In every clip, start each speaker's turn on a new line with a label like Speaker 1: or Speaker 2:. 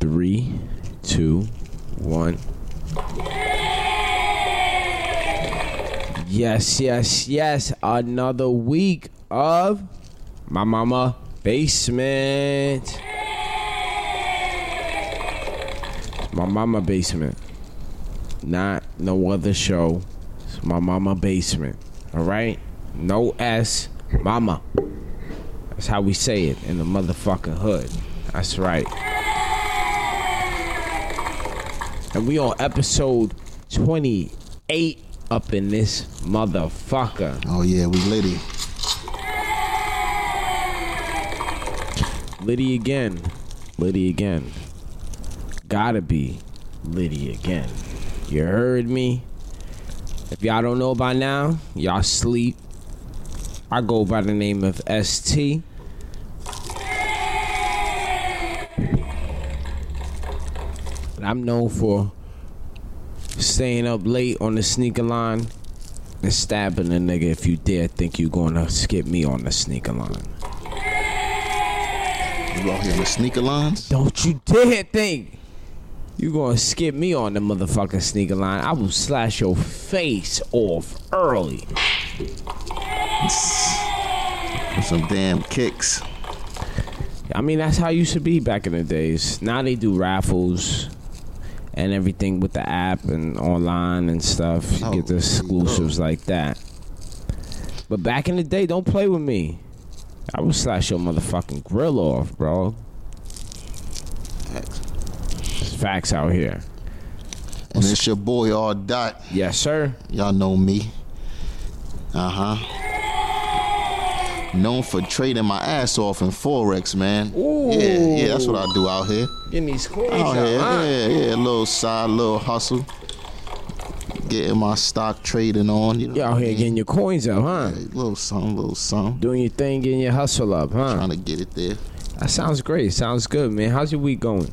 Speaker 1: Three, two, one. Yes, yes, yes. Another week of my mama basement. My mama basement. Not no other show. It's my mama basement. All right? No S, mama. That's how we say it in the motherfucking hood. That's right. And we on episode 28 up in this motherfucker.
Speaker 2: Oh yeah, we litty.
Speaker 1: Liddy again. Liddy again. Gotta be Liddy again. You heard me? If y'all don't know by now, y'all sleep. I go by the name of ST. And I'm known for staying up late on the sneaker line and stabbing a nigga if you dare think you gonna skip me on the sneaker line.
Speaker 2: You out here with sneaker lines?
Speaker 1: Don't you dare think you gonna skip me on the motherfucking sneaker line. I will slash your face off early.
Speaker 2: With some damn kicks.
Speaker 1: I mean, that's how you should be back in the days. Now they do raffles and everything with the app and online and stuff. You
Speaker 2: Oh,
Speaker 1: get the
Speaker 2: there you
Speaker 1: exclusives like that. But back in the day, don't play with me. I will slash your motherfucking grill off, bro. It's facts out here.
Speaker 2: And it's your boy R Dot.
Speaker 1: Yes, sir.
Speaker 2: Y'all know me. Uh huh. Known for trading my ass off in forex, man.
Speaker 1: Ooh.
Speaker 2: Yeah, yeah, that's what I do out here.
Speaker 1: Getting these coins
Speaker 2: Out here,
Speaker 1: huh?
Speaker 2: yeah, yeah, a little side, little hustle. Getting my stock trading on. You know
Speaker 1: You
Speaker 2: what
Speaker 1: out
Speaker 2: I
Speaker 1: here
Speaker 2: mean?
Speaker 1: getting your coins up, huh?
Speaker 2: Yeah, little something, little something.
Speaker 1: Doing your thing, getting your hustle up, huh?
Speaker 2: Trying to get it there.
Speaker 1: That sounds great. Sounds good, man. How's your week going?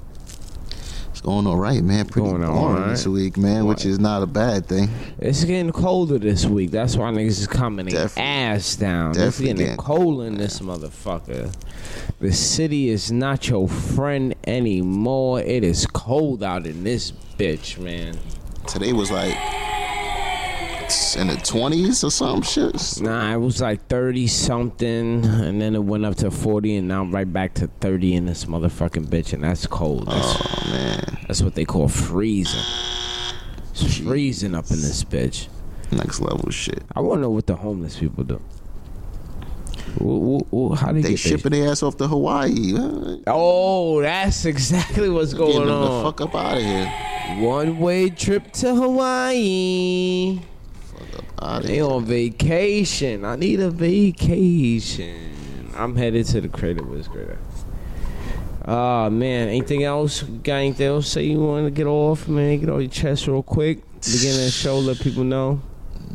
Speaker 2: It's going all right, man. Pretty
Speaker 1: Going all
Speaker 2: boring
Speaker 1: right.
Speaker 2: this week, man, which is not a bad thing.
Speaker 1: It's getting colder this week. That's why niggas is coming their
Speaker 2: Definitely.
Speaker 1: ass down. It's
Speaker 2: Definitely
Speaker 1: getting
Speaker 2: getting-
Speaker 1: cold in this motherfucker. The city is not your friend anymore. It is cold out in this bitch, man.
Speaker 2: Today was like in the twenties or some shit.
Speaker 1: Nah, it was like 30 something, and then it went up to 40, and now I'm right back to 30 in this motherfucking bitch, and that's cold. That's,
Speaker 2: Oh man,
Speaker 1: that's what they call freezing. It's freezing up in this bitch.
Speaker 2: next level shit.
Speaker 1: I want to know what the homeless people do. Wh- wh- wh- How they,
Speaker 2: They
Speaker 1: get they-
Speaker 2: shipping their ass off to Hawaii. huh?
Speaker 1: Oh, that's exactly what's
Speaker 2: Getting
Speaker 1: going
Speaker 2: them the
Speaker 1: on.
Speaker 2: fuck up out of here.
Speaker 1: One way trip to Hawaii.
Speaker 2: Out
Speaker 1: They
Speaker 2: here.
Speaker 1: on vacation. I need a vacation. I'm headed to the crater was greater. Ah man, anything else? Got anything else say you want to get off, man? Get off your chest real quick. Beginning of the show, let people know.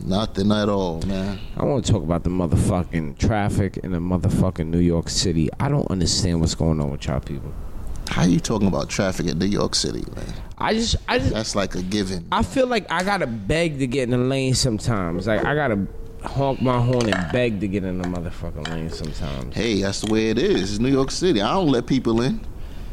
Speaker 2: Nothing at all, man.
Speaker 1: I want to talk about the motherfucking traffic in the motherfucking New York City. I don't understand what's going on with y'all people.
Speaker 2: How you talking about traffic in New York City, man?
Speaker 1: I just, I just,
Speaker 2: That's like a given.
Speaker 1: I feel like I gotta beg to get in the lane sometimes. Like I gotta honk my horn and beg to get in the motherfucking lane sometimes.
Speaker 2: Hey, that's the way it is. It's New York City. I don't let people in.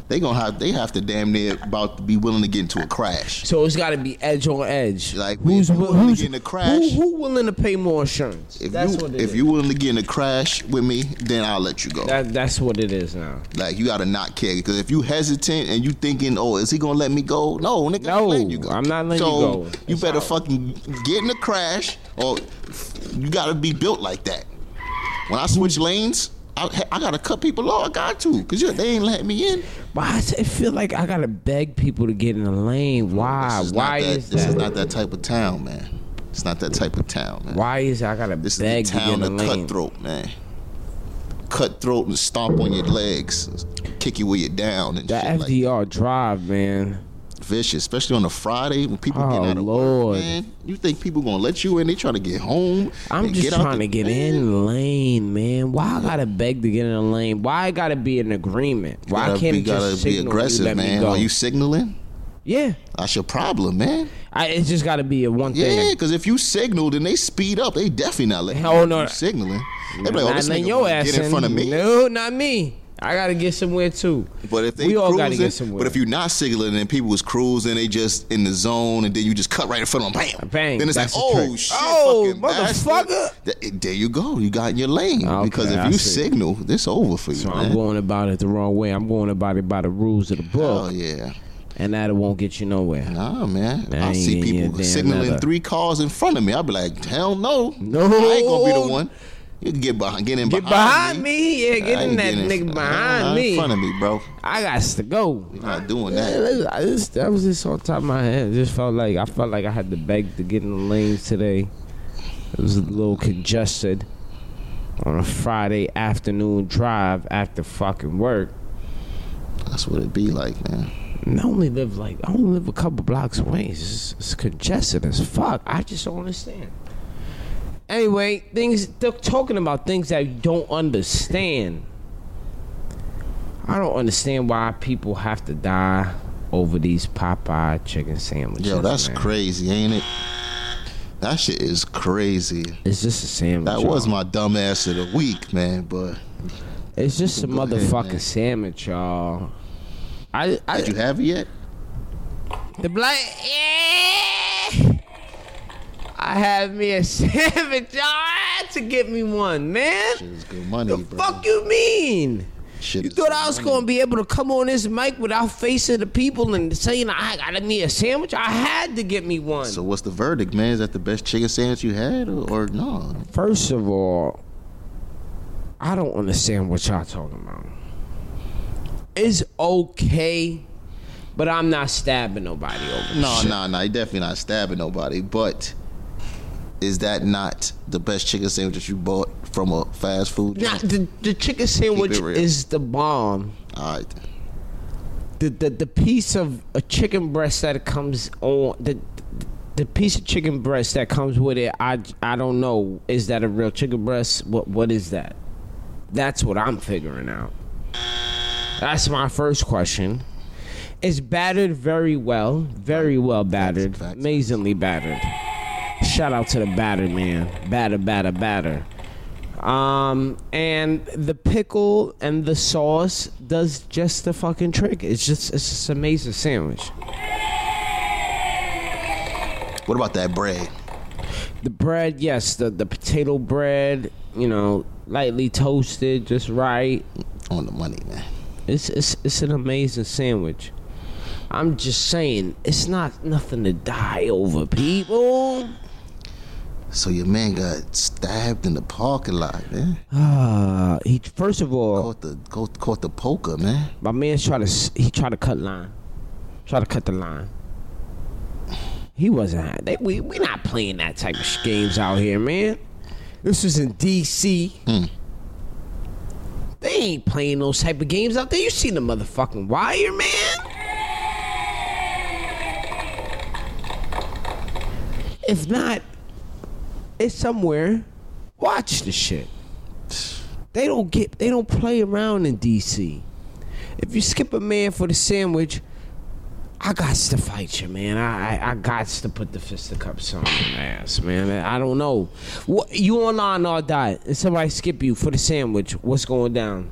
Speaker 2: They gonna have they have to damn near about to be willing to get into a crash.
Speaker 1: So it's gotta be edge on edge.
Speaker 2: Like, if you
Speaker 1: wi-
Speaker 2: willing to get in a crash-
Speaker 1: Who, who willing to pay more insurance?
Speaker 2: If
Speaker 1: that's
Speaker 2: you
Speaker 1: what it is.
Speaker 2: if you willing to get in a crash with me, then I'll let you go.
Speaker 1: that, that's what it is now.
Speaker 2: Like you gotta not care because if you hesitant and you thinking, oh, is he gonna let me go? No, nigga,
Speaker 1: No,
Speaker 2: I'm letting you go.
Speaker 1: I'm not letting you
Speaker 2: so
Speaker 1: go.
Speaker 2: you
Speaker 1: It's
Speaker 2: better
Speaker 1: out.
Speaker 2: fucking get in a crash or you gotta be built like that. When I switch
Speaker 1: Hmm.
Speaker 2: lanes, I, I gotta cut people off. I got to because they ain't letting me in.
Speaker 1: But I s- I feel like I gotta beg people to get in the lane. Why?
Speaker 2: This is not
Speaker 1: Ah, Why
Speaker 2: that,
Speaker 1: is
Speaker 2: this is
Speaker 1: that?
Speaker 2: not that type of town, man? It's not that type of town, man.
Speaker 1: Why is I gotta
Speaker 2: This is
Speaker 1: beg
Speaker 2: the
Speaker 1: to get in
Speaker 2: town
Speaker 1: the
Speaker 2: of
Speaker 1: lane?
Speaker 2: cutthroat, man. Cutthroat and stomp on your legs, kick you where you're down and
Speaker 1: That
Speaker 2: shit like
Speaker 1: FDR drive, man.
Speaker 2: vicious, especially on a Friday when people
Speaker 1: Oh,
Speaker 2: get out of
Speaker 1: Lord.
Speaker 2: work. Man, you think people gonna let you in? They trying to get home.
Speaker 1: I'm
Speaker 2: and
Speaker 1: just
Speaker 2: get out
Speaker 1: trying
Speaker 2: the-
Speaker 1: to get
Speaker 2: Man,
Speaker 1: in the lane, man. Why I gotta beg to get in the lane? Why I gotta be an agreement?
Speaker 2: You
Speaker 1: Why
Speaker 2: gotta
Speaker 1: can't
Speaker 2: be,
Speaker 1: it
Speaker 2: gotta
Speaker 1: just
Speaker 2: be
Speaker 1: signal you
Speaker 2: aggressive,
Speaker 1: let me
Speaker 2: man?
Speaker 1: go?
Speaker 2: Are you signaling?
Speaker 1: yeah,
Speaker 2: That's your problem, man.
Speaker 1: I, it's just gotta be a one
Speaker 2: Yeah,
Speaker 1: thing.
Speaker 2: because if you signal, then they speed up. They definitely not letting
Speaker 1: Hell
Speaker 2: you
Speaker 1: no.
Speaker 2: you signaling. They be like, oh,
Speaker 1: Not
Speaker 2: this
Speaker 1: letting
Speaker 2: nigga
Speaker 1: your
Speaker 2: wanna
Speaker 1: ass
Speaker 2: get in front of me.
Speaker 1: No, not me. I gotta get somewhere too.
Speaker 2: But if they
Speaker 1: we all
Speaker 2: cruising,
Speaker 1: gotta get somewhere.
Speaker 2: but if you're not signaling and people was cruising, they just in the zone, and then you just cut right in front of them, bam,
Speaker 1: Bang.
Speaker 2: Then it's
Speaker 1: That's
Speaker 2: like,
Speaker 1: the
Speaker 2: oh
Speaker 1: trick.
Speaker 2: shit,
Speaker 1: Oh,
Speaker 2: fucking bastard.
Speaker 1: motherfucker.
Speaker 2: Th- there you go, you got in your lane
Speaker 1: Okay,
Speaker 2: because
Speaker 1: I
Speaker 2: if you
Speaker 1: see.
Speaker 2: signal, this over for you,
Speaker 1: so I'm
Speaker 2: man.
Speaker 1: going about it the wrong way. I'm going about it by the rules of the book,
Speaker 2: Oh yeah,
Speaker 1: and that won't get you nowhere.
Speaker 2: nah, man.
Speaker 1: Man, I
Speaker 2: I see
Speaker 1: ain't getting
Speaker 2: people
Speaker 1: your damn
Speaker 2: signaling
Speaker 1: leather.
Speaker 2: three cars in front of me. I'll be like, hell no,
Speaker 1: No.
Speaker 2: I ain't gonna be the one. You can get behind, get in
Speaker 1: Get behind me, yeah, get
Speaker 2: I
Speaker 1: in
Speaker 2: ain't
Speaker 1: that
Speaker 2: getting in-
Speaker 1: nigga behind
Speaker 2: Nah, in
Speaker 1: me.
Speaker 2: front of me, bro.
Speaker 1: I got to go.
Speaker 2: You're not doing
Speaker 1: Yeah,
Speaker 2: that.
Speaker 1: that- I just- that was just on top of my head. It just felt like I felt like I had to beg to get in the lanes today. It was a little congested on a Friday afternoon drive after fucking work.
Speaker 2: That's what it be like, man.
Speaker 1: And I only live like I only live a couple blocks away. It's, just- it's congested as fuck. I just don't understand. Anyway, things they're talking about things that you don't understand. I don't understand why people have to die over these Popeye chicken sandwiches.
Speaker 2: Yo, that's
Speaker 1: man.
Speaker 2: crazy, ain't it? That shit is crazy.
Speaker 1: It's just a sandwich.
Speaker 2: That was
Speaker 1: y'all.
Speaker 2: my dumb ass of the week, man. But
Speaker 1: It's just a
Speaker 2: Go ahead,
Speaker 1: motherfucking
Speaker 2: man.
Speaker 1: sandwich, y'all. I, I
Speaker 2: did you have it yet?
Speaker 1: The black. Yeah. I have me a sandwich. I had to get me one, man.
Speaker 2: Shit is good money,
Speaker 1: The
Speaker 2: bro.
Speaker 1: fuck you mean?
Speaker 2: Shit
Speaker 1: You
Speaker 2: is
Speaker 1: thought
Speaker 2: good
Speaker 1: I was
Speaker 2: money.
Speaker 1: gonna be able to come on this mic without facing the people and saying I got me a sandwich? I had to get me one.
Speaker 2: So what's the verdict, man? Is that the best chicken sandwich you had, or, or no?
Speaker 1: First of all, I don't understand what y'all talking about. It's okay, but I'm not stabbing nobody over. this
Speaker 2: No,
Speaker 1: shit.
Speaker 2: no, no. You definitely not stabbing nobody. But is that not the best chicken sandwich that you bought from a fast food?
Speaker 1: Nah,
Speaker 2: joint?
Speaker 1: the, the chicken sandwich
Speaker 2: real.
Speaker 1: is the bomb.
Speaker 2: All right.
Speaker 1: The, the the piece of a chicken breast that comes on the the piece of chicken breast that comes with it. I I don't know. Is that a real chicken breast? What what is that? That's what I'm figuring out. That's my first question. It's battered very well, very well battered,
Speaker 2: facts, facts.
Speaker 1: amazingly battered. Shout out to the batter man, batter, batter, batter. Um, and the pickle and the sauce does just the fucking trick. It's just it's just an amazing sandwich.
Speaker 2: What about that bread?
Speaker 1: The bread, yes, the the potato bread, you know, lightly toasted, just right.
Speaker 2: On the money, man.
Speaker 1: It's it's it's an amazing sandwich. I'm just saying, it's not nothing to die over, people.
Speaker 2: So your man got stabbed in the parking lot, man.
Speaker 1: Uh, he first of all,
Speaker 2: Caught the caught, caught the poker, man.
Speaker 1: my man tried to s- he tried to cut line, tried to cut the line. He wasn't. They, we we not playing that type of sh- games out here, man. This is in D.C. They ain't playing those type of games out there. You seen the motherfucking wire, man? If not, it's somewhere. Watch the shit. They don't get. They don't play around in D.C. If you skip a man for the sandwich, I got to fight you, man. I I, I got to put the fisticuffs on your ass, man. I don't know. What you online all diet and somebody skip you for the sandwich? What's going down?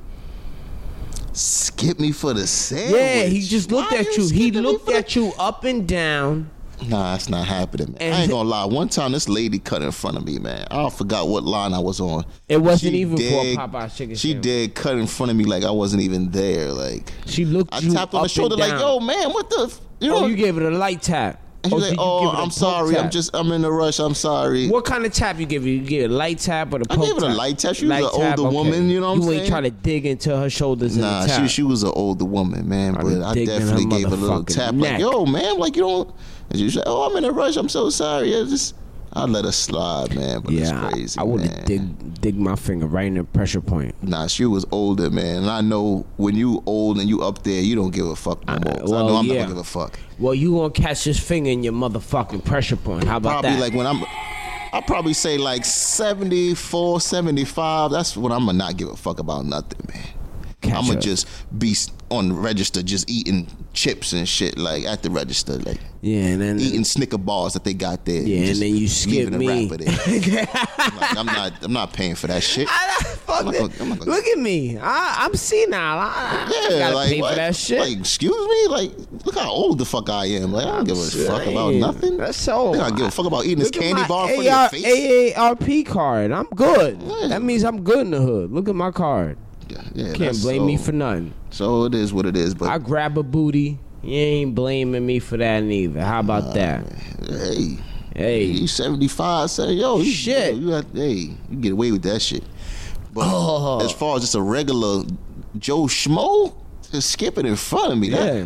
Speaker 2: Skip me for the sandwich.
Speaker 1: Yeah, he just looked
Speaker 2: Why
Speaker 1: at you. He
Speaker 2: skipping me
Speaker 1: looked
Speaker 2: for the-
Speaker 1: at you up and down.
Speaker 2: Nah, it's not happening, man.
Speaker 1: And
Speaker 2: I ain't
Speaker 1: he-
Speaker 2: gonna lie. One time, this lady cut in front of me, man. I forgot what line I was on.
Speaker 1: It wasn't even for a
Speaker 2: dead-
Speaker 1: Popeye's chicken
Speaker 2: She
Speaker 1: sandwich.
Speaker 2: did cut in front of me like I wasn't even there. Like
Speaker 1: She looked
Speaker 2: I
Speaker 1: you
Speaker 2: tapped on
Speaker 1: up
Speaker 2: the shoulder,
Speaker 1: and down.
Speaker 2: like, "Yo, man, what the? F-? You know?"
Speaker 1: oh, you gave it a light tap.
Speaker 2: and she was
Speaker 1: did
Speaker 2: like,
Speaker 1: you
Speaker 2: "Oh,
Speaker 1: give it a
Speaker 2: I'm
Speaker 1: poke
Speaker 2: sorry. I'm
Speaker 1: tap?
Speaker 2: just. I'm in a rush. I'm sorry."
Speaker 1: What kind of tap you give it? You give it a light tap or the
Speaker 2: I
Speaker 1: poke
Speaker 2: gave it a
Speaker 1: tap?
Speaker 2: light tap. She was an older woman, you know what I'm
Speaker 1: You ain't
Speaker 2: saying?
Speaker 1: trying to dig into her shoulders in
Speaker 2: Nah,
Speaker 1: the tap.
Speaker 2: she she was an older woman, man.
Speaker 1: I'd
Speaker 2: But
Speaker 1: be
Speaker 2: I
Speaker 1: digging her
Speaker 2: definitely gave a little
Speaker 1: motherfucking
Speaker 2: tap,
Speaker 1: neck.
Speaker 2: like, "Yo, man, like you don't." And she was like, "Oh, I'm in a rush. I'm so sorry. I just." I let her slide, man. But
Speaker 1: yeah, I-
Speaker 2: it's Oh, crazy.
Speaker 1: I would
Speaker 2: man.
Speaker 1: have dig dig my finger right in the pressure point.
Speaker 2: Nah, she was older, man. And I know when you old and you up there, you don't give a fuck no more. 'Cause
Speaker 1: well,
Speaker 2: I know I'm not
Speaker 1: yeah.
Speaker 2: gonna give a fuck.
Speaker 1: Well, you gonna catch this finger in your motherfucking pressure point? How about
Speaker 2: Probably
Speaker 1: that?
Speaker 2: like when I'm, I probably say like 74, 75. That's when I'm gonna not give a fuck about nothing, man.
Speaker 1: Catch
Speaker 2: I'm gonna
Speaker 1: up.
Speaker 2: just be s- on the register, just eating chips and shit, like at the register, like
Speaker 1: yeah, and then
Speaker 2: eating Snicker bars that they got there.
Speaker 1: yeah, and
Speaker 2: just
Speaker 1: then you skip
Speaker 2: leaving a
Speaker 1: me.
Speaker 2: wrapper there. like, I'm not, I'm not paying for that shit.
Speaker 1: I- fuck
Speaker 2: not
Speaker 1: it.
Speaker 2: gonna- I'm not gonna-
Speaker 1: Ah, Look at me. I, I'm senile. I, I
Speaker 2: Yeah,
Speaker 1: gotta
Speaker 2: like,
Speaker 1: pay
Speaker 2: what?
Speaker 1: for that shit.
Speaker 2: Like, excuse me? Like, look how old the fuck I am. Like, I don't give a
Speaker 1: Shit,
Speaker 2: fuck about
Speaker 1: man.
Speaker 2: nothing.
Speaker 1: That's so.
Speaker 2: I don't give a fuck about eating this
Speaker 1: Look at
Speaker 2: candy
Speaker 1: my
Speaker 2: bar for
Speaker 1: AR
Speaker 2: your face.
Speaker 1: AARP card. I'm good. That means I'm good in the hood. Look at my card.
Speaker 2: Yeah, yeah,
Speaker 1: Can't
Speaker 2: that's
Speaker 1: blame
Speaker 2: so,
Speaker 1: me for nothing.
Speaker 2: So it is what it is, but
Speaker 1: I grab a booty. You ain't blaming me for that neither. How about that?
Speaker 2: hey,
Speaker 1: Hey.
Speaker 2: you seventy five, say yo, you,
Speaker 1: Shit.
Speaker 2: you, got- hey, you get away with that shit. But
Speaker 1: Oh.
Speaker 2: as far as just a regular Joe Schmo, just skipping in front of me, that,
Speaker 1: Yeah.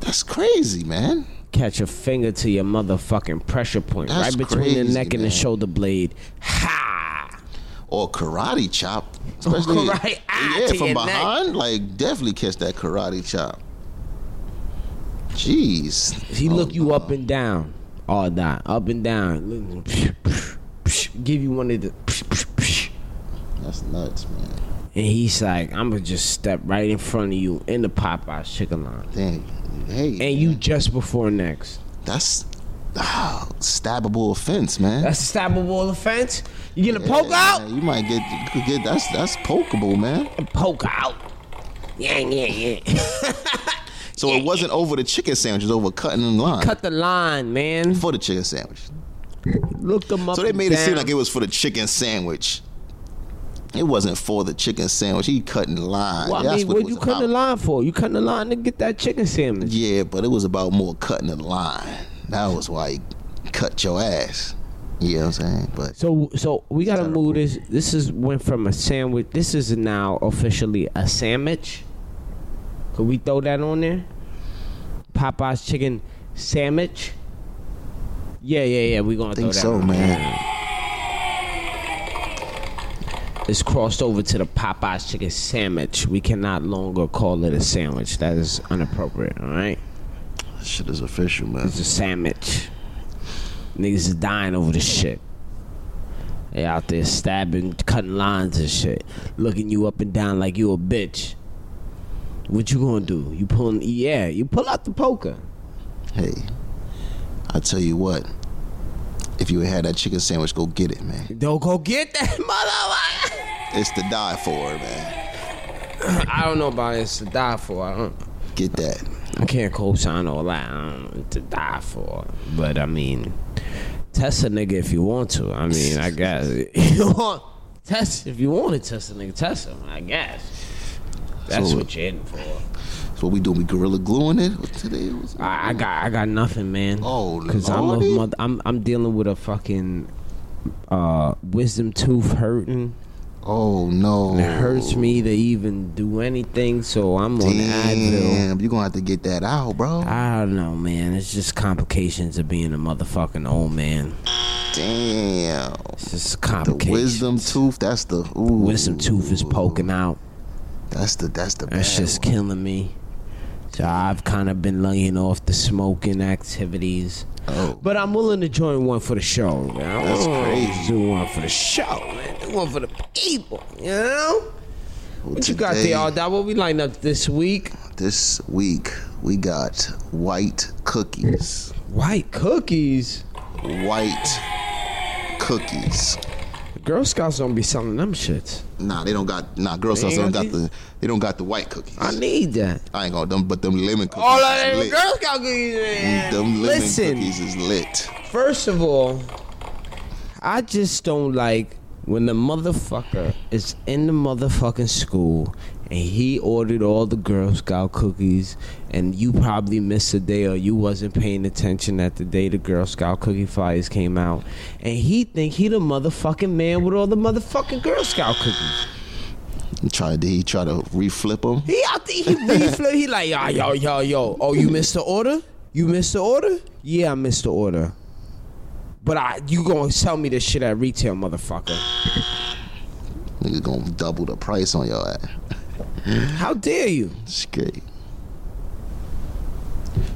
Speaker 2: that's crazy, man.
Speaker 1: Catch a finger to your motherfucking pressure point.
Speaker 2: That's
Speaker 1: right between the
Speaker 2: crazy,
Speaker 1: neck and the
Speaker 2: man.
Speaker 1: shoulder blade. Ha!
Speaker 2: Or karate chop, especially
Speaker 1: Right, ah,
Speaker 2: yeah,
Speaker 1: to
Speaker 2: from
Speaker 1: your neck.
Speaker 2: behind, like definitely catch that karate chop. Jeez,
Speaker 1: He
Speaker 2: Oh,
Speaker 1: look you
Speaker 2: no.
Speaker 1: up and down all night. Up and down. Give you one of the.
Speaker 2: That's nuts, man.
Speaker 1: And he's like, I'm gonna just step right in front of you in the Popeyes chicken line.
Speaker 2: Dang, hey,
Speaker 1: And you just before next.
Speaker 2: that's ah, stabbable offense, man.
Speaker 1: That's a stabbable offense. You gonna poke
Speaker 2: Yeah,
Speaker 1: out?
Speaker 2: You might get, you could get that's that's pokeable, man.
Speaker 1: Poke out. Yeah, yeah, yeah.
Speaker 2: So it wasn't over the chicken sandwich; it was over cutting the line
Speaker 1: Cut the line, man.
Speaker 2: for the chicken sandwich.
Speaker 1: Look them up.
Speaker 2: So they
Speaker 1: and
Speaker 2: made it seem
Speaker 1: down.
Speaker 2: like it was for the chicken sandwich. It wasn't for the chicken sandwich. He cutting the line.
Speaker 1: Well, I
Speaker 2: That's
Speaker 1: mean,
Speaker 2: what,
Speaker 1: what,
Speaker 2: it was
Speaker 1: you cutting
Speaker 2: about.
Speaker 1: the line for? You cutting the line to get that chicken sandwich.
Speaker 2: Yeah, but it was about more cutting the line. That was why he cut your ass. You know what I'm saying? But
Speaker 1: So, so we gotta move this. This is went from a sandwich. This is now officially a sandwich. Could we throw that on there? Popeye's chicken sandwich. Yeah, yeah, yeah. We gonna
Speaker 2: I think
Speaker 1: throw that.
Speaker 2: so,
Speaker 1: on.
Speaker 2: man.
Speaker 1: It's crossed over to the Popeye's chicken sandwich. We cannot longer call it a sandwich. That is inappropriate. All right,
Speaker 2: That shit is official, man.
Speaker 1: it's a sandwich. Niggas is dying over this shit. They out there stabbing, cutting lines and shit, looking you up and down like you a bitch. What you gonna do? You pulling? Yeah, you pull out the poker.
Speaker 2: Hey, I tell you what. If you had that chicken sandwich, go get it, man.
Speaker 1: Don't go get that motherfucker.
Speaker 2: It's to die for, man.
Speaker 1: I don't know about it. It's to die for. I don't.
Speaker 2: Get that.
Speaker 1: I can't co-sign all that I don't know what to die for, but I mean, test a nigga if you want to. I mean, I guess you want test if you want to test a nigga, test him. I guess that's
Speaker 2: So-
Speaker 1: what you're in for.
Speaker 2: That's what we doing. We gorilla gluing it What today. Was it?
Speaker 1: I, I got I got nothing, man.
Speaker 2: Oh,
Speaker 1: I'm a
Speaker 2: Lordy.
Speaker 1: mother, I'm I'm dealing with a fucking uh wisdom tooth hurting.
Speaker 2: Oh no,
Speaker 1: It hurts me to even do anything, so I'm on Advil.
Speaker 2: Damn, you gonna have to get that out, bro.
Speaker 1: I don't know, man. It's just complications of being a motherfucking old man.
Speaker 2: Damn,
Speaker 1: It's just
Speaker 2: the
Speaker 1: complicated.
Speaker 2: wisdom tooth. That's the ooh,
Speaker 1: Wisdom tooth is poking out.
Speaker 2: That's the that's the
Speaker 1: That's
Speaker 2: bad
Speaker 1: just
Speaker 2: one.
Speaker 1: killing me. So I've kind of been laying off the smoking activities.
Speaker 2: Oh.
Speaker 1: But I'm willing to join one for the show. Man.
Speaker 2: That's
Speaker 1: Oh,
Speaker 2: crazy.
Speaker 1: Do one for the show, man. Do one for the people, you know? What you got
Speaker 2: Today,
Speaker 1: there, all that? What we lined up this week?
Speaker 2: This week we got white cookies.
Speaker 1: White cookies.
Speaker 2: White cookies.
Speaker 1: Girl Scouts don't be selling them shits.
Speaker 2: Nah, they don't got nah. Girl Scouts
Speaker 1: ain't
Speaker 2: don't
Speaker 1: got
Speaker 2: got the they don't got the white cookies.
Speaker 1: I need that.
Speaker 2: I ain't gonna them, but them lemon cookies.
Speaker 1: All
Speaker 2: is
Speaker 1: of them
Speaker 2: lit.
Speaker 1: Girl Scout cookies, man.
Speaker 2: Them lemon
Speaker 1: Listen,
Speaker 2: cookies is lit.
Speaker 1: First of all, I just don't like when the motherfucker is in the motherfucking school and he ordered all the Girl Scout cookies and you probably missed a day or you wasn't paying attention at the day the Girl Scout cookie flyers came out and he think he the motherfucking man with all the motherfucking Girl Scout cookies.
Speaker 2: He tried to he tried to reflip them.
Speaker 1: He out there, he reflip, he like, yo, yo, yo, yo. Oh, you missed the order? You missed the order? Yeah, I missed the order. But I, you gonna sell me this shit at retail, motherfucker.
Speaker 2: Niggas gonna double the price on your ass.
Speaker 1: How dare you?
Speaker 2: It's great.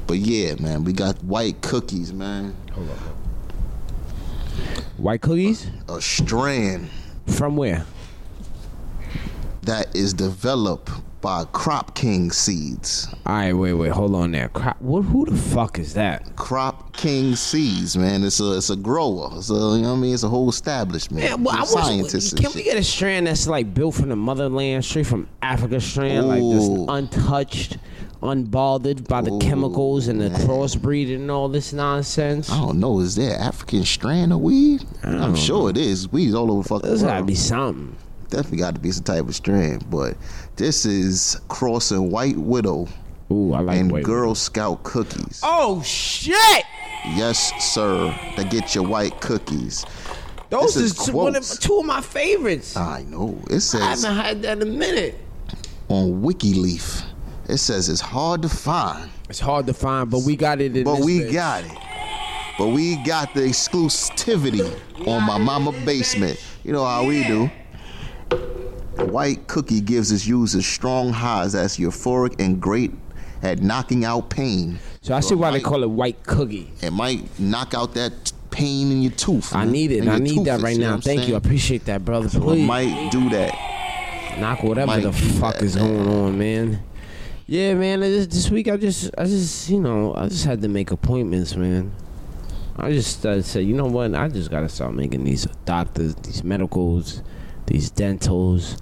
Speaker 2: But yeah, man, we got white cookies, man.
Speaker 1: White cookies?
Speaker 2: A strand
Speaker 1: From where?
Speaker 2: that is developed by Crop King seeds.
Speaker 1: All right, wait, wait, hold on there. Crop, what, who the fuck is that?
Speaker 2: Crop King Seeds, man. It's a it's a grower. It's a, you know what I mean? It's a whole establishment.
Speaker 1: Yeah, well, I
Speaker 2: Some
Speaker 1: was,
Speaker 2: scientists and
Speaker 1: can we
Speaker 2: shit.
Speaker 1: get a strand that's like built from the motherland, straight from Africa strand, like
Speaker 2: Ooh.
Speaker 1: just untouched, unbothered by the
Speaker 2: Ooh,
Speaker 1: chemicals and the crossbreeding and all this nonsense?
Speaker 2: I don't know. Is there African strand of weed? I'm sure it is. Weed's all over the fucking
Speaker 1: There's gotta
Speaker 2: world.
Speaker 1: be something.
Speaker 2: Definitely got to be some type of strand. But this is crossing White Widow
Speaker 1: Ooh, I like
Speaker 2: and
Speaker 1: white-
Speaker 2: Girl Scout cookies.
Speaker 1: Oh shit!
Speaker 2: Yes, sir. They get your white cookies.
Speaker 1: Those
Speaker 2: This
Speaker 1: is,
Speaker 2: is
Speaker 1: two, one of,
Speaker 2: quotes. Uh,
Speaker 1: two of my favorites.
Speaker 2: I know. It
Speaker 1: I
Speaker 2: says
Speaker 1: haven't had that in a minute.
Speaker 2: on WikiLeaf. It says it's hard to find,
Speaker 1: It's hard to find, but we got it in
Speaker 2: but
Speaker 1: this
Speaker 2: we
Speaker 1: bitch.
Speaker 2: got it. But we got the exclusivity on my mama basement. You know how we do. The white cookie gives its users strong highs that's euphoric and great at knocking out pain.
Speaker 1: So I see why they
Speaker 2: White.
Speaker 1: call it white cookie.
Speaker 2: It might knock out that pain in your tooth.
Speaker 1: I need it.
Speaker 2: in
Speaker 1: I
Speaker 2: your
Speaker 1: need that
Speaker 2: toothless,
Speaker 1: right
Speaker 2: you know
Speaker 1: now.
Speaker 2: what I'm
Speaker 1: Thank you. I
Speaker 2: saying?
Speaker 1: appreciate that, brother.
Speaker 2: It
Speaker 1: Please.
Speaker 2: might do that.
Speaker 1: knock whatever
Speaker 2: Mike,
Speaker 1: the fuck is going on, man. Yeah, man. I just- This week I just, I just, you know, I just had to make appointments, man. I just uh, said, you know what? I just gotta start making these doctors, these medicals, these dentals.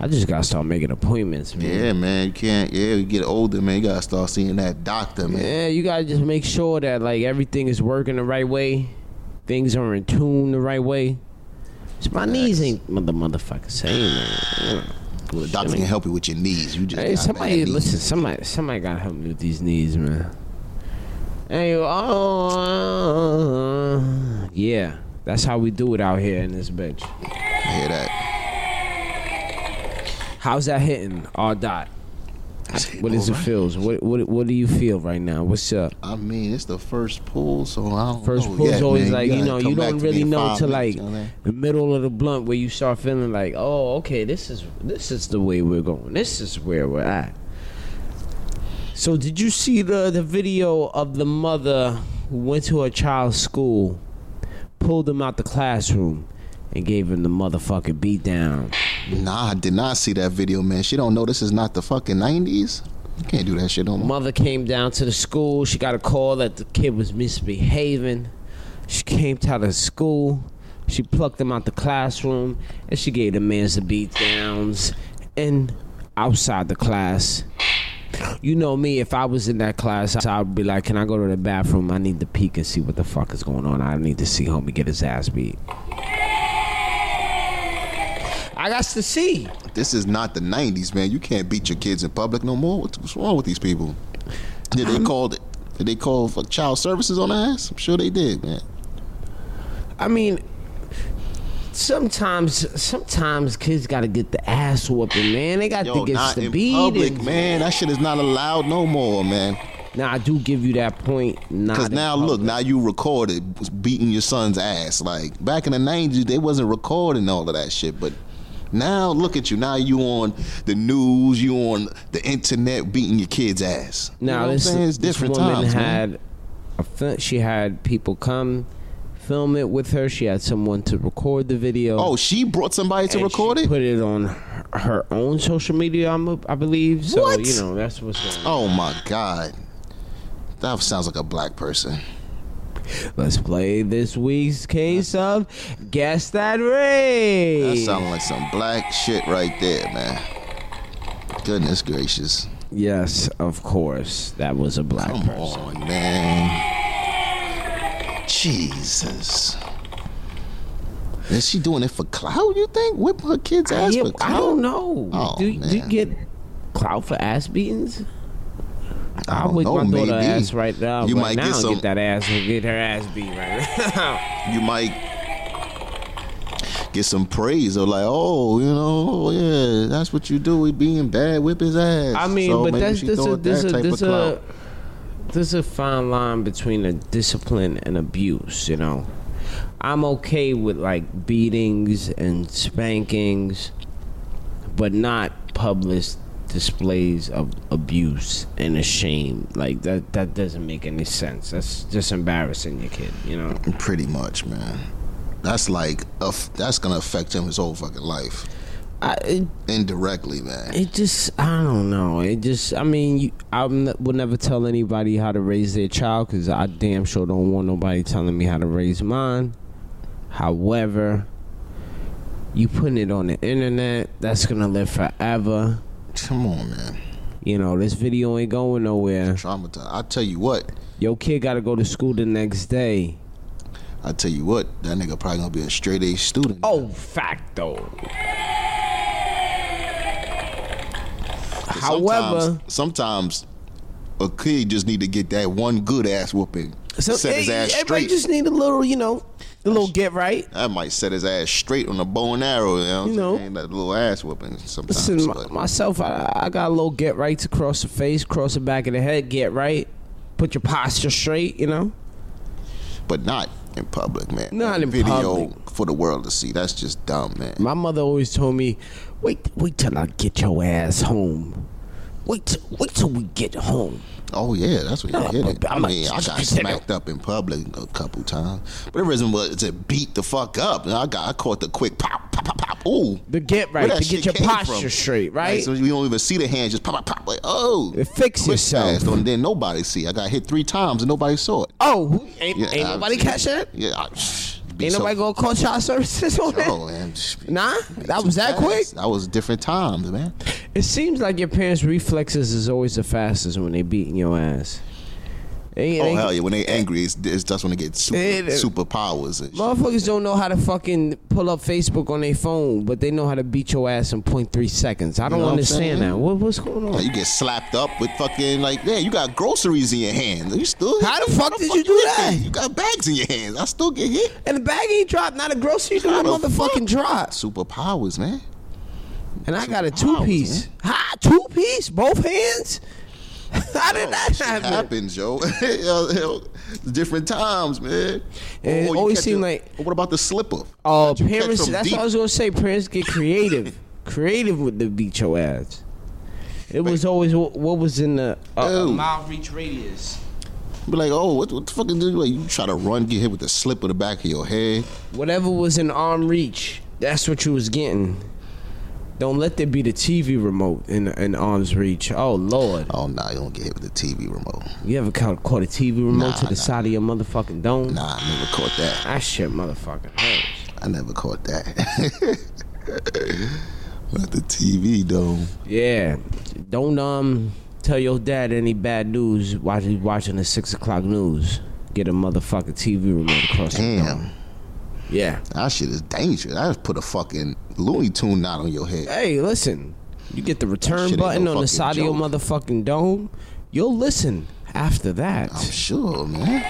Speaker 1: I just gotta start making appointments, man.
Speaker 2: Yeah, man. You can't. Yeah, you get older, man. You gotta start seeing that doctor, man.
Speaker 1: Yeah, you gotta just make sure that like everything is working the right way, things are in tune the right way. 'Cause my knees ain't mother motherfucker same, man. You know.
Speaker 2: Well, the doctor can help you with your knees. You just
Speaker 1: Hey,
Speaker 2: got
Speaker 1: somebody,
Speaker 2: bad knees.
Speaker 1: listen, somebody, somebody gotta help me with these knees, man. Hey, oh, uh, yeah, that's how we do it out here in this bitch.
Speaker 2: I hear that?
Speaker 1: How's that hitting, R dot?
Speaker 2: It's hitting
Speaker 1: What is
Speaker 2: all
Speaker 1: it
Speaker 2: right.
Speaker 1: feels? What what what do you feel right now? What's up?
Speaker 2: I mean, it's the first pull, so I don't
Speaker 1: First
Speaker 2: know
Speaker 1: pull's
Speaker 2: yet,
Speaker 1: always
Speaker 2: man.
Speaker 1: like you
Speaker 2: gotta
Speaker 1: know
Speaker 2: come
Speaker 1: you don't
Speaker 2: back to me
Speaker 1: really
Speaker 2: in
Speaker 1: know
Speaker 2: five
Speaker 1: till like
Speaker 2: minutes, you know that?
Speaker 1: the middle of the blunt where you start feeling like oh okay this is this is the way we're going this is where we're at. So did you see the the video of the mother who went to her child's school, pulled him out the classroom, and gave him the motherfucking beat down?
Speaker 2: Nah, I did not see that video, man. She don't know this is not the fucking nineties. You can't do that shit no more.
Speaker 1: Mother came down to the school. She got a call that the kid was misbehaving. She came to the school. She plucked him out the classroom and she gave the man some beat downs and outside the class. You know me, if I was in that class, I would be like, Can I go to the bathroom? I need to peek and see what the fuck is going on. I need to see homie get his ass beat. I got to see.
Speaker 2: This is not the nineties, man. You can't beat your kids in public no more. What- What's wrong with these people? Did
Speaker 1: Um,
Speaker 2: they call it? Did they call for child services on the ass? I'm sure they did, man.
Speaker 1: I mean, sometimes sometimes kids got to get the ass whooping, man. They got
Speaker 2: Yo,
Speaker 1: to get
Speaker 2: not
Speaker 1: the
Speaker 2: in
Speaker 1: beating.
Speaker 2: public, man. That shit is not allowed no more, man.
Speaker 1: Now I do give you that point. Not
Speaker 2: Cause
Speaker 1: in
Speaker 2: now
Speaker 1: public.
Speaker 2: look, now you recorded was beating your son's ass. Like back in the nineties, they wasn't recording all of that shit. But now look at you. Now you on the news, you on the internet beating your kid's ass. You know
Speaker 1: Now
Speaker 2: what I'm
Speaker 1: this,
Speaker 2: saying? it's
Speaker 1: this
Speaker 2: different
Speaker 1: woman
Speaker 2: times, man.
Speaker 1: had a fil- she had people come film it with her. She had someone to record the video.
Speaker 2: Oh, she brought somebody to
Speaker 1: and
Speaker 2: record
Speaker 1: she
Speaker 2: it.
Speaker 1: Put it on her, her own social media, I'm, I believe. So
Speaker 2: What?
Speaker 1: you know that's what's going on.
Speaker 2: Oh my god, that sounds like a black person.
Speaker 1: Let's play this week's case of Guess That Race.
Speaker 2: That sounded like some black shit right there, man. Goodness gracious.
Speaker 1: Yes, of course. That was a black
Speaker 2: Come
Speaker 1: person.
Speaker 2: on, man. Jesus. Is she doing it for clout, you think? Whip her kid's ass
Speaker 1: Yeah,
Speaker 2: for clout?
Speaker 1: I don't know.
Speaker 2: Oh,
Speaker 1: do, do you
Speaker 2: man.
Speaker 1: get clout for ass beatings?
Speaker 2: I
Speaker 1: I'll
Speaker 2: don't
Speaker 1: whip
Speaker 2: know,
Speaker 1: my daughter
Speaker 2: maybe.
Speaker 1: ass right now.
Speaker 2: You
Speaker 1: right
Speaker 2: might
Speaker 1: now
Speaker 2: get
Speaker 1: and
Speaker 2: some-
Speaker 1: get that ass and get her ass beat right now.
Speaker 2: You might get some praise or like, oh, you know, oh, yeah, that's what you do. We being bad, whip his ass.
Speaker 1: I mean,
Speaker 2: So
Speaker 1: but
Speaker 2: maybe
Speaker 1: that's
Speaker 2: she
Speaker 1: this a
Speaker 2: thought
Speaker 1: this
Speaker 2: that
Speaker 1: a
Speaker 2: type of
Speaker 1: this a
Speaker 2: clout.
Speaker 1: this a fine line between a discipline and abuse. You know, I'm okay with like beatings and spankings, but not public displays of abuse and a shame. Like that that doesn't make any sense. That's just embarrassing your kid. You know.
Speaker 2: Pretty much, man. That's like, a f- that's gonna affect him his whole fucking life.
Speaker 1: I, it,
Speaker 2: indirectly, man.
Speaker 1: it just I don't know. It just I mean you, I n- would never tell anybody how to raise their child because I damn sure don't want nobody telling me how to raise mine. However, you putting it on the internet, that's gonna live forever.
Speaker 2: Come on, man.
Speaker 1: You know this video ain't going nowhere.
Speaker 2: Traumatized. I tell you what.
Speaker 1: Your kid got to go to school the next day.
Speaker 2: I tell you what. That nigga probably gonna be a straight A student.
Speaker 1: Oh, facto. However,
Speaker 2: sometimes, sometimes a kid just need to get that one good ass whooping.
Speaker 1: so
Speaker 2: set his
Speaker 1: eh,
Speaker 2: ass
Speaker 1: everybody
Speaker 2: straight.
Speaker 1: just need a little, you know, a little get right.
Speaker 2: that might set his ass straight on a bow and arrow. You know,
Speaker 1: You know.
Speaker 2: Ain't that little ass whooping sometimes.
Speaker 1: Listen, my,
Speaker 2: but
Speaker 1: myself, I, I got a little get right to cross the face, cross the back of the head, get right, put your posture straight, you know.
Speaker 2: but not in public, man.
Speaker 1: Not in
Speaker 2: video
Speaker 1: public.
Speaker 2: for the world to see. That's just dumb, man.
Speaker 1: My mother always told me, "Wait, wait till I get your ass home. Wait, till, wait till we get home."
Speaker 2: Oh yeah, that's what you
Speaker 1: No,
Speaker 2: hit it.
Speaker 1: but
Speaker 2: I
Speaker 1: I'm a-
Speaker 2: mean, I got smacked up in public a couple times, but it wasn't was it beat the fuck up. And I got I caught the quick pop pop pop pop. Ooh,
Speaker 1: The get right,
Speaker 2: Where
Speaker 1: to
Speaker 2: that
Speaker 1: get
Speaker 2: shit
Speaker 1: your
Speaker 2: came
Speaker 1: posture
Speaker 2: from?
Speaker 1: straight,
Speaker 2: Like,
Speaker 1: right?
Speaker 2: so you don't even see the hand, just pop pop pop. Like oh,
Speaker 1: It fix
Speaker 2: Quick
Speaker 1: yourself.
Speaker 2: fast, and then nobody see. I got hit three times and nobody saw it.
Speaker 1: oh, who- ain't,
Speaker 2: Yeah,
Speaker 1: ain't
Speaker 2: I-
Speaker 1: nobody catch that?
Speaker 2: Yeah, I, be
Speaker 1: Ain't
Speaker 2: so-
Speaker 1: nobody gonna call child services on that?
Speaker 2: Oh, man. be-
Speaker 1: Nah,
Speaker 2: be
Speaker 1: that
Speaker 2: too
Speaker 1: was that
Speaker 2: fast.
Speaker 1: quick.
Speaker 2: That was different times, man.
Speaker 1: It seems like your parents' reflexes is always the fastest when they beating your ass. They-
Speaker 2: Oh
Speaker 1: they-
Speaker 2: hell yeah, when they angry, it's, it's that's when they get super
Speaker 1: It-
Speaker 2: superpowers and shit.
Speaker 1: Motherfuckers don't know how to fucking pull up Facebook on their phone, but they know how to beat your ass in 0.3 seconds. I don't
Speaker 2: know what I'm
Speaker 1: understand
Speaker 2: saying?
Speaker 1: that. What, what's going
Speaker 2: Now
Speaker 1: on?
Speaker 2: you get slapped up with fucking like, man, you got groceries in your hands. You still
Speaker 1: How the fuck did you do
Speaker 2: hit
Speaker 1: that?
Speaker 2: me? You got bags in your hands. I still get hit.
Speaker 1: And the bag ain't dropped, not a grocery store,
Speaker 2: How the
Speaker 1: motherfucking drop.
Speaker 2: Superpowers, man.
Speaker 1: And I got a two
Speaker 2: Superpowers,
Speaker 1: piece. Ha, two piece, both hands. how did that
Speaker 2: Shit
Speaker 1: happen?
Speaker 2: happens, yo. Yo, yo, Different times, man.
Speaker 1: And it
Speaker 2: Or you
Speaker 1: always
Speaker 2: catch
Speaker 1: seem
Speaker 2: a-
Speaker 1: like-
Speaker 2: or What about the slipper?
Speaker 1: Oh,
Speaker 2: That you catch
Speaker 1: parents.
Speaker 2: from
Speaker 1: That's
Speaker 2: deep?
Speaker 1: what I was gonna say. Parents get creative, creative with the beat your ass. It was always what, what was in the uh,
Speaker 2: Ew.
Speaker 1: mile reach radius.
Speaker 2: Be like, oh, what, what the fuck is this? Like, you try to run, get hit with the slip of the back of your head.
Speaker 1: Whatever was in arm reach, that's what you was getting. Don't let there be the TV remote in in arm's reach. Oh Lord,
Speaker 2: Oh, nah, you don't get hit with the TV remote.
Speaker 1: you ever caught, caught a TV remote
Speaker 2: Nah,
Speaker 1: to the
Speaker 2: nah.
Speaker 1: side of your motherfucking dome?
Speaker 2: Nah, I never caught that.
Speaker 1: That shit, motherfucking hurts.
Speaker 2: I never caught that. but the TV, though.
Speaker 1: Yeah, don't um tell your dad any bad news while he's watching the six o'clock news. Get a motherfucking TV remote across the dome.
Speaker 2: Damn.
Speaker 1: Yeah.
Speaker 2: That shit is dangerous. I just put a fucking Looney Tune knot on your head.
Speaker 1: Hey, listen. You get the return
Speaker 2: Shit ain't
Speaker 1: button
Speaker 2: no
Speaker 1: on the
Speaker 2: fucking
Speaker 1: side of your
Speaker 2: joke.
Speaker 1: motherfucking dome. You'll listen after that.
Speaker 2: I'm sure, man.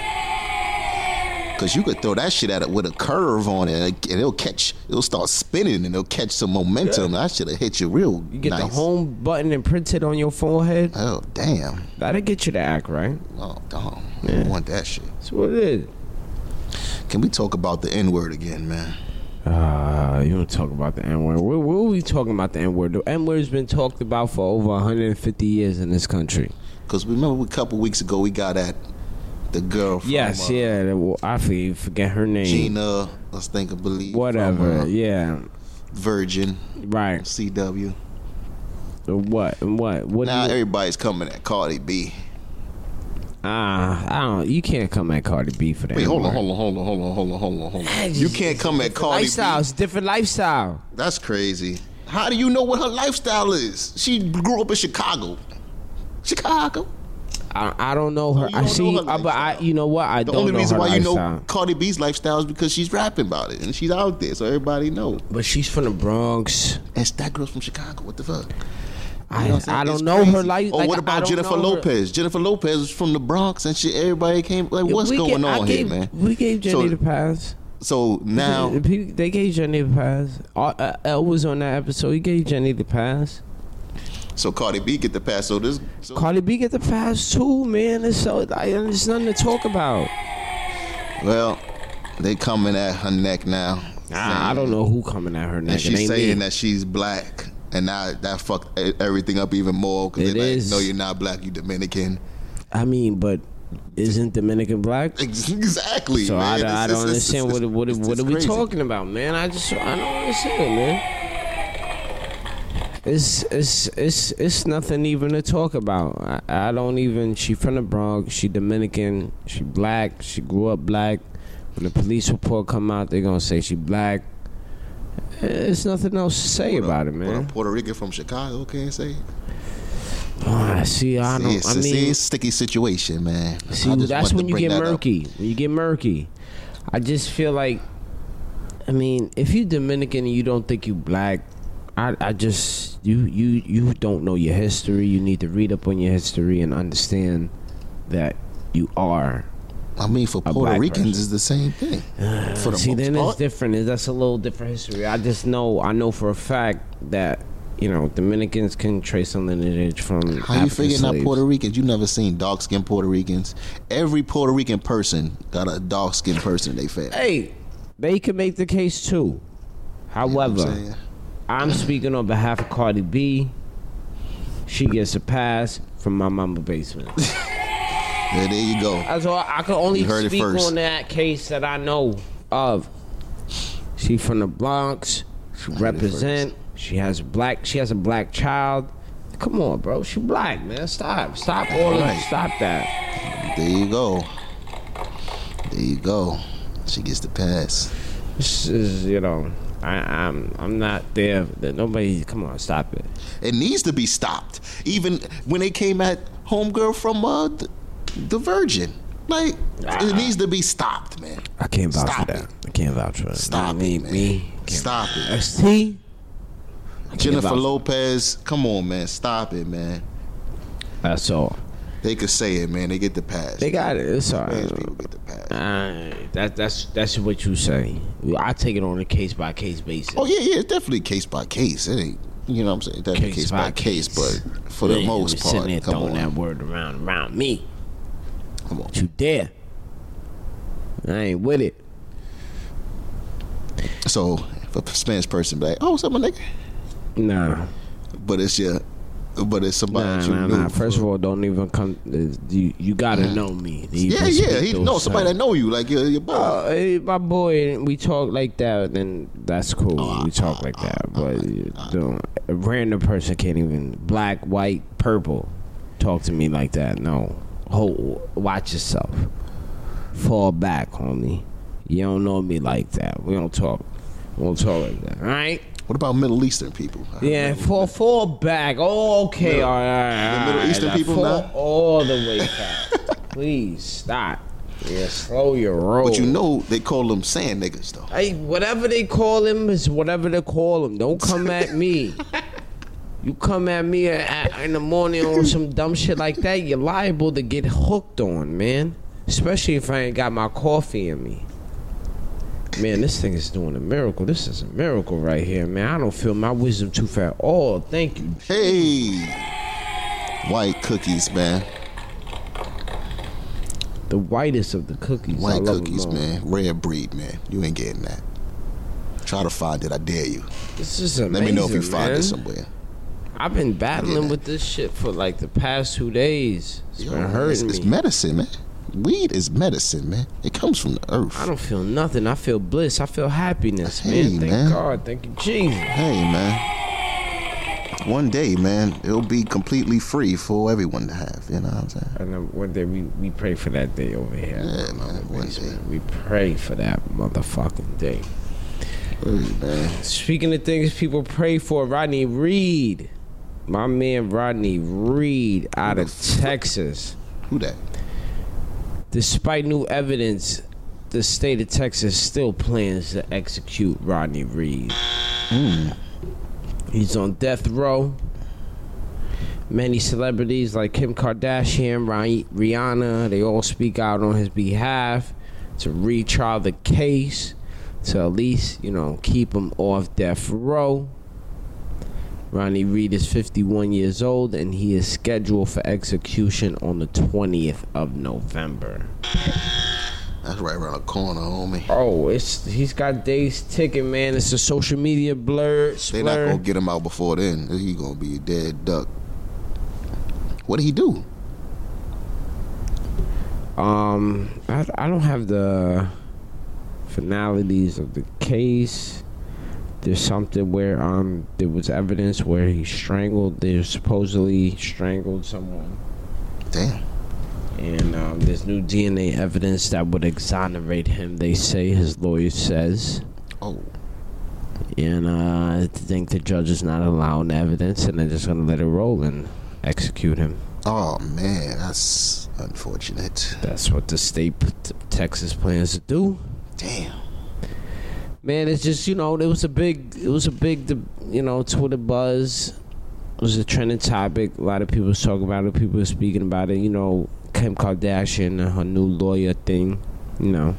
Speaker 2: Cause you could throw that shit at it with a curve on it, and it'll catch. It'll start spinning, and it'll catch some momentum. That should have hit you real.
Speaker 1: you get the
Speaker 2: nice.
Speaker 1: home button imprinted on your forehead.
Speaker 2: Oh damn!
Speaker 1: That'll get you to act right.
Speaker 2: Oh damn! I want that shit.
Speaker 1: That's what it is.
Speaker 2: Can we talk about the N word again, man?
Speaker 1: Uh, you don't talk about the N word. Where, where are we talking about the N word? The N word's been talked about for over 150 years in this country.
Speaker 2: Cause remember a couple weeks ago we got at the girl. From,
Speaker 1: Yes,
Speaker 2: uh,
Speaker 1: yeah. that- well, I forget, forget her name.
Speaker 2: Gina. Let's think of believe. from,
Speaker 1: Whatever.
Speaker 2: uh,
Speaker 1: yeah.
Speaker 2: Virgin.
Speaker 1: Right.
Speaker 2: CW.
Speaker 1: What? What? What? do
Speaker 2: Now
Speaker 1: you-
Speaker 2: everybody's coming at Cardi B.
Speaker 1: Ah, I don't. You can't come at Cardi B for that.
Speaker 2: Wait, hold on,
Speaker 1: anymore.
Speaker 2: hold on, hold on, hold on, hold on, hold on, hold on. You can't come at Cardi
Speaker 1: Lifestyle,
Speaker 2: B.
Speaker 1: it's different lifestyle.
Speaker 2: That's crazy. How do you know what her lifestyle is? She grew up in Chicago. Chicago.
Speaker 1: I, I don't know her.
Speaker 2: You
Speaker 1: I
Speaker 2: don't
Speaker 1: see,
Speaker 2: know her
Speaker 1: uh, but I,
Speaker 2: lifestyle.
Speaker 1: you know what? I
Speaker 2: The
Speaker 1: don't
Speaker 2: only
Speaker 1: know
Speaker 2: reason
Speaker 1: her
Speaker 2: why
Speaker 1: lifestyle.
Speaker 2: you know Cardi B's lifestyle is because she's rapping about it and she's out there, so everybody knows.
Speaker 1: But she's from the Bronx.
Speaker 2: And that girl's from Chicago. What the fuck?
Speaker 1: I,
Speaker 2: You know what I'm saying?
Speaker 1: I
Speaker 2: It's
Speaker 1: don't know her
Speaker 2: crazy.
Speaker 1: life.
Speaker 2: Or
Speaker 1: like,
Speaker 2: Oh,
Speaker 1: I
Speaker 2: what about
Speaker 1: don't
Speaker 2: Jennifer
Speaker 1: know her-
Speaker 2: Lopez? Jennifer Lopez is from the Bronx and shit. Everybody came. Like, what's
Speaker 1: We
Speaker 2: going
Speaker 1: gave-
Speaker 2: on
Speaker 1: I
Speaker 2: here,
Speaker 1: gave-
Speaker 2: man?
Speaker 1: We gave Jenny
Speaker 2: So-
Speaker 1: the pass.
Speaker 2: So now
Speaker 1: The people- they gave Jenny the pass. Uh, uh, Elle was on that episode. He gave Jenny the pass.
Speaker 2: So Cardi B get the pass. So this, so,
Speaker 1: Cardi B get the pass too, man. It's so I, there's nothing to talk about.
Speaker 2: well, they coming at her neck now.
Speaker 1: Nah, I don't know who coming at her neck. It
Speaker 2: And she's
Speaker 1: ain't
Speaker 2: saying
Speaker 1: me.
Speaker 2: that she's black, and now that fucked e- everything up even more. Cause
Speaker 1: It
Speaker 2: they
Speaker 1: is.
Speaker 2: Like, no, you're not black. You Dominican.
Speaker 1: I mean, but isn't Dominican black?
Speaker 2: Exactly.
Speaker 1: So I,
Speaker 2: man.
Speaker 1: I don't
Speaker 2: It's- it's- it's-
Speaker 1: understand what
Speaker 2: it's-
Speaker 1: what
Speaker 2: it's
Speaker 1: what are we
Speaker 2: crazy.
Speaker 1: talking about, man? I just I don't understand, man. it's it's it's it's nothing even to talk about. I, I don't even. She from the Bronx. She Dominican. She black. She grew up black. When the police report come out, they gonna say she black. It's nothing else to say about it,
Speaker 2: But I'm
Speaker 1: man.
Speaker 2: Puerto Rican from Chicago, can't say.
Speaker 1: Ah, see, I
Speaker 2: See,
Speaker 1: don't.
Speaker 2: it's,
Speaker 1: I
Speaker 2: a- see,
Speaker 1: mean,
Speaker 2: it's a sticky situation, man.
Speaker 1: See,
Speaker 2: I just wanted
Speaker 1: that's
Speaker 2: to
Speaker 1: when you
Speaker 2: bring
Speaker 1: get
Speaker 2: that up.
Speaker 1: murky. When you get murky, I just feel like, I mean, if you Dominican and you don't think you black, I, I just you you you don't know your history. You need to read up on your history and understand that you are.
Speaker 2: I mean, for Puerto
Speaker 1: black
Speaker 2: Ricans,
Speaker 1: person.
Speaker 2: it's the same thing. for the
Speaker 1: See,
Speaker 2: most
Speaker 1: then
Speaker 2: part.
Speaker 1: it's different. That's a little different history. I just know I know for a fact that you know Dominicans can trace a lineage from
Speaker 2: How
Speaker 1: African
Speaker 2: you figure not
Speaker 1: slaves.
Speaker 2: Puerto Ricans? You never seen dark skinned Puerto Ricans. Every Puerto Rican person got a dark skinned person they fed.
Speaker 1: Hey, they can make the case too.
Speaker 2: You know what
Speaker 1: However.
Speaker 2: I'm saying?
Speaker 1: I'm speaking on behalf of Cardi B. She gets a pass from my mama basement.
Speaker 2: Yeah, there you go.
Speaker 1: That's all. I could only
Speaker 2: You heard it
Speaker 1: speak
Speaker 2: first.
Speaker 1: on that case that I know of. She from the Bronx. She represent. She has black. She has a black child. Come on, bro. She black, man. Stop. Stop all of
Speaker 2: Right.
Speaker 1: Stop that.
Speaker 2: There you go. There you go. She gets the pass.
Speaker 1: This is, you know, I, I'm I'm not there. Nobody. Come on, stop it.
Speaker 2: It needs to be stopped. Even when they came at Homegirl from uh, the, the Virgin. Like, it needs to be stopped, man.
Speaker 1: I can't vouch
Speaker 2: Stop
Speaker 1: for that.
Speaker 2: it.
Speaker 1: I can't vouch for that.
Speaker 2: Stop
Speaker 1: Not me,
Speaker 2: it, man.
Speaker 1: Me.
Speaker 2: Stop it.
Speaker 1: ST.
Speaker 2: Jennifer
Speaker 1: about-
Speaker 2: Lopez, come on, man. Stop it, man.
Speaker 1: That's all.
Speaker 2: They could say it, man. They get the pass.
Speaker 1: They got it. It's all
Speaker 2: Trans
Speaker 1: right.
Speaker 2: people get the pass.
Speaker 1: Uh, that that's that's what you say. I take it on a case by case basis.
Speaker 2: Oh yeah, yeah, it's definitely case by case. It ain't, you know what I'm saying? Definitely case, by, case, but for the
Speaker 1: Yeah,
Speaker 2: most
Speaker 1: you sitting
Speaker 2: part,
Speaker 1: there
Speaker 2: come
Speaker 1: throwing
Speaker 2: on,
Speaker 1: that word around around me.
Speaker 2: come on.
Speaker 1: What you dare? I ain't with it.
Speaker 2: So if a Spanish person be like, "Oh, something nigga,"
Speaker 1: Nah,
Speaker 2: but it's your, but it's somebody
Speaker 1: nah,
Speaker 2: that you
Speaker 1: nah,
Speaker 2: knew.
Speaker 1: nah. First of all, don't even come. uh, You, you gotta know me. to even
Speaker 2: yeah, yeah,
Speaker 1: speak
Speaker 2: he
Speaker 1: those
Speaker 2: no somebody
Speaker 1: terms.
Speaker 2: that know you, like your your boy.
Speaker 1: Uh, hey, my boy, we talk like that, then that's cool.
Speaker 2: Oh,
Speaker 1: we talk like that, but you don't- a random person can't even black, white, purple talk to me like that. No, Hold, watch yourself. Fall back, homie. You don't know me like that. We don't talk. We don't talk like that. All right.
Speaker 2: what about Middle Eastern people? I heard
Speaker 1: Yeah, fall fall back. Oh, okay, all right.
Speaker 2: the
Speaker 1: all
Speaker 2: Middle
Speaker 1: right,
Speaker 2: Eastern
Speaker 1: now
Speaker 2: people
Speaker 1: fall
Speaker 2: now?
Speaker 1: all the way back. Please stop. Yeah, slow your roll.
Speaker 2: But you know they call them sand niggas though.
Speaker 1: Hey, whatever they call him is whatever they call him. Don't come at me. You come at me at, in the morning on some dumb shit like that, you're liable to get hooked on, man. Especially if I ain't got my coffee in me. Man, this thing is doing a miracle. This is a miracle right here, man. I don't feel my wisdom too fat. Oh, thank you.
Speaker 2: Hey, white cookies, man.
Speaker 1: The whitest of the cookies. I
Speaker 2: White
Speaker 1: love 'em
Speaker 2: cookies,
Speaker 1: all.
Speaker 2: man. Rare breed, man. You ain't getting that. Try to find it. I dare you.
Speaker 1: This is amazing.
Speaker 2: Let me know if you find
Speaker 1: man.
Speaker 2: it somewhere.
Speaker 1: I've been battling
Speaker 2: Yeah.
Speaker 1: with this shit for like the past two days. It's
Speaker 2: Yo,
Speaker 1: been
Speaker 2: man,
Speaker 1: hurting
Speaker 2: it's,
Speaker 1: me.
Speaker 2: it's medicine, man. Weed is medicine, man. It comes from the earth.
Speaker 1: I don't feel nothing. I feel bliss. I feel happiness,
Speaker 2: Hey,
Speaker 1: man. Thank
Speaker 2: man.
Speaker 1: God. Thank you, Jesus.
Speaker 2: Hey, man. One day, man, it'll be completely free for everyone to have. You know what I'm saying?
Speaker 1: And then one day we, we pray for that day over here.
Speaker 2: Yeah, man. One day.
Speaker 1: Basement. We pray for that motherfucking day.
Speaker 2: Hey, man.
Speaker 1: Speaking of things people pray for, Rodney Reed. My man Rodney Reed out of Texas.
Speaker 2: Who that?
Speaker 1: Despite new evidence, the state of Texas still plans to execute Rodney Reed. He's on death row. Many celebrities like Kim Kardashian, Ri- Rihanna, they all speak out on his behalf to retrial the case to at least, you know, keep him off death row. Ronnie Reed is 51 years old and he is scheduled for execution on the 20th of November.
Speaker 2: That's right around the corner, homie.
Speaker 1: Oh, it's he's got days ticking, man. It's a social media blur.
Speaker 2: They're not
Speaker 1: splur.
Speaker 2: gonna get him out before then. He gonna be a dead duck. What did he do?
Speaker 1: Um, I, I don't have the finalities of the case, there's something where um there was evidence where he strangled. They supposedly strangled someone.
Speaker 2: Damn.
Speaker 1: And um, there's new DNA evidence that would exonerate him, they say, his lawyer says.
Speaker 2: Oh.
Speaker 1: And uh, I think the judge is not allowing evidence and they're just going to let it roll and execute him.
Speaker 2: Oh man, that's unfortunate.
Speaker 1: That's what the state of Texas plans to do.
Speaker 2: Damn.
Speaker 1: Man, it's just, you know, it was a big, it was a big, you know, Twitter buzz. It was a trending topic. A lot of people was talking about it. People were speaking about it. You know, Kim Kardashian and her new lawyer thing. You know,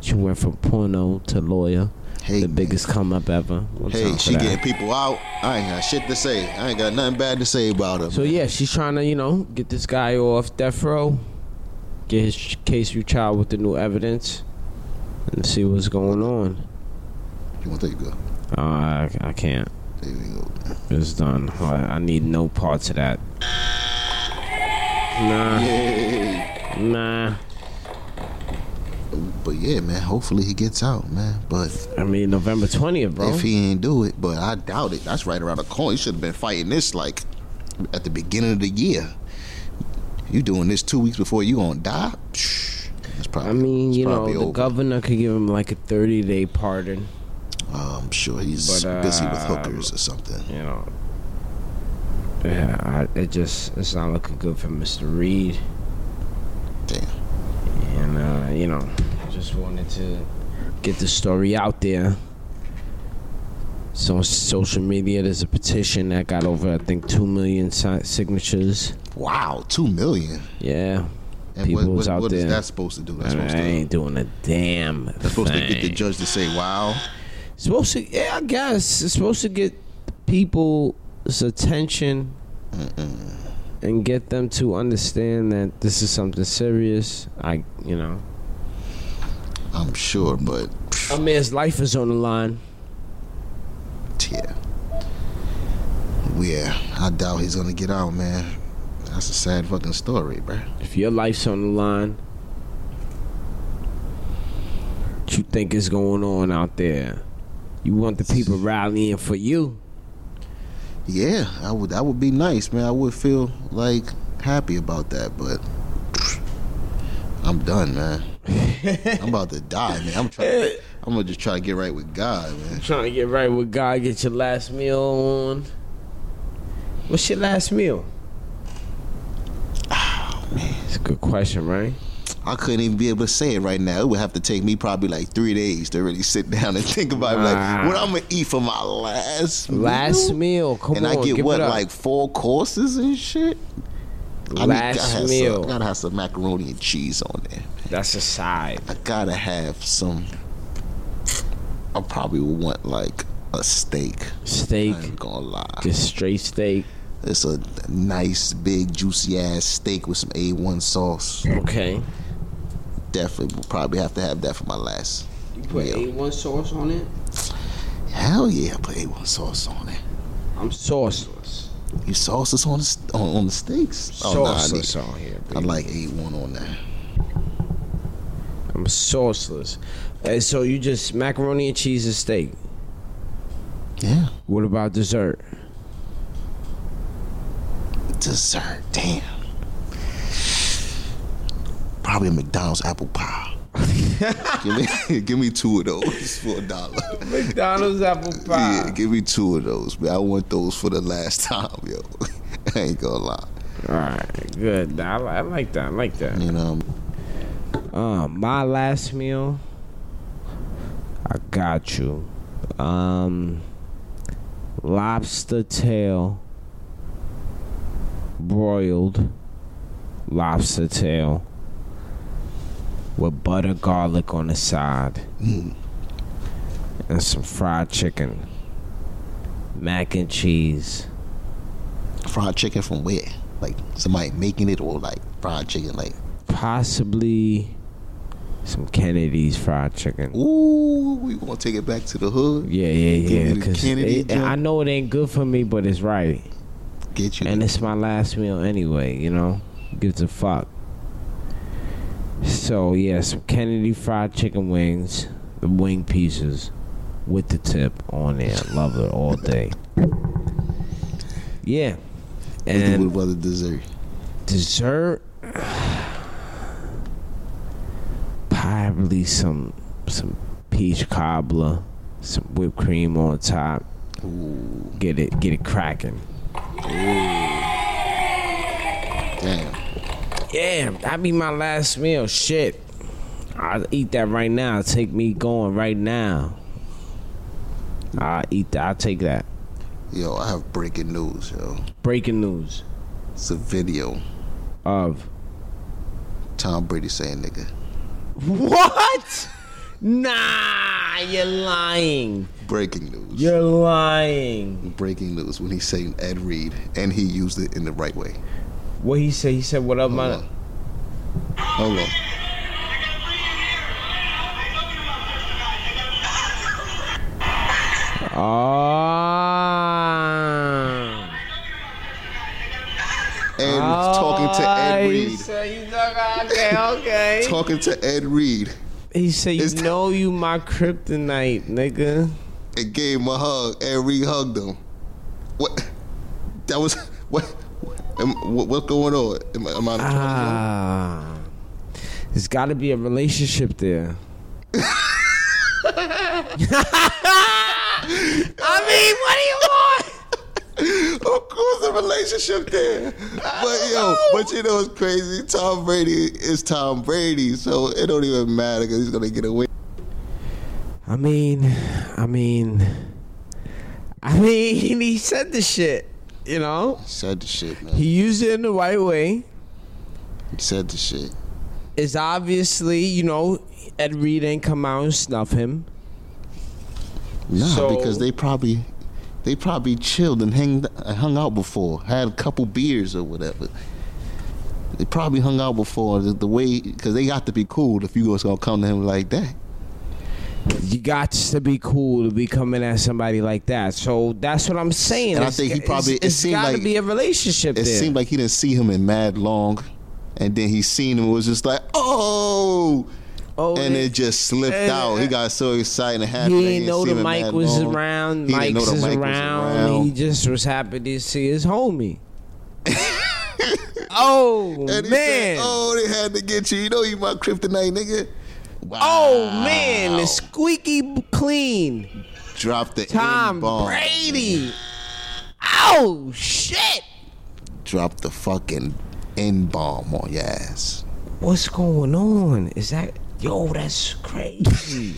Speaker 1: she went from porno to lawyer.
Speaker 2: Hey,
Speaker 1: the biggest come up ever. One time
Speaker 2: Hey,
Speaker 1: for
Speaker 2: she
Speaker 1: that.
Speaker 2: getting people out. I ain't got shit to say. I ain't got nothing bad to say about her.
Speaker 1: So yeah, she's trying to you know get this guy off death row, get his case retried with the new evidence, and see what's going on.
Speaker 2: You want to take a go?
Speaker 1: Uh, I, I can't.
Speaker 2: There we go.
Speaker 1: It's done. I, I need no parts of that. Nah,
Speaker 2: Yeah.
Speaker 1: nah.
Speaker 2: But yeah, man. Hopefully he gets out, man. But
Speaker 1: I mean November twentieth, bro.
Speaker 2: if he ain't do it, but I doubt it. That's right around the corner. He should have been fighting this like at the beginning of the year. You doing this two weeks before you gonna die? Psh, That's probably.
Speaker 1: I mean,
Speaker 2: it's
Speaker 1: you know,
Speaker 2: probably
Speaker 1: the
Speaker 2: over.
Speaker 1: governor could give him like a thirty day pardon.
Speaker 2: Uh, I'm sure he's
Speaker 1: But, uh,
Speaker 2: busy with hookers or something.
Speaker 1: You know. Yeah, I, it just it's not looking good for Mr. Reed.
Speaker 2: Damn.
Speaker 1: And, uh, you know, just wanted to get the story out there. So, on social media, there's a petition that got over, I think, 2 million si- signatures.
Speaker 2: Wow, two million.
Speaker 1: Yeah.
Speaker 2: And
Speaker 1: People's
Speaker 2: what, what,
Speaker 1: out
Speaker 2: what is
Speaker 1: there.
Speaker 2: that supposed to do? That's
Speaker 1: I, mean,
Speaker 2: supposed
Speaker 1: I
Speaker 2: to.
Speaker 1: ain't doing a damn
Speaker 2: That's supposed to get the
Speaker 1: thing.
Speaker 2: judge to say, "Wow,
Speaker 1: supposed to, yeah, I guess. It's supposed to get people's attention and get them to understand that this is something serious. I, you know.
Speaker 2: I'm sure," but
Speaker 1: A man's life is on the line.
Speaker 2: yeah, yeah, I doubt he's gonna get out, man. That's a sad fucking story, bro.
Speaker 1: If your life's on the line, what you think is going on out there? You want the people rallying for you?
Speaker 2: Yeah, I would. That would be nice, man. I would feel like happy about that, but I'm done, man. I'm about to die, man. I'm trying. I'm gonna just try to get right with God, man.
Speaker 1: Trying to get right with God, get your last meal on. What's your last meal?
Speaker 2: Oh,
Speaker 1: It's a good question, right?
Speaker 2: I couldn't even be able to say it right now. It would have to take me probably like three days to really sit down and think about it.
Speaker 1: Wow.
Speaker 2: Like, what I'm gonna eat for my last
Speaker 1: Last
Speaker 2: meal?
Speaker 1: meal, come
Speaker 2: and
Speaker 1: on,
Speaker 2: I get
Speaker 1: give
Speaker 2: what
Speaker 1: it up.
Speaker 2: like four courses and shit. I need, gotta
Speaker 1: last
Speaker 2: have
Speaker 1: meal.
Speaker 2: Some, gotta have some macaroni and cheese on there.
Speaker 1: That's a side.
Speaker 2: I gotta have some. I probably would want like a steak.
Speaker 1: Steak,
Speaker 2: I ain't gonna lie.
Speaker 1: just straight steak.
Speaker 2: It's a nice, big, juicy ass steak with some A1 sauce.
Speaker 1: Okay.
Speaker 2: Definitely would probably have to have that for my last.
Speaker 1: You
Speaker 2: put Yeah.
Speaker 1: A1 sauce on it?
Speaker 2: Hell yeah, put A1 sauce on it.
Speaker 1: I'm sauceless.
Speaker 2: You sauces on the st- on, on the steaks? Oh, nah, I,
Speaker 1: Sauceless
Speaker 2: need-
Speaker 1: on here,
Speaker 2: I
Speaker 1: baby.
Speaker 2: like eight one on that.
Speaker 1: I'm sauceless. And so you just macaroni and cheese and steak.
Speaker 2: Yeah,
Speaker 1: What about dessert?
Speaker 2: dessert. Damn. Probably a McDonald's apple pie. give me give me two of those for a dollar.
Speaker 1: McDonald's apple
Speaker 2: Yeah, give me two of those, man. I want those for the last time, yo. I ain't gonna lie.
Speaker 1: All right, good. I, li- I like that. I like that.
Speaker 2: You know,
Speaker 1: Um, my last meal. I got you. Um, lobster tail, broiled lobster tail with butter garlic on the side, and some fried chicken, mac and cheese.
Speaker 2: fried chicken from where? Like somebody making it or like fried chicken? Like
Speaker 1: possibly some Kennedy's fried chicken.
Speaker 2: ooh, we gonna take it back to the hood?
Speaker 1: Yeah, yeah,
Speaker 2: Give
Speaker 1: yeah.
Speaker 2: me the
Speaker 1: Cause
Speaker 2: Kennedy
Speaker 1: it-
Speaker 2: joint.
Speaker 1: I know it ain't good for me, but it's right,
Speaker 2: Get you.
Speaker 1: and it's my last meal anyway. You know, gives a fuck. So yeah, some Kennedy fried chicken wings, the wing pieces with the tip on there. Love it all day. Yeah.
Speaker 2: What
Speaker 1: And
Speaker 2: about the dessert?
Speaker 1: dessert probably some some peach cobbler some whipped cream on top get it get it cracking
Speaker 2: Damn.
Speaker 1: yeah that be my last meal shit i'll eat that right now take me going right now i'll eat that i'll take that
Speaker 2: Yo, I have breaking news, yo.
Speaker 1: breaking news
Speaker 2: It's a video.
Speaker 1: of
Speaker 2: Tom Brady saying nigga.
Speaker 1: what nah you're lying
Speaker 2: Breaking news.
Speaker 1: you're lying
Speaker 2: Breaking news when he's saying Ed Reed and he used it in the right way.
Speaker 1: What he said? He said, "What up,
Speaker 2: Hold
Speaker 1: man?"
Speaker 2: on. Hold on.
Speaker 1: Ah.
Speaker 2: Ed talking to Ed
Speaker 1: Ah, He
Speaker 2: Reed.
Speaker 1: said, "You know, okay, okay."
Speaker 2: Talking to Ed Reed.
Speaker 1: he said, "You
Speaker 2: It's-
Speaker 1: know, you my kryptonite, nigga."
Speaker 2: and gave him a hug. Ed Reed hugged him. What? That was what? Am, what what's going on? Am, I- am I?
Speaker 1: Ah, there's got to be a relationship there. I mean, what do you want?
Speaker 2: Of course, the relationship there. But yo, but you know what's crazy? Tom Brady is Tom Brady, so it don't even matter because he's gonna get away.
Speaker 1: I mean, I mean, I mean, he said the shit. You know,
Speaker 2: He said the shit, man.
Speaker 1: he
Speaker 2: He
Speaker 1: used it in the right way.
Speaker 2: said the shit.
Speaker 1: is obviously, you know, Ed Reed didn't come out and snuff him.
Speaker 2: Nah,
Speaker 1: So-
Speaker 2: because they probably. They probably chilled and hung hung out before, had a couple beers or whatever. They probably hung out before the, the way because they got to be cool if you was gonna come to him like that.
Speaker 1: You got to be cool to be coming at somebody like that. So that's what I'm saying.
Speaker 2: And I
Speaker 1: It's-
Speaker 2: think he probably-
Speaker 1: it's-
Speaker 2: it
Speaker 1: it's
Speaker 2: seemed
Speaker 1: got to
Speaker 2: like-
Speaker 1: be a relationship
Speaker 2: It
Speaker 1: there.
Speaker 2: seemed like he didn't see him in mad long, and then he seen him was just like, oh,
Speaker 1: oh,
Speaker 2: and it just slipped
Speaker 1: and-
Speaker 2: out. He got so excited and happy.
Speaker 1: he
Speaker 2: that
Speaker 1: didn't know
Speaker 2: see
Speaker 1: the
Speaker 2: him in
Speaker 1: mic
Speaker 2: mad
Speaker 1: was
Speaker 2: long.
Speaker 1: around.
Speaker 2: He didn't
Speaker 1: Mike's
Speaker 2: know the
Speaker 1: is
Speaker 2: mic was
Speaker 1: around. He just was happy to see his homie. oh
Speaker 2: And he
Speaker 1: man!
Speaker 2: said, oh, they had to get you. You know you my kryptonite, nigga. Wow.
Speaker 1: oh man! The squeaky clean.
Speaker 2: Drop the
Speaker 1: Tom
Speaker 2: N-bomb.
Speaker 1: Brady. Oh shit!
Speaker 2: Drop the fucking N bomb on your ass.
Speaker 1: What's going on? Is that yo? That's crazy.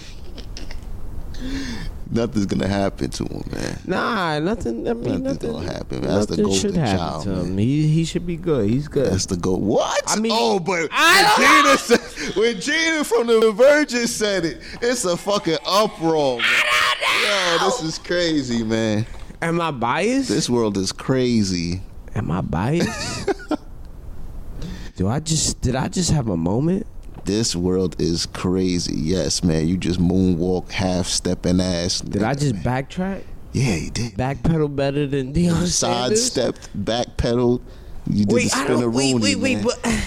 Speaker 2: Nothing's gonna happen to him, man.
Speaker 1: nah, nothing. I mean, nothing,
Speaker 2: Nothing's gonna happen, man. That's the
Speaker 1: nothing
Speaker 2: golden
Speaker 1: should happen
Speaker 2: child,
Speaker 1: to him.
Speaker 2: man.
Speaker 1: He he should be good. He's good.
Speaker 2: That's the goal. What?
Speaker 1: I mean-
Speaker 2: oh, but
Speaker 1: I
Speaker 2: when Gina, said, when Gina from the Virgin said it, it's a fucking uproar. Man. Yo, this is crazy, man.
Speaker 1: Am I biased?
Speaker 2: This world is crazy.
Speaker 1: Am I biased? Do I just did I just have a moment?
Speaker 2: This world is crazy. Yes, man. You just moonwalk, half stepping ass.
Speaker 1: Did I just backtrack?
Speaker 2: Yeah, you did.
Speaker 1: Backpedal better than Deion Sanders?
Speaker 2: Sidestepped, backpedaled. You did the
Speaker 1: Wait, I
Speaker 2: spin
Speaker 1: don't.
Speaker 2: of
Speaker 1: Wait,
Speaker 2: Rooney,
Speaker 1: wait, wait.
Speaker 2: man.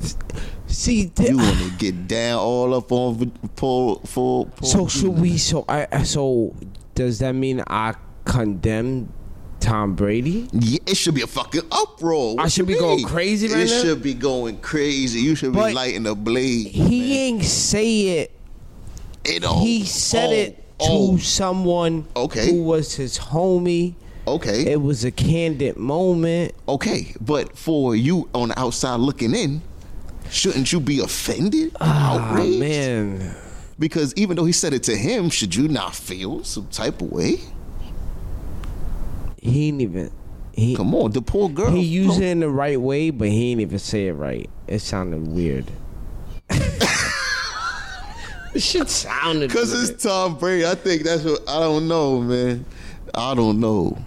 Speaker 1: But see, th-
Speaker 2: you want to get down all up on v- Paul, Paul, Paul
Speaker 1: So
Speaker 2: Gina.
Speaker 1: should we? So I. I- So does that mean I condemn Tom Brady?
Speaker 2: Yeah, it should be a fucking uproar. What
Speaker 1: I should
Speaker 2: you
Speaker 1: be going
Speaker 2: mean?
Speaker 1: crazy right
Speaker 2: it
Speaker 1: now?
Speaker 2: should be going crazy. You should be
Speaker 1: But
Speaker 2: lighting a blaze.
Speaker 1: He
Speaker 2: man.
Speaker 1: ain't say it.
Speaker 2: It all-
Speaker 1: he said
Speaker 2: oh,
Speaker 1: it to
Speaker 2: oh,
Speaker 1: someone
Speaker 2: Okay.
Speaker 1: who was his homie.
Speaker 2: Okay,
Speaker 1: It was a candid moment.
Speaker 2: okay, but for you on the outside looking in, shouldn't you be offended,
Speaker 1: Ah
Speaker 2: outraged?
Speaker 1: man,
Speaker 2: Because even though he said it to him, should you not feel some type of way?
Speaker 1: he ain't even. He
Speaker 2: Come on, the poor girl.
Speaker 1: he used it in the right way, but he ain't even say it right. It sounded weird. it should sounded
Speaker 2: because
Speaker 1: weird.
Speaker 2: it's Tom Brady. I think that's what I don't know, man. I don't know.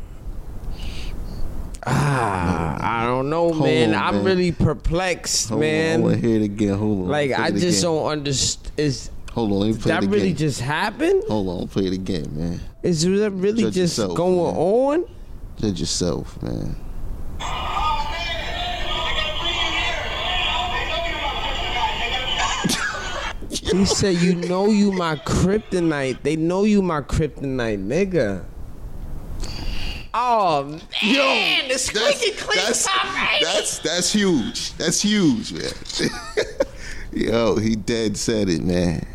Speaker 1: Ah, I don't know,
Speaker 2: Hold
Speaker 1: man.
Speaker 2: on,
Speaker 1: I'm
Speaker 2: man.
Speaker 1: really perplexed,
Speaker 2: Hold
Speaker 1: man.
Speaker 2: on, I want to hear it again. Hold on,
Speaker 1: like
Speaker 2: play
Speaker 1: I
Speaker 2: it
Speaker 1: just
Speaker 2: again.
Speaker 1: don't understand. Is
Speaker 2: Hold on, let me play
Speaker 1: that
Speaker 2: it again.
Speaker 1: really just happened?
Speaker 2: Hold on, play it again, man.
Speaker 1: Is that really
Speaker 2: Judge
Speaker 1: just
Speaker 2: yourself,
Speaker 1: going
Speaker 2: man.
Speaker 1: on?
Speaker 2: Judge yourself, man. Yo,
Speaker 1: He said, "You know you my kryptonite. They know you my kryptonite, nigga." Oh man, the squeaky clean
Speaker 2: that's,
Speaker 1: top right.
Speaker 2: that's that's huge. That's huge, man. Yo, he dead said it, man.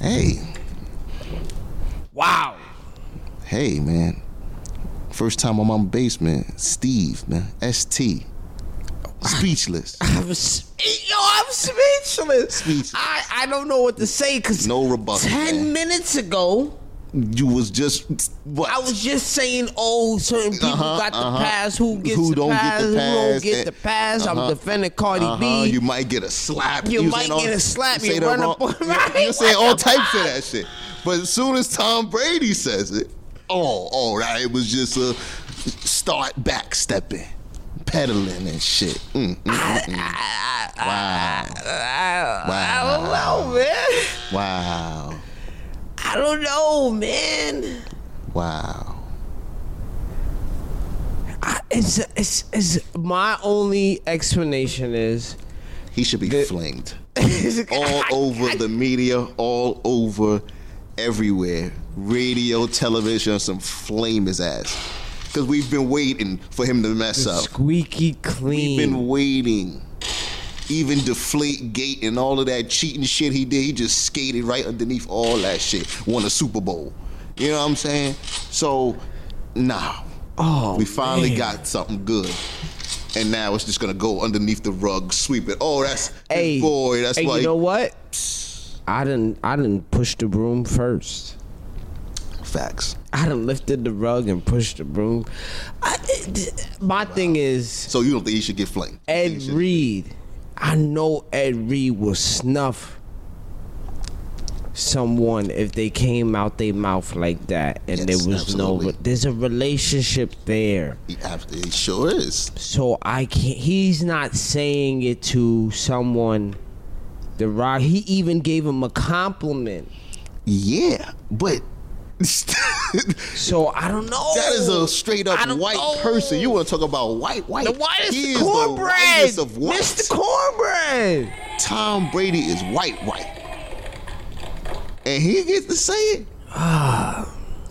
Speaker 2: Hey,
Speaker 1: Wow.
Speaker 2: hey, man. First time I'm on basement, Steve, man. S T. Speechless.
Speaker 1: I'm s- yo, I'm speechless.
Speaker 2: Speechless.
Speaker 1: I I don't know what to say because
Speaker 2: No rebuttal,
Speaker 1: Ten
Speaker 2: man.
Speaker 1: minutes ago,
Speaker 2: You was just what?
Speaker 1: I was just saying, oh, certain people
Speaker 2: Uh-huh,
Speaker 1: got the
Speaker 2: uh-huh.
Speaker 1: pass. Who gets
Speaker 2: Who
Speaker 1: the,
Speaker 2: don't
Speaker 1: pass,
Speaker 2: get the
Speaker 1: Who
Speaker 2: pass,
Speaker 1: don't get
Speaker 2: and-
Speaker 1: the pass?
Speaker 2: uh-huh.
Speaker 1: I'm defending Cardi
Speaker 2: uh-huh.
Speaker 1: B.
Speaker 2: You might get a slap.
Speaker 1: You
Speaker 2: was
Speaker 1: might
Speaker 2: saying all-
Speaker 1: get a slap.
Speaker 2: say
Speaker 1: You
Speaker 2: the
Speaker 1: run
Speaker 2: wrong-
Speaker 1: up on- right?
Speaker 2: You, you saying all
Speaker 1: What the
Speaker 2: types of that shit. But as soon as Tom Brady says it, oh, oh, that it was just a start backstepping, pedaling and shit. Mm, mm, mm, mm. Wow.
Speaker 1: Uh, I, I
Speaker 2: Wow.
Speaker 1: don't know, man.
Speaker 2: Wow.
Speaker 1: I don't know, man.
Speaker 2: Wow.
Speaker 1: I, it's, it's, it's my only explanation is.
Speaker 2: He should be flamed. all
Speaker 1: I,
Speaker 2: over the media, all over everywhere. Radio, television, some flame his ass. Because we've been waiting for him to mess up.
Speaker 1: squeaky
Speaker 2: We've
Speaker 1: clean.
Speaker 2: been waiting. Even deflate gate and all of that cheating shit he did, he just skated right underneath all that shit. Won a Super Bowl. You know what I'm saying? So, nah.
Speaker 1: oh,
Speaker 2: We finally
Speaker 1: man.
Speaker 2: got something good. And now it's just gonna go underneath the rug, sweep it. Oh, that's
Speaker 1: Hey,
Speaker 2: boy, that's
Speaker 1: hey,
Speaker 2: why
Speaker 1: you know what? I didn't. I didn't push the broom first.
Speaker 2: facts.
Speaker 1: I done lifted the rug and pushed the broom. I, it- my thing is
Speaker 2: So you don't think he should get flamed? You think
Speaker 1: Ed
Speaker 2: he should-
Speaker 1: Reed. I know Ed Reed will snuff someone if they came out their mouth like that, and
Speaker 2: Yes,
Speaker 1: there was
Speaker 2: absolutely.
Speaker 1: no. There's a relationship there.
Speaker 2: He ab- It sure is.
Speaker 1: So I can't. He's not saying it to someone. The rock. He even gave him a compliment.
Speaker 2: Yeah, but
Speaker 1: So I don't know.
Speaker 2: that is a straight up
Speaker 1: Oh, I don't
Speaker 2: white
Speaker 1: know.
Speaker 2: person. You want to talk about white, white?
Speaker 1: The whitest
Speaker 2: he
Speaker 1: of
Speaker 2: is
Speaker 1: cornbread.
Speaker 2: the whitest of
Speaker 1: Mr.
Speaker 2: whites.
Speaker 1: Cornbread.
Speaker 2: Tom Brady is white, white, and he gets to say it.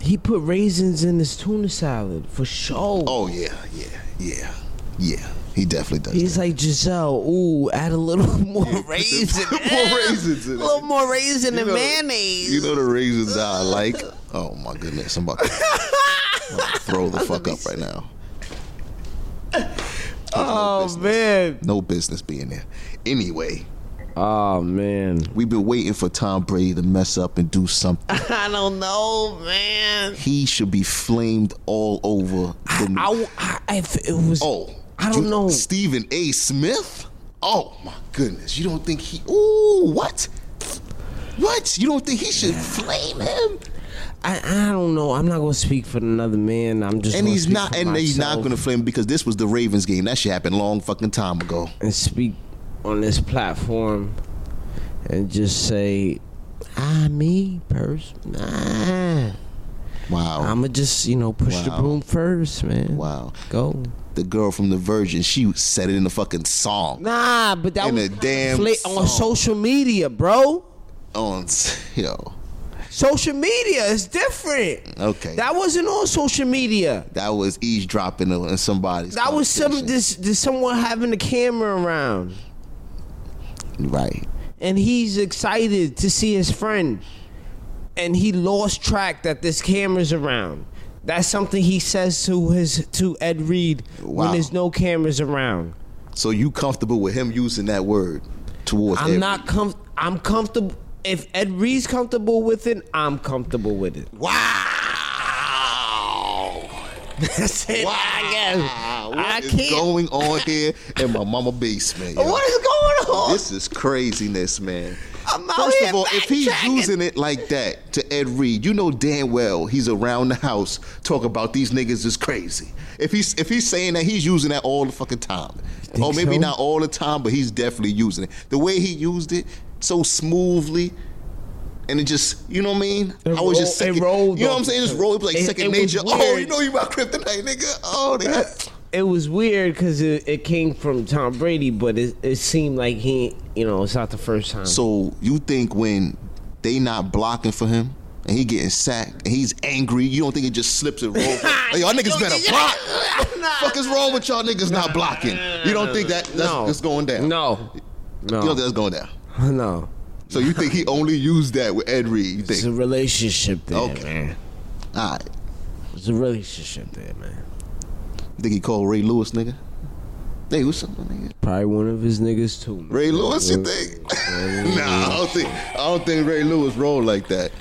Speaker 1: He put raisins in his tuna salad for sure.
Speaker 2: Oh yeah, yeah, yeah, yeah. He definitely does.
Speaker 1: He's
Speaker 2: that.
Speaker 1: like Giselle. Ooh, add a little more raisin.
Speaker 2: more raisins in
Speaker 1: A
Speaker 2: it.
Speaker 1: little more raisin and
Speaker 2: know-
Speaker 1: mayonnaise.
Speaker 2: You know the reasons I like. Oh my goodness, I'm about to, I'm about to throw the fuck up right now.
Speaker 1: oh
Speaker 2: business.
Speaker 1: man.
Speaker 2: No business being there. Anyway,
Speaker 1: Oh man.
Speaker 2: we've been waiting for Tom Brady to mess up and do something.
Speaker 1: I don't know, man.
Speaker 2: He should be flamed all over the.
Speaker 1: I, I- if it was.
Speaker 2: oh,
Speaker 1: I don't
Speaker 2: Ju-
Speaker 1: know.
Speaker 2: Stephen A. Smith. Oh my goodness, you don't think he? Ooh, what? What? You don't think he should flame him?
Speaker 1: I, I don't know. I'm not gonna speak for another man. I'm just.
Speaker 2: And
Speaker 1: gonna
Speaker 2: he's
Speaker 1: speak
Speaker 2: not.
Speaker 1: for
Speaker 2: And he's
Speaker 1: myself.
Speaker 2: not going to flame because this was the Ravens game. That shit happened long fucking time ago.
Speaker 1: and speak on this platform and just say, I, me, person, ah.
Speaker 2: Wow.
Speaker 1: I'ma just, you know, push the
Speaker 2: Wow.
Speaker 1: broom first, man.
Speaker 2: Wow.
Speaker 1: Go.
Speaker 2: the girl from the Virgin, she said it in a fucking song
Speaker 1: Nah, but that
Speaker 2: In
Speaker 1: was
Speaker 2: a damn
Speaker 1: fla-
Speaker 2: song.
Speaker 1: on social media, bro.
Speaker 2: on, you know,
Speaker 1: Social media is different.
Speaker 2: Okay.
Speaker 1: That wasn't on social media.
Speaker 2: that was eavesdropping on somebody's.
Speaker 1: That was some
Speaker 2: conversation.
Speaker 1: this, this someone having the camera around.
Speaker 2: right.
Speaker 1: and he's excited to see his friend and he lost track that this camera's around that's something he says to his to ed reed
Speaker 2: Wow.
Speaker 1: when there's no cameras around
Speaker 2: So you comfortable with him using that word towards?
Speaker 1: i'm
Speaker 2: every-
Speaker 1: not com- i'm comfortable if ed reed's comfortable with it i'm comfortable with it
Speaker 2: Wow.
Speaker 1: that's it
Speaker 2: Wow.
Speaker 1: i guess
Speaker 2: What
Speaker 1: i
Speaker 2: is
Speaker 1: can't
Speaker 2: going on here in my mama basement. yo?
Speaker 1: what is going on
Speaker 2: This is craziness, man.
Speaker 1: I'm out
Speaker 2: First
Speaker 1: here
Speaker 2: of all, if he's
Speaker 1: backtracking.
Speaker 2: using it like that to Ed Reed, you know damn well he's around the house talking about these niggas is crazy. If he's if he's saying that, he's using that all the fucking time.
Speaker 1: think
Speaker 2: Or maybe
Speaker 1: so?
Speaker 2: not all the time, but he's definitely using it. The way he used it so smoothly. And it just, you know what I mean?
Speaker 1: It
Speaker 2: I was just
Speaker 1: roll- it
Speaker 2: second.
Speaker 1: rolled
Speaker 2: you know what
Speaker 1: off
Speaker 2: I'm saying? It
Speaker 1: the
Speaker 2: Just rolled it was like
Speaker 1: It-
Speaker 2: second
Speaker 1: it was
Speaker 2: nature. Oh,
Speaker 1: weird.
Speaker 2: you know you about kryptonite, nigga. Oh, they got,
Speaker 1: it was weird because it, it came from Tom Brady, but it, it seemed like he, you know, it's not the first time.
Speaker 2: So you think when they not blocking for him and he getting sacked and he's angry, you don't think it just slips and rolls? like, y'all niggas better block. Fuck is wrong with y'all niggas not blocking? You don't think that that's,
Speaker 1: no,
Speaker 2: that's going down?
Speaker 1: No,
Speaker 2: You don't
Speaker 1: no,
Speaker 2: think that's going down?
Speaker 1: no.
Speaker 2: So you think he only used that with Ed Reed? You
Speaker 1: It's a
Speaker 2: think?
Speaker 1: relationship there,
Speaker 2: Okay.
Speaker 1: man.
Speaker 2: All right.
Speaker 1: It's a relationship there, man.
Speaker 2: You think he called Ray Lewis, nigga? Hey, what's up, my nigga?
Speaker 1: Probably one of his niggas too. man.
Speaker 2: Ray Lewis, you think? nah, I don't think. I don't think Ray Lewis rolled like that.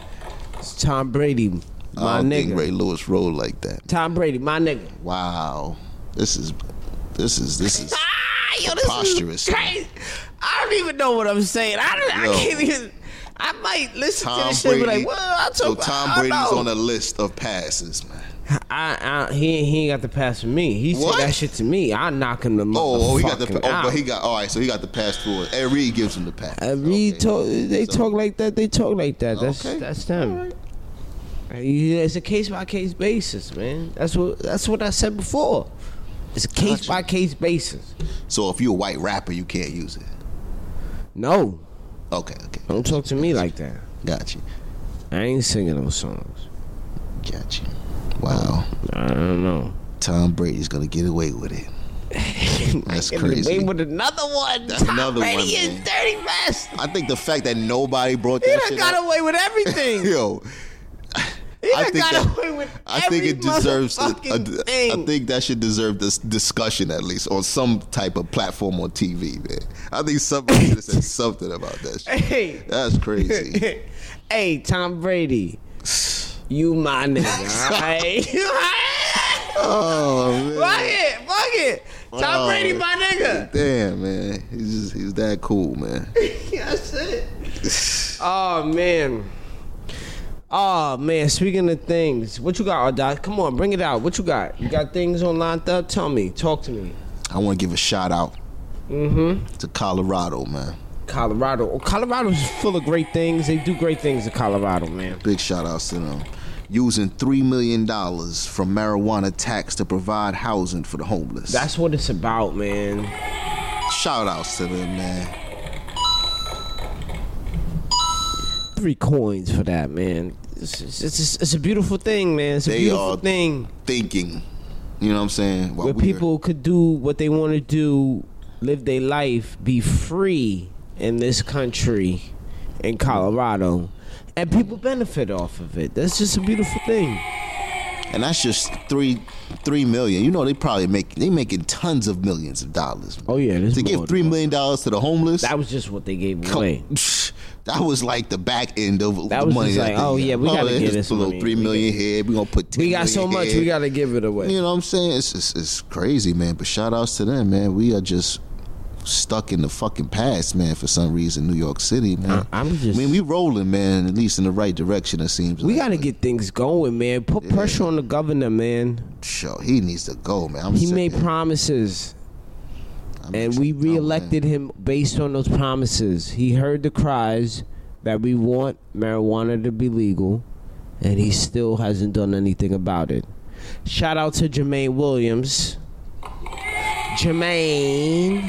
Speaker 1: It's Tom Brady,
Speaker 2: I
Speaker 1: my
Speaker 2: don't
Speaker 1: nigga.
Speaker 2: think Oh, Ray Lewis rolled like that.
Speaker 1: Tom Brady, my nigga.
Speaker 2: Wow, this is, this is, this is.
Speaker 1: Ah, yo, this
Speaker 2: Preposterous,
Speaker 1: is
Speaker 2: man.
Speaker 1: crazy. I don't even know what I'm saying. I, don't, I
Speaker 2: Yo.
Speaker 1: can't even. I might listen to
Speaker 2: Tom
Speaker 1: this shit and
Speaker 2: Brady.
Speaker 1: be like, well, I took.
Speaker 2: so Tom
Speaker 1: I
Speaker 2: Brady's
Speaker 1: know.
Speaker 2: on a list of passes, man.
Speaker 1: I, I, he, he ain't got the pass from me. He
Speaker 2: What?
Speaker 1: said that shit to me. I knock him the motherfucking
Speaker 2: Oh, oh, he got the.
Speaker 1: out.
Speaker 2: Oh, but he got. All right, so he got the pass forward. Ed Reed gives him the pass.
Speaker 1: Every
Speaker 2: Okay.
Speaker 1: talk, they talk like that. They talk like that. That's
Speaker 2: Okay.
Speaker 1: that's them. Yeah, It's a case by case basis, man. That's what that's what I said before. It's a case
Speaker 2: Gotcha.
Speaker 1: by case basis.
Speaker 2: So if you're a white rapper, you can't use it.
Speaker 1: No,
Speaker 2: Okay, okay,
Speaker 1: don't talk to me like that.
Speaker 2: got you,
Speaker 1: I ain't singing those songs.
Speaker 2: got you. Wow,
Speaker 1: I don't know.
Speaker 2: Tom Brady's gonna get away with it. That's
Speaker 1: And the
Speaker 2: crazy.
Speaker 1: baby with another one.
Speaker 2: That's
Speaker 1: Tom
Speaker 2: another
Speaker 1: Brady
Speaker 2: one,
Speaker 1: is
Speaker 2: man.
Speaker 1: dirty best.
Speaker 2: I think the fact that nobody brought
Speaker 1: He
Speaker 2: that
Speaker 1: done
Speaker 2: shit
Speaker 1: got
Speaker 2: up,
Speaker 1: away with everything.
Speaker 2: yo,
Speaker 1: He done
Speaker 2: I think
Speaker 1: got
Speaker 2: that-
Speaker 1: away with
Speaker 2: I
Speaker 1: every
Speaker 2: think it deserves. A, a,
Speaker 1: motherfucking
Speaker 2: I
Speaker 1: thing.
Speaker 2: think that should deserve this discussion at least on some type of platform on TV, man. I think somebody should have said something about that. Shit.
Speaker 1: Hey.
Speaker 2: That's crazy.
Speaker 1: hey, Tom Brady, you my nigga, alright?
Speaker 2: Oh man.
Speaker 1: fuck it, fuck it. Tom
Speaker 2: Wow.
Speaker 1: Brady, my nigga.
Speaker 2: Damn, man. He's just he's that cool, man.
Speaker 1: That's it. Oh man. Oh man, speaking of things, what you got, Doc? Come on, bring it out. What you got? You got things on lined up? Tell me. Talk to me.
Speaker 2: I want to give a shout out
Speaker 1: Mm-hmm.
Speaker 2: to Colorado, man.
Speaker 1: Colorado. Oh, Colorado's full of great things. They do great things in Colorado, man.
Speaker 2: Big shout outs to them. Using three million dollars from marijuana tax to provide housing for the homeless.
Speaker 1: That's what it's about, man.
Speaker 2: shout outs to them, man.
Speaker 1: three coins for that, man. It's, it's, it's, it's a beautiful thing, man. It's a
Speaker 2: They
Speaker 1: beautiful
Speaker 2: are-
Speaker 1: thing
Speaker 2: Thinking. You know what I'm saying? While
Speaker 1: where
Speaker 2: we are-
Speaker 1: people could do what they want to do, live their life, be free in this country, in Colorado, and people benefit off of it. That's just a beautiful thing.
Speaker 2: and that's just three three million. You know they probably make they making tons of millions of dollars.
Speaker 1: Oh yeah, there's
Speaker 2: to
Speaker 1: more
Speaker 2: give three
Speaker 1: to it.
Speaker 2: million dollars to the homeless.
Speaker 1: That was just what they gave
Speaker 2: Come-
Speaker 1: away.
Speaker 2: That was like the back end of
Speaker 1: That
Speaker 2: the
Speaker 1: was
Speaker 2: money.
Speaker 1: just like,
Speaker 2: they
Speaker 1: oh,
Speaker 2: got.
Speaker 1: yeah, we gotta
Speaker 2: let's
Speaker 1: get
Speaker 2: just
Speaker 1: this
Speaker 2: put a little
Speaker 1: money.
Speaker 2: Three
Speaker 1: We
Speaker 2: million here. We gonna put. 10
Speaker 1: We got so
Speaker 2: million
Speaker 1: much,
Speaker 2: here.
Speaker 1: we gotta give it away.
Speaker 2: You know what I'm saying? It's, it's it's crazy, man. But shout outs to them, man. We are just stuck in the fucking past, man. For some reason, New York City, man.
Speaker 1: I- I'm just-
Speaker 2: I mean, we rolling, man. At least in the right direction, it seems.
Speaker 1: We
Speaker 2: like.
Speaker 1: gotta get things going, man. Put pressure on the governor, man.
Speaker 2: Show he needs to go, man. I'm
Speaker 1: He
Speaker 2: sick
Speaker 1: made
Speaker 2: of-
Speaker 1: promises.
Speaker 2: I'm
Speaker 1: And
Speaker 2: sick
Speaker 1: we
Speaker 2: of- oh, man.
Speaker 1: reelected him based on those promises. He heard the cries that we want marijuana to be legal, and he still hasn't done anything about it. Shout out to Jermaine Williams. Jermaine.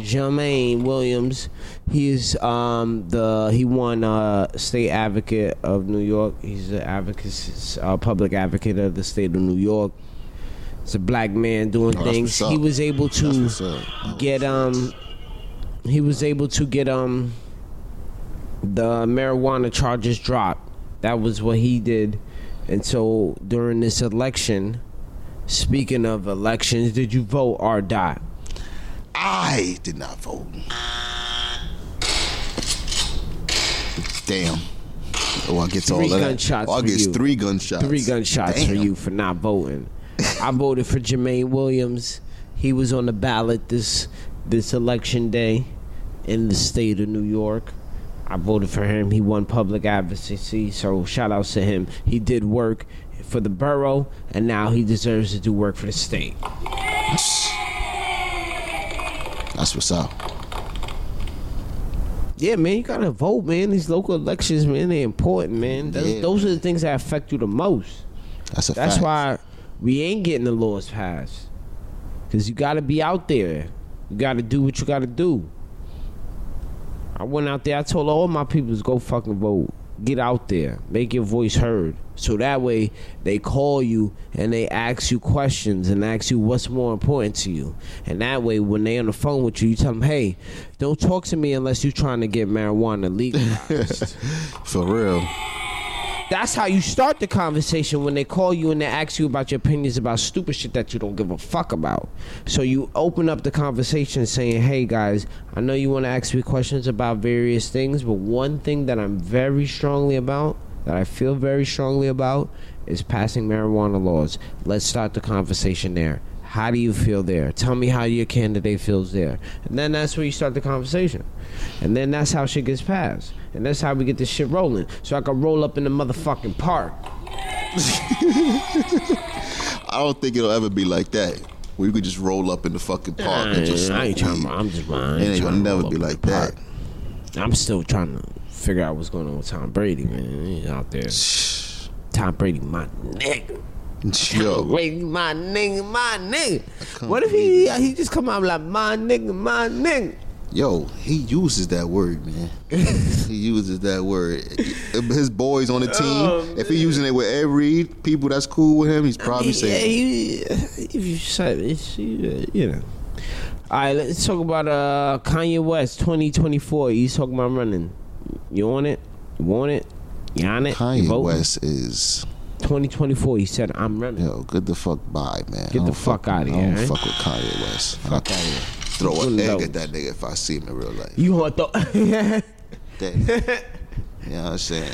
Speaker 1: Jermaine Williams. He is um, the he won uh, state advocate of New York. He's an advocate, uh, public advocate of the state of New York. It's a black man doing
Speaker 2: Oh, that's
Speaker 1: things.
Speaker 2: what's
Speaker 1: He
Speaker 2: up.
Speaker 1: was able to
Speaker 2: That's what's up.
Speaker 1: get um he was able to get um the marijuana charges dropped. That was what he did. And so during this election, speaking of elections, did you vote or die?
Speaker 2: I did not vote. Damn. Oh, I get to all
Speaker 1: Three
Speaker 2: of that.
Speaker 1: gunshots
Speaker 2: oh, I
Speaker 1: for
Speaker 2: get
Speaker 1: you.
Speaker 2: three gunshots.
Speaker 1: Three gunshots for
Speaker 2: Damn.
Speaker 1: you for not voting. I voted for Jermaine Williams. He was on the ballot this this election day in the state of New York. I voted for him. He won public advocacy, so shout outs to him. He did work for the borough, and now he deserves to do work for the state.
Speaker 2: That's what's up.
Speaker 1: Yeah, man, you gotta vote, man. These local elections, man, they're important, man. Those,
Speaker 2: Yeah,
Speaker 1: those are the things that affect you the most.
Speaker 2: That's a
Speaker 1: That's
Speaker 2: fact.
Speaker 1: why we ain't getting the laws passed. Cause you gotta be out there. You gotta do what you gotta do. I went out there, I told all my peoples go fucking vote. Get out there. Make your voice heard. So that way they call you and they ask you questions and ask you what's more important to you. And that way when they on the phone with you, you tell them, Hey, don't talk to me unless you're trying to get marijuana legalized.
Speaker 2: For real.
Speaker 1: That's how you start the conversation when they call you and they ask you about your opinions about stupid shit that you don't give a fuck about. So you open up the conversation saying, "Hey guys, I know you want to ask me questions about various things, but one thing that I'm very strongly about, that I feel very strongly about, is passing marijuana laws. Let's start the conversation there. How do you feel there? Tell me how your candidate feels there. And then that's where you start the conversation. And then that's how shit gets passed. And that's how we get this shit rolling. So I can roll up in the motherfucking park.
Speaker 2: I don't think it'll ever be like that. Where you could just roll up in the fucking park and just
Speaker 1: I ain't
Speaker 2: smoke
Speaker 1: trying.
Speaker 2: weed.
Speaker 1: I'm just mind.
Speaker 2: It ain't gonna never be like that.
Speaker 1: I'm still trying to figure out what's going on with Tom Brady, man. He's out there. Tom Brady, my nigga.
Speaker 2: Yo,
Speaker 1: Brady, my nigga, my nigga. What if he he just come out like my nigga, my nigga?
Speaker 2: yo, he uses that word, man. he uses that word. His boys on the team.
Speaker 1: Oh,
Speaker 2: if he using it with every people that's cool with him, he's probably
Speaker 1: yeah,
Speaker 2: saying,
Speaker 1: he, if you said it's you, uh, you know. All right, let's talk about uh Kanye West 2024. You talking about running? You on it? You want it? You on it? You
Speaker 2: Kanye
Speaker 1: voting?
Speaker 2: West is
Speaker 1: 2024. He said, "I'm running."
Speaker 2: yo. Good the fuck by, man. I
Speaker 1: the
Speaker 2: don't
Speaker 1: fuck outta
Speaker 2: I
Speaker 1: here,
Speaker 2: don't
Speaker 1: eh?
Speaker 2: fuck with Kanye West. Fuck out of here. Throw
Speaker 1: Good
Speaker 2: an egg
Speaker 1: lord.
Speaker 2: at that nigga if I see him in real life.
Speaker 1: You want the?
Speaker 2: That, you know what I'm saying?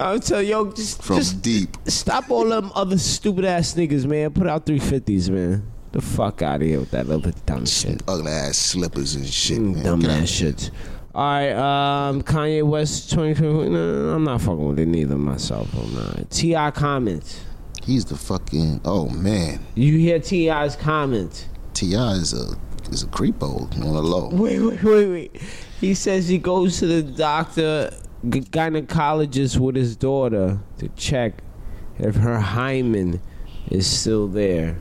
Speaker 1: I'll tell you, yo, just
Speaker 2: From
Speaker 1: just
Speaker 2: deep.
Speaker 1: stop all them other stupid ass niggas, man. Put out 350s, man. The fuck out of here with that other dumb shit.
Speaker 2: ugly ass slippers and shit, man.
Speaker 1: Dumb
Speaker 2: Get out.
Speaker 1: ass shit. All right, um, Kanye West 2024. No, I'm not fucking with it neither myself. I'm not. Ti comments.
Speaker 2: He's the fucking oh man.
Speaker 1: You hear Ti's comments?
Speaker 2: Ti is a is a creepo on the low.
Speaker 1: Wait, wait, wait, wait. He says he goes to the doctor, g- gynecologist with his daughter to check if her hymen is still there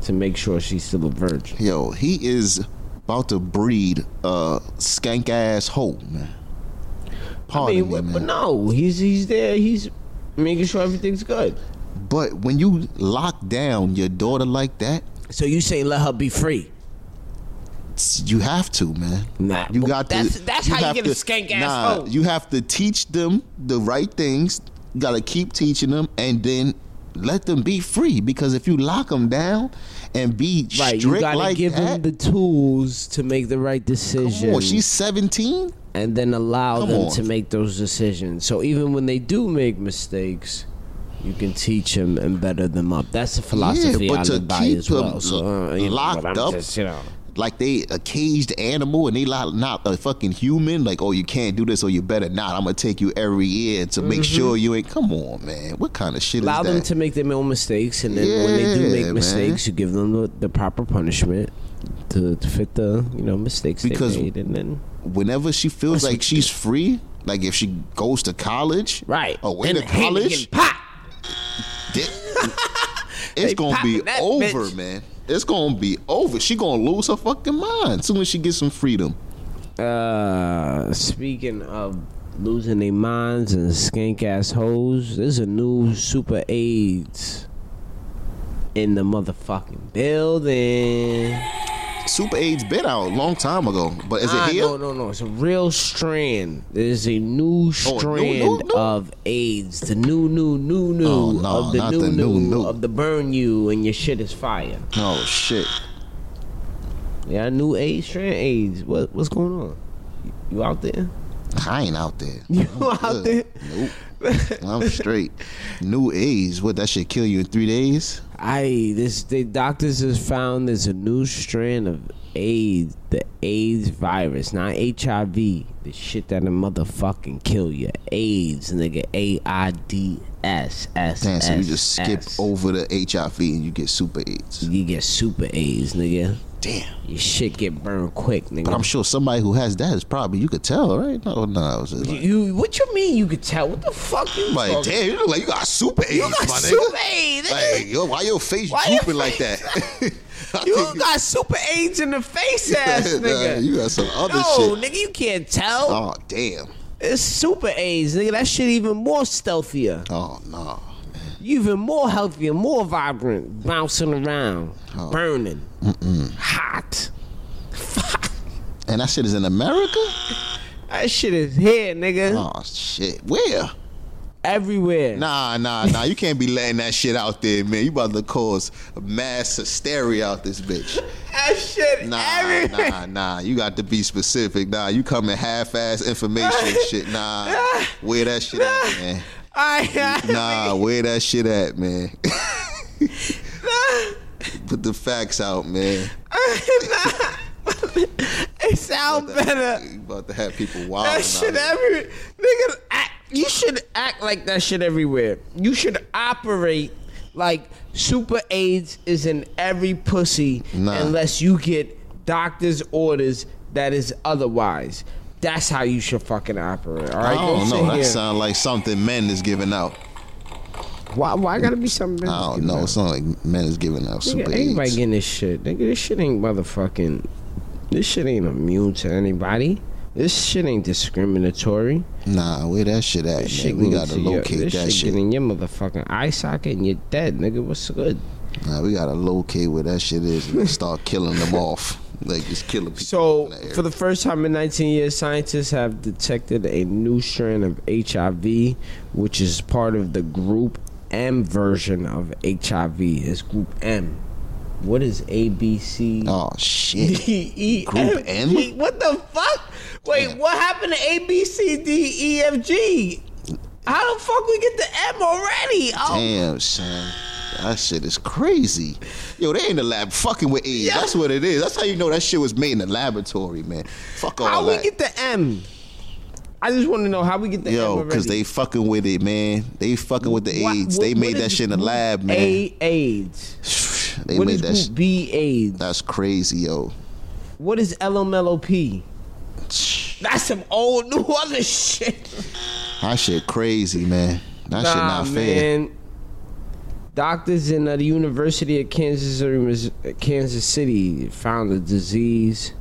Speaker 1: to make sure she's still a virgin.
Speaker 2: Yo, he is about to breed a skank ass hoe, man.
Speaker 1: I
Speaker 2: Pardon
Speaker 1: mean,
Speaker 2: me,
Speaker 1: what-
Speaker 2: man.
Speaker 1: but no, he's he's there. He's making sure everything's good.
Speaker 2: But when you lock down your daughter like that,
Speaker 1: So you say let her be free?
Speaker 2: it's- you have to, man.
Speaker 1: Nah,
Speaker 2: You
Speaker 1: well,
Speaker 2: got
Speaker 1: that's-
Speaker 2: to.
Speaker 1: that's how you
Speaker 2: have
Speaker 1: get a skank-ass
Speaker 2: nah,
Speaker 1: hoe.
Speaker 2: You have to teach them the right things. You gotta keep teaching them, and then let them be free. Because if you lock them down and be
Speaker 1: Right,
Speaker 2: strict
Speaker 1: you gotta
Speaker 2: like
Speaker 1: give them
Speaker 2: that,
Speaker 1: the tools to make the right decision.
Speaker 2: Come on, she's 17?
Speaker 1: and then allow
Speaker 2: Come
Speaker 1: them
Speaker 2: on.
Speaker 1: to make those decisions. So even when they do make mistakes, you can teach them and better them up. That's the philosophy
Speaker 2: but
Speaker 1: I
Speaker 2: to
Speaker 1: live by
Speaker 2: keep
Speaker 1: as well.
Speaker 2: them
Speaker 1: So, uh, you know,
Speaker 2: locked
Speaker 1: but I'm
Speaker 2: up,
Speaker 1: just, you know.
Speaker 2: Like they a caged animal and they not, not a fucking human. Like, oh, you can't do this or you better not. I'm going to take you every year to make sure you ain't. Come on, man. What kind of shit
Speaker 1: Mm-hmm. Allow
Speaker 2: is that?
Speaker 1: them to make their own mistakes, and then when they do
Speaker 2: Yeah,
Speaker 1: make
Speaker 2: man.
Speaker 1: mistakes, you give them the, the proper punishment to, to fit the you know mistakes
Speaker 2: Because-
Speaker 1: they made, and then
Speaker 2: Whenever she feels like she's free, like if she goes to college,
Speaker 1: right
Speaker 2: away
Speaker 1: and
Speaker 2: Oh, to
Speaker 1: the hand
Speaker 2: college,
Speaker 1: getting popped.
Speaker 2: Th- it's gonna be
Speaker 1: popping that
Speaker 2: over,
Speaker 1: bitch.
Speaker 2: man. It's gonna be over. She gonna lose her fucking mind soon as she gets some freedom.
Speaker 1: Uh, speaking of losing their minds and skank ass hoes, there's a new super AIDS in the motherfucking building.
Speaker 2: Super AIDS been out a long time ago, but is
Speaker 1: Ah,
Speaker 2: it here? Oh,
Speaker 1: No, no, no. It's a real strand. There's a new
Speaker 2: new,
Speaker 1: strand
Speaker 2: new?
Speaker 1: of AIDS. The new, new, new, new
Speaker 2: Oh, no,
Speaker 1: of the
Speaker 2: not
Speaker 1: new,
Speaker 2: the
Speaker 1: new,
Speaker 2: new, new.
Speaker 1: of the burn you and your shit is fire.
Speaker 2: Oh shit.
Speaker 1: Yeah, new AIDS strand AIDS. What what's going on? You- You out there?
Speaker 2: I ain't out there.
Speaker 1: You out there?
Speaker 2: Nope. I'm straight. New AIDS. What that shit kill you in three days?
Speaker 1: I this the doctors has found there's a new strand of AIDS, the AIDS virus, not HIV, the shit that'll motherfucking kill you. AIDS, nigga, A I D S S.
Speaker 2: Damn, so you just skip
Speaker 1: S.
Speaker 2: over the HIV and you get super AIDS.
Speaker 1: You get super AIDS, nigga.
Speaker 2: Damn.
Speaker 1: Your shit get burned quick, nigga.
Speaker 2: But I'm sure somebody who has that is probably you could tell, right? No, no, it was just like,
Speaker 1: you, what you mean you could tell? What the fuck you
Speaker 2: like,
Speaker 1: talking-
Speaker 2: damn, you look like you got super AIDS,
Speaker 1: You got
Speaker 2: my nigga.
Speaker 1: super AIDS.
Speaker 2: Like, yo, why your face
Speaker 1: Why your
Speaker 2: drooping like
Speaker 1: face-
Speaker 2: that? I
Speaker 1: You
Speaker 2: think
Speaker 1: got super AIDS in the face, ass
Speaker 2: nah,
Speaker 1: nigga.
Speaker 2: you got some other
Speaker 1: no,
Speaker 2: shit.
Speaker 1: nigga, you can't tell.
Speaker 2: Oh damn.
Speaker 1: It's super AIDS, nigga. That shit even more stealthier.
Speaker 2: Oh no.
Speaker 1: You even more healthy and more vibrant, bouncing around, burning, hot.
Speaker 2: And that shit is in America?
Speaker 1: That shit is here, nigga.
Speaker 2: Oh shit. Where?
Speaker 1: Everywhere.
Speaker 2: Nah, nah, nah. You can't be letting that shit out there, man. You about to cause mass hysteria out this bitch.
Speaker 1: That shit
Speaker 2: Nah,
Speaker 1: everywhere.
Speaker 2: nah, nah. You got to be specific. Nah, you coming half-ass information and shit. Nah, where that shit at, man?
Speaker 1: I,
Speaker 2: Nah, where that shit at, man? Put the facts out, man.
Speaker 1: it sound better.
Speaker 2: You about to have people wild.
Speaker 1: That shit everywhere. Nigga, act, you should act like that shit everywhere. You should operate like super AIDS is in every pussy
Speaker 2: Nah.
Speaker 1: unless you get doctor's orders that is otherwise. That's how you should fucking operate. All
Speaker 2: I
Speaker 1: right,
Speaker 2: don't
Speaker 1: sit
Speaker 2: know. That
Speaker 1: here.
Speaker 2: sound like something men is giving out.
Speaker 1: why, why gotta be something?
Speaker 2: I don't know. It sound like men is giving out super
Speaker 1: Nigga, everybody
Speaker 2: AIDS.
Speaker 1: getting this shit. Nigga, this shit ain't motherfucking. This shit ain't immune to anybody. This shit ain't discriminatory.
Speaker 2: nah, where that shit at, man?
Speaker 1: This shit
Speaker 2: we
Speaker 1: get
Speaker 2: gotta
Speaker 1: into your-
Speaker 2: locate
Speaker 1: this
Speaker 2: that shit.
Speaker 1: Get in your motherfucking eye socket and you're dead, nigga. What's good?
Speaker 2: Nah, we gotta locate where that shit is and start killing them off. Like just killing people.
Speaker 1: So,
Speaker 2: in that area.
Speaker 1: for the first time in 19 years, scientists have detected a new strand of HIV, which is part of the group M version of HIV. It's group M. What is A, B, C?
Speaker 2: oh shit.
Speaker 1: D, E,
Speaker 2: Group
Speaker 1: F, G?
Speaker 2: M?
Speaker 1: What the fuck? Wait, what happened to A, B, C, D, E, F, G? How the fuck we get to M already? Oh
Speaker 2: Damn, son. That shit is crazy. Yo, they in the lab fucking with AIDS.
Speaker 1: Yeah.
Speaker 2: That's what it is. That's how you know that shit was made in the laboratory, man. Fuck all
Speaker 1: How
Speaker 2: that.
Speaker 1: we get the M? I just want to know how we get the M.
Speaker 2: Yo,
Speaker 1: already.
Speaker 2: because they fucking with it, man. They fucking with the
Speaker 1: What-
Speaker 2: AIDS.
Speaker 1: what-
Speaker 2: they
Speaker 1: what
Speaker 2: made
Speaker 1: is
Speaker 2: that shit in the lab, man.
Speaker 1: A AIDS.
Speaker 2: they
Speaker 1: What
Speaker 2: made
Speaker 1: is
Speaker 2: that
Speaker 1: group
Speaker 2: shit.
Speaker 1: B AIDS?
Speaker 2: That's crazy, yo.
Speaker 1: What is LMLOP? That's some old new other shit.
Speaker 2: That shit crazy, man. That shit
Speaker 1: Nah,
Speaker 2: not fair.
Speaker 1: man. Doctors in uh, the University of Kansas or Mis- Kansas City found the disease,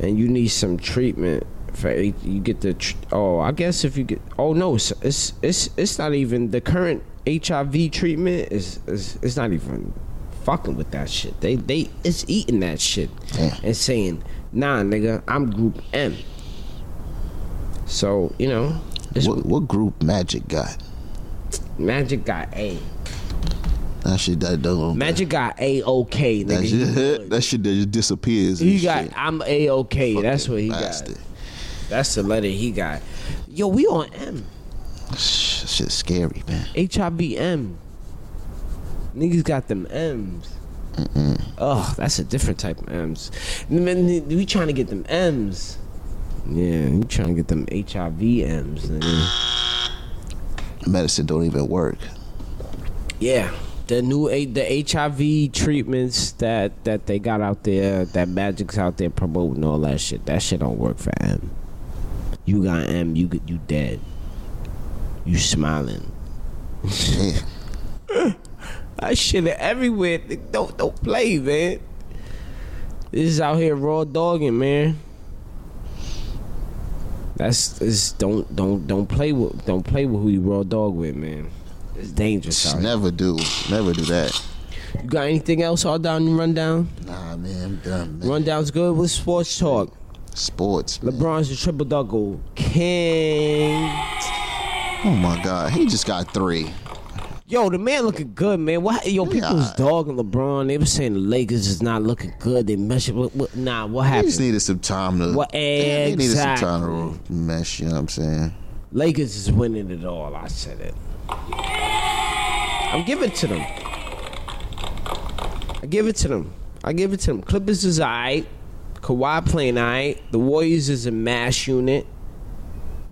Speaker 1: and you need some treatment for it. You get the tr- oh, I guess if you get oh no, it's it's it's, it's not even the current HIV treatment is, is it's not even fucking with that shit. They they it's eating that shit
Speaker 2: Damn.
Speaker 1: and saying nah, nigga, I'm Group M. So you know. It's
Speaker 2: What, what group Magic got?
Speaker 1: Magic got A.
Speaker 2: That shit that don't.
Speaker 1: Magic got A OK,
Speaker 2: that,
Speaker 1: nigga.
Speaker 2: shit, that shit that just disappears. and
Speaker 1: He got
Speaker 2: shit.
Speaker 1: I'm A OK. That's what he
Speaker 2: Bastard.
Speaker 1: got. That's the letter he got. Yo, we on M.
Speaker 2: Shit shit's scary, man.
Speaker 1: HIV M. Niggas got them M's. Oh, that's a different type of M's. Man, we trying to get them M's. Yeah, we trying to get them HIV M's. Nigga.
Speaker 2: Medicine don't even work.
Speaker 1: Yeah, the new A- the HIV treatments that that they got out there, that Magic's out there promoting all that shit. That shit don't work for M. You got M, you get- you dead. You smiling.
Speaker 2: Yeah.
Speaker 1: That shit everywhere. Don't don't play, man. This is out here raw dogging, man. That's is don't don't don't play with don't play with who you raw dog with, man. It's dangerous out
Speaker 2: Just
Speaker 1: here.
Speaker 2: never do. Never do that.
Speaker 1: You got anything else all down the rundown?
Speaker 2: Nah, man, I'm done, man.
Speaker 1: Rundown's good with sports talk.
Speaker 2: Sports. man.
Speaker 1: LeBron's a triple double king.
Speaker 2: Oh my God, he just got three.
Speaker 1: Yo, the man looking good, man. Why yo people was dogging LeBron? They was saying the Lakers is not looking good. They measured. What, what, nah, what
Speaker 2: He just
Speaker 1: happened?
Speaker 2: needed some time to.
Speaker 1: What-
Speaker 2: Yeah, He needed some time to mesh. You know what I'm saying?
Speaker 1: Lakers is winning it all. I said it. I'm giving it to them. I give it to them. I give it to them. Clippers is alright. Kawhi playing alright. The Warriors is a mash unit.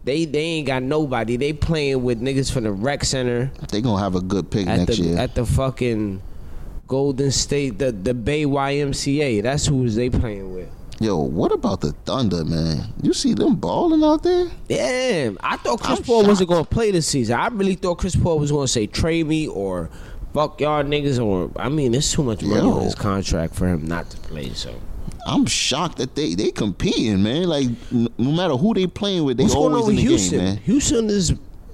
Speaker 1: They they ain't got nobody. They playing with niggas from the rec center
Speaker 2: They gonna have a good pick
Speaker 1: at
Speaker 2: next
Speaker 1: the
Speaker 2: year.
Speaker 1: at the fucking Golden State, the the Bay YMCA. That's who was they playing with.
Speaker 2: Yo, what about the Thunder, man? You see them balling out there?
Speaker 1: Damn, I thought Chris
Speaker 2: I'm
Speaker 1: Paul wasn't
Speaker 2: shocked.
Speaker 1: going to play this season. I really thought Chris Paul was going to say trade me or fuck y'all niggas or I mean, it's too much money
Speaker 2: Yo.
Speaker 1: on his contract for him not to play. So
Speaker 2: I'm shocked that they they competing, man. Like n- no matter who they playing with, they
Speaker 1: what's going
Speaker 2: always
Speaker 1: on with
Speaker 2: in the
Speaker 1: Houston?
Speaker 2: game, man.
Speaker 1: Houston is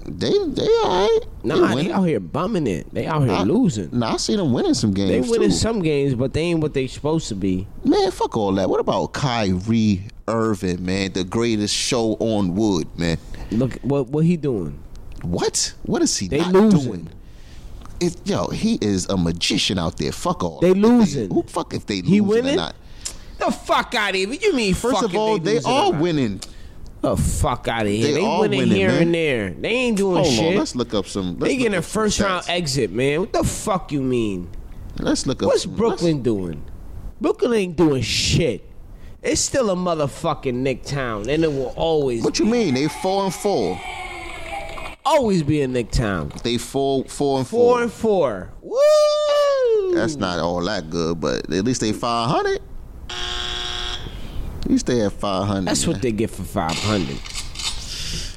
Speaker 2: They they all right.
Speaker 1: nah, they,
Speaker 2: winning.
Speaker 1: out here bumming it. They out here
Speaker 2: I-
Speaker 1: losing.
Speaker 2: Nah, I see them winning some games.
Speaker 1: They winning
Speaker 2: too.
Speaker 1: some games, but they ain't what they supposed to be.
Speaker 2: Man, fuck all that. What about Kyrie Irving, man? The greatest show on wood, man.
Speaker 1: Look what what he doing.
Speaker 2: What? What is he
Speaker 1: They
Speaker 2: not
Speaker 1: losing.
Speaker 2: doing? It, yo, he is a magician out there. Fuck all.
Speaker 1: They
Speaker 2: If
Speaker 1: losing.
Speaker 2: who fuck if they
Speaker 1: He
Speaker 2: losing
Speaker 1: winning?
Speaker 2: or not?
Speaker 1: The fuck out of here! You mean
Speaker 2: First
Speaker 1: fucking
Speaker 2: of all, they,
Speaker 1: losing
Speaker 2: are
Speaker 1: or not?
Speaker 2: winning.
Speaker 1: The fuck out of here!
Speaker 2: They
Speaker 1: They,
Speaker 2: are
Speaker 1: winning,
Speaker 2: winning,
Speaker 1: here
Speaker 2: man.
Speaker 1: and there. They ain't doing
Speaker 2: Hold
Speaker 1: Oh, shit.
Speaker 2: on, let's look up some. Let's
Speaker 1: they getting
Speaker 2: look
Speaker 1: a
Speaker 2: up some
Speaker 1: first round
Speaker 2: stats.
Speaker 1: exit, man. What the fuck you mean?
Speaker 2: Let's look up.
Speaker 1: What's
Speaker 2: some-
Speaker 1: Brooklyn doing? Brooklyn ain't doing shit. It's still a motherfucking Nick town, and it will always,
Speaker 2: What you mean? They four and four.
Speaker 1: always be a Nick town.
Speaker 2: They four, four and four.
Speaker 1: Four and four. Woo!
Speaker 2: That's not all that good, but at least they five hundred. At least they have five hundred.
Speaker 1: That's what they get for five hundred.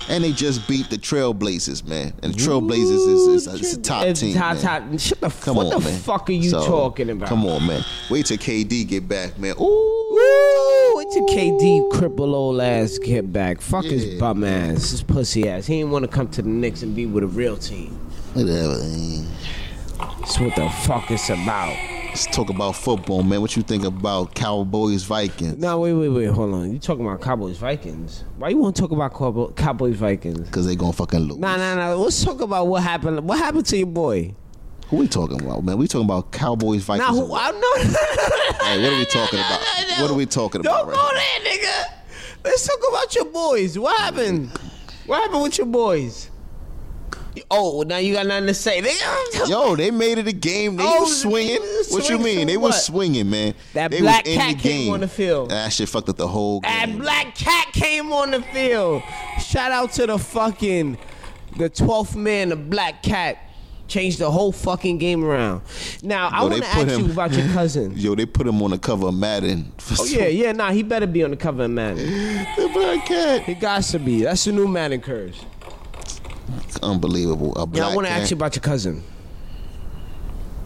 Speaker 2: And they just beat the Trailblazers, man. And the Trailblazers is, is,
Speaker 1: Ooh,
Speaker 2: a- is a top
Speaker 1: it's
Speaker 2: team.
Speaker 1: Top,
Speaker 2: man.
Speaker 1: top. Shut the.
Speaker 2: Come
Speaker 1: what
Speaker 2: on,
Speaker 1: the
Speaker 2: man.
Speaker 1: fuck are you
Speaker 2: So,
Speaker 1: talking about?
Speaker 2: Come on, man. Wait till KD get back, man. Ooh,
Speaker 1: Woo! It's a KD cripple old ass get back. Fuck
Speaker 2: Yeah.
Speaker 1: his bum ass, his pussy ass. He didn't want to come to the Knicks and be with a real team.
Speaker 2: whatever. man.
Speaker 1: That's what the fuck it's about.
Speaker 2: Let's talk about football, man. What you think about Cowboys Vikings?
Speaker 1: No, wait, wait, wait. Hold on. You talking about Cowboys Vikings? Why you want to talk about Cowbo- Cowboys Vikings?
Speaker 2: Because they gonna fucking lose.
Speaker 1: Nah, nah, nah. Let's talk about what happened. What happened to your boy?
Speaker 2: Who we talking about, man? We talking about Cowboys Vikings.
Speaker 1: Now, who, I know.
Speaker 2: Hey, what are we talking about? What are we talking about?
Speaker 1: Don't
Speaker 2: right
Speaker 1: go there, nigga. Let's talk about your boys. What happened? What happened with your boys? Oh, now you got nothing to say, nigga.
Speaker 2: Yo, they made it a game. They
Speaker 1: Oh,
Speaker 2: was swinging. What you
Speaker 1: swing
Speaker 2: mean?
Speaker 1: from
Speaker 2: They was
Speaker 1: what?
Speaker 2: swinging, man.
Speaker 1: That
Speaker 2: they
Speaker 1: black
Speaker 2: was in
Speaker 1: cat
Speaker 2: the
Speaker 1: came
Speaker 2: game.
Speaker 1: on the field.
Speaker 2: That shit fucked up the whole game.
Speaker 1: And Black Cat came on the field. Shout out to the fucking the 12th man, the Black Cat. Changed the whole fucking game around. Now I
Speaker 2: Yo,
Speaker 1: want
Speaker 2: they
Speaker 1: to
Speaker 2: put
Speaker 1: ask
Speaker 2: him-
Speaker 1: you about your cousin.
Speaker 2: Yo, they put him on the cover of Madden.
Speaker 1: oh yeah, yeah. Nah, he better be on the cover of Madden.
Speaker 2: the black cat.
Speaker 1: He got to be. That's the new Madden curse.
Speaker 2: Unbelievable. A
Speaker 1: Yeah,
Speaker 2: black
Speaker 1: I want to
Speaker 2: cat.
Speaker 1: ask you about your cousin.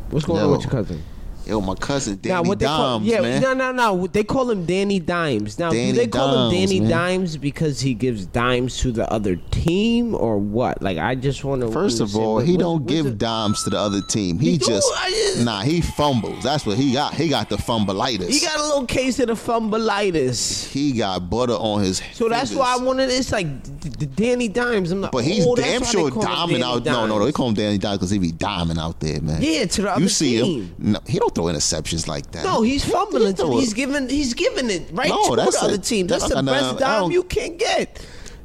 Speaker 1: What's going
Speaker 2: Yo.
Speaker 1: on with your cousin?
Speaker 2: Yo, my cousin Danny
Speaker 1: now, what they call,
Speaker 2: Dimes,
Speaker 1: yeah,
Speaker 2: man.
Speaker 1: no, no, no. They call him Danny Dimes. Now,
Speaker 2: Danny
Speaker 1: do they call him
Speaker 2: Dimes,
Speaker 1: Danny
Speaker 2: man.
Speaker 1: Dimes because he gives dimes to the other team or what? Like, I just want to.
Speaker 2: First of all, he don't give dimes to the other team. He,
Speaker 1: He do,
Speaker 2: just,
Speaker 1: I just-
Speaker 2: nah, he fumbles. That's what he got. He got the fumbleitis.
Speaker 1: He got a little case of the fumbleitis.
Speaker 2: he got butter on his.
Speaker 1: So that's
Speaker 2: fingers.
Speaker 1: why I wanted. It's like d- d- Danny Dimes. I'm like,
Speaker 2: But he's
Speaker 1: oh, that's
Speaker 2: damn
Speaker 1: why they
Speaker 2: sure
Speaker 1: call him
Speaker 2: diamond
Speaker 1: Danny
Speaker 2: out. No, no, no. They
Speaker 1: Dimes.
Speaker 2: call him Danny Dimes because he be diamond out there, man.
Speaker 1: Yeah, to the
Speaker 2: you
Speaker 1: other
Speaker 2: see
Speaker 1: team.
Speaker 2: him? No, he don't throw interceptions like that.
Speaker 1: No, he's
Speaker 2: He
Speaker 1: fumbling.
Speaker 2: throw
Speaker 1: too.
Speaker 2: it.
Speaker 1: He's giving. He's giving it right
Speaker 2: No,
Speaker 1: to
Speaker 2: that's
Speaker 1: the other
Speaker 2: it.
Speaker 1: team. That's
Speaker 2: That-
Speaker 1: the
Speaker 2: no,
Speaker 1: best
Speaker 2: I
Speaker 1: dime
Speaker 2: don't-
Speaker 1: you can get.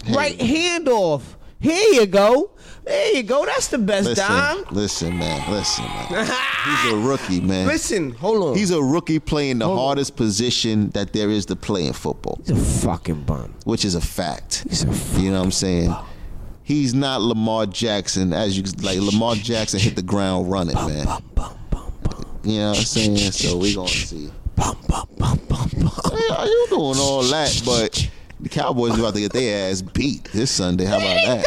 Speaker 2: Hey.
Speaker 1: Right hand off. Here you go. There you go. That's the best
Speaker 2: listen,
Speaker 1: dime.
Speaker 2: listen, man. Listen, man. he's a rookie, man.
Speaker 1: Listen, hold on.
Speaker 2: He's a rookie playing the hardest position that there is to play in football,
Speaker 1: He's a fucking bum.
Speaker 2: which is a fact.
Speaker 1: He's a fuck.
Speaker 2: You know what I'm saying? He's not Lamar Jackson, as you like. Lamar Jackson hit the ground running, man.
Speaker 1: Bum, bum, bum, bum.
Speaker 2: You know what I'm saying? So we gonna see.
Speaker 1: Bum, bum, bum, bum, bum.
Speaker 2: Hey, are you doing all that? But the Cowboys about to get their ass beat this Sunday. How about
Speaker 1: Danny
Speaker 2: that?
Speaker 1: Dimes!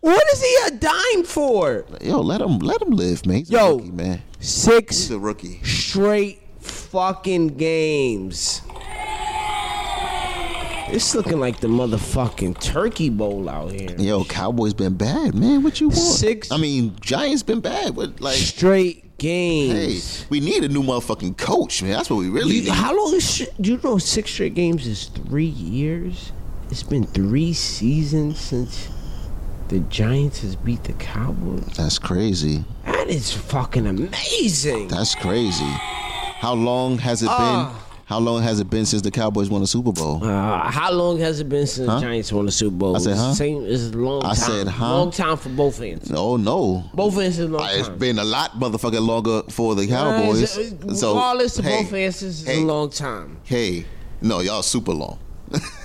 Speaker 1: What is he a dime for?
Speaker 2: Yo, let him let him live, man. He's a
Speaker 1: Yo.
Speaker 2: rookie, man. He's
Speaker 1: Six
Speaker 2: a rookie.
Speaker 1: straight fucking games. It's looking like the motherfucking turkey bowl out here.
Speaker 2: Yo, Cowboys been bad, man. What you want?
Speaker 1: Six-
Speaker 2: I mean, Giants been bad. What like?
Speaker 1: Straight
Speaker 2: Hey,
Speaker 1: games.
Speaker 2: we need a new motherfucking coach, man. That's what we really
Speaker 1: You,
Speaker 2: need.
Speaker 1: how long is sh- do you know six straight games is three years? It's been three seasons since the Giants has beat the Cowboys.
Speaker 2: That's crazy.
Speaker 1: That is fucking amazing.
Speaker 2: That's crazy. How long has it been?
Speaker 1: Ah.
Speaker 2: How long has it been since the Cowboys won a Super Bowl?
Speaker 1: Uh, how long has it been since
Speaker 2: Huh?
Speaker 1: the Giants won the Super Bowl?
Speaker 2: I said, huh?
Speaker 1: Same it's a long
Speaker 2: I
Speaker 1: time.
Speaker 2: said, huh?
Speaker 1: Long time for both ends.
Speaker 2: Oh no.
Speaker 1: Both ends is a long
Speaker 2: It's
Speaker 1: time.
Speaker 2: been a lot motherfucking longer for the Cowboys.
Speaker 1: Uh, it's-
Speaker 2: so
Speaker 1: regardless to
Speaker 2: hey,
Speaker 1: both ends, it's
Speaker 2: hey.
Speaker 1: a long time.
Speaker 2: Hey, no, y'all super long.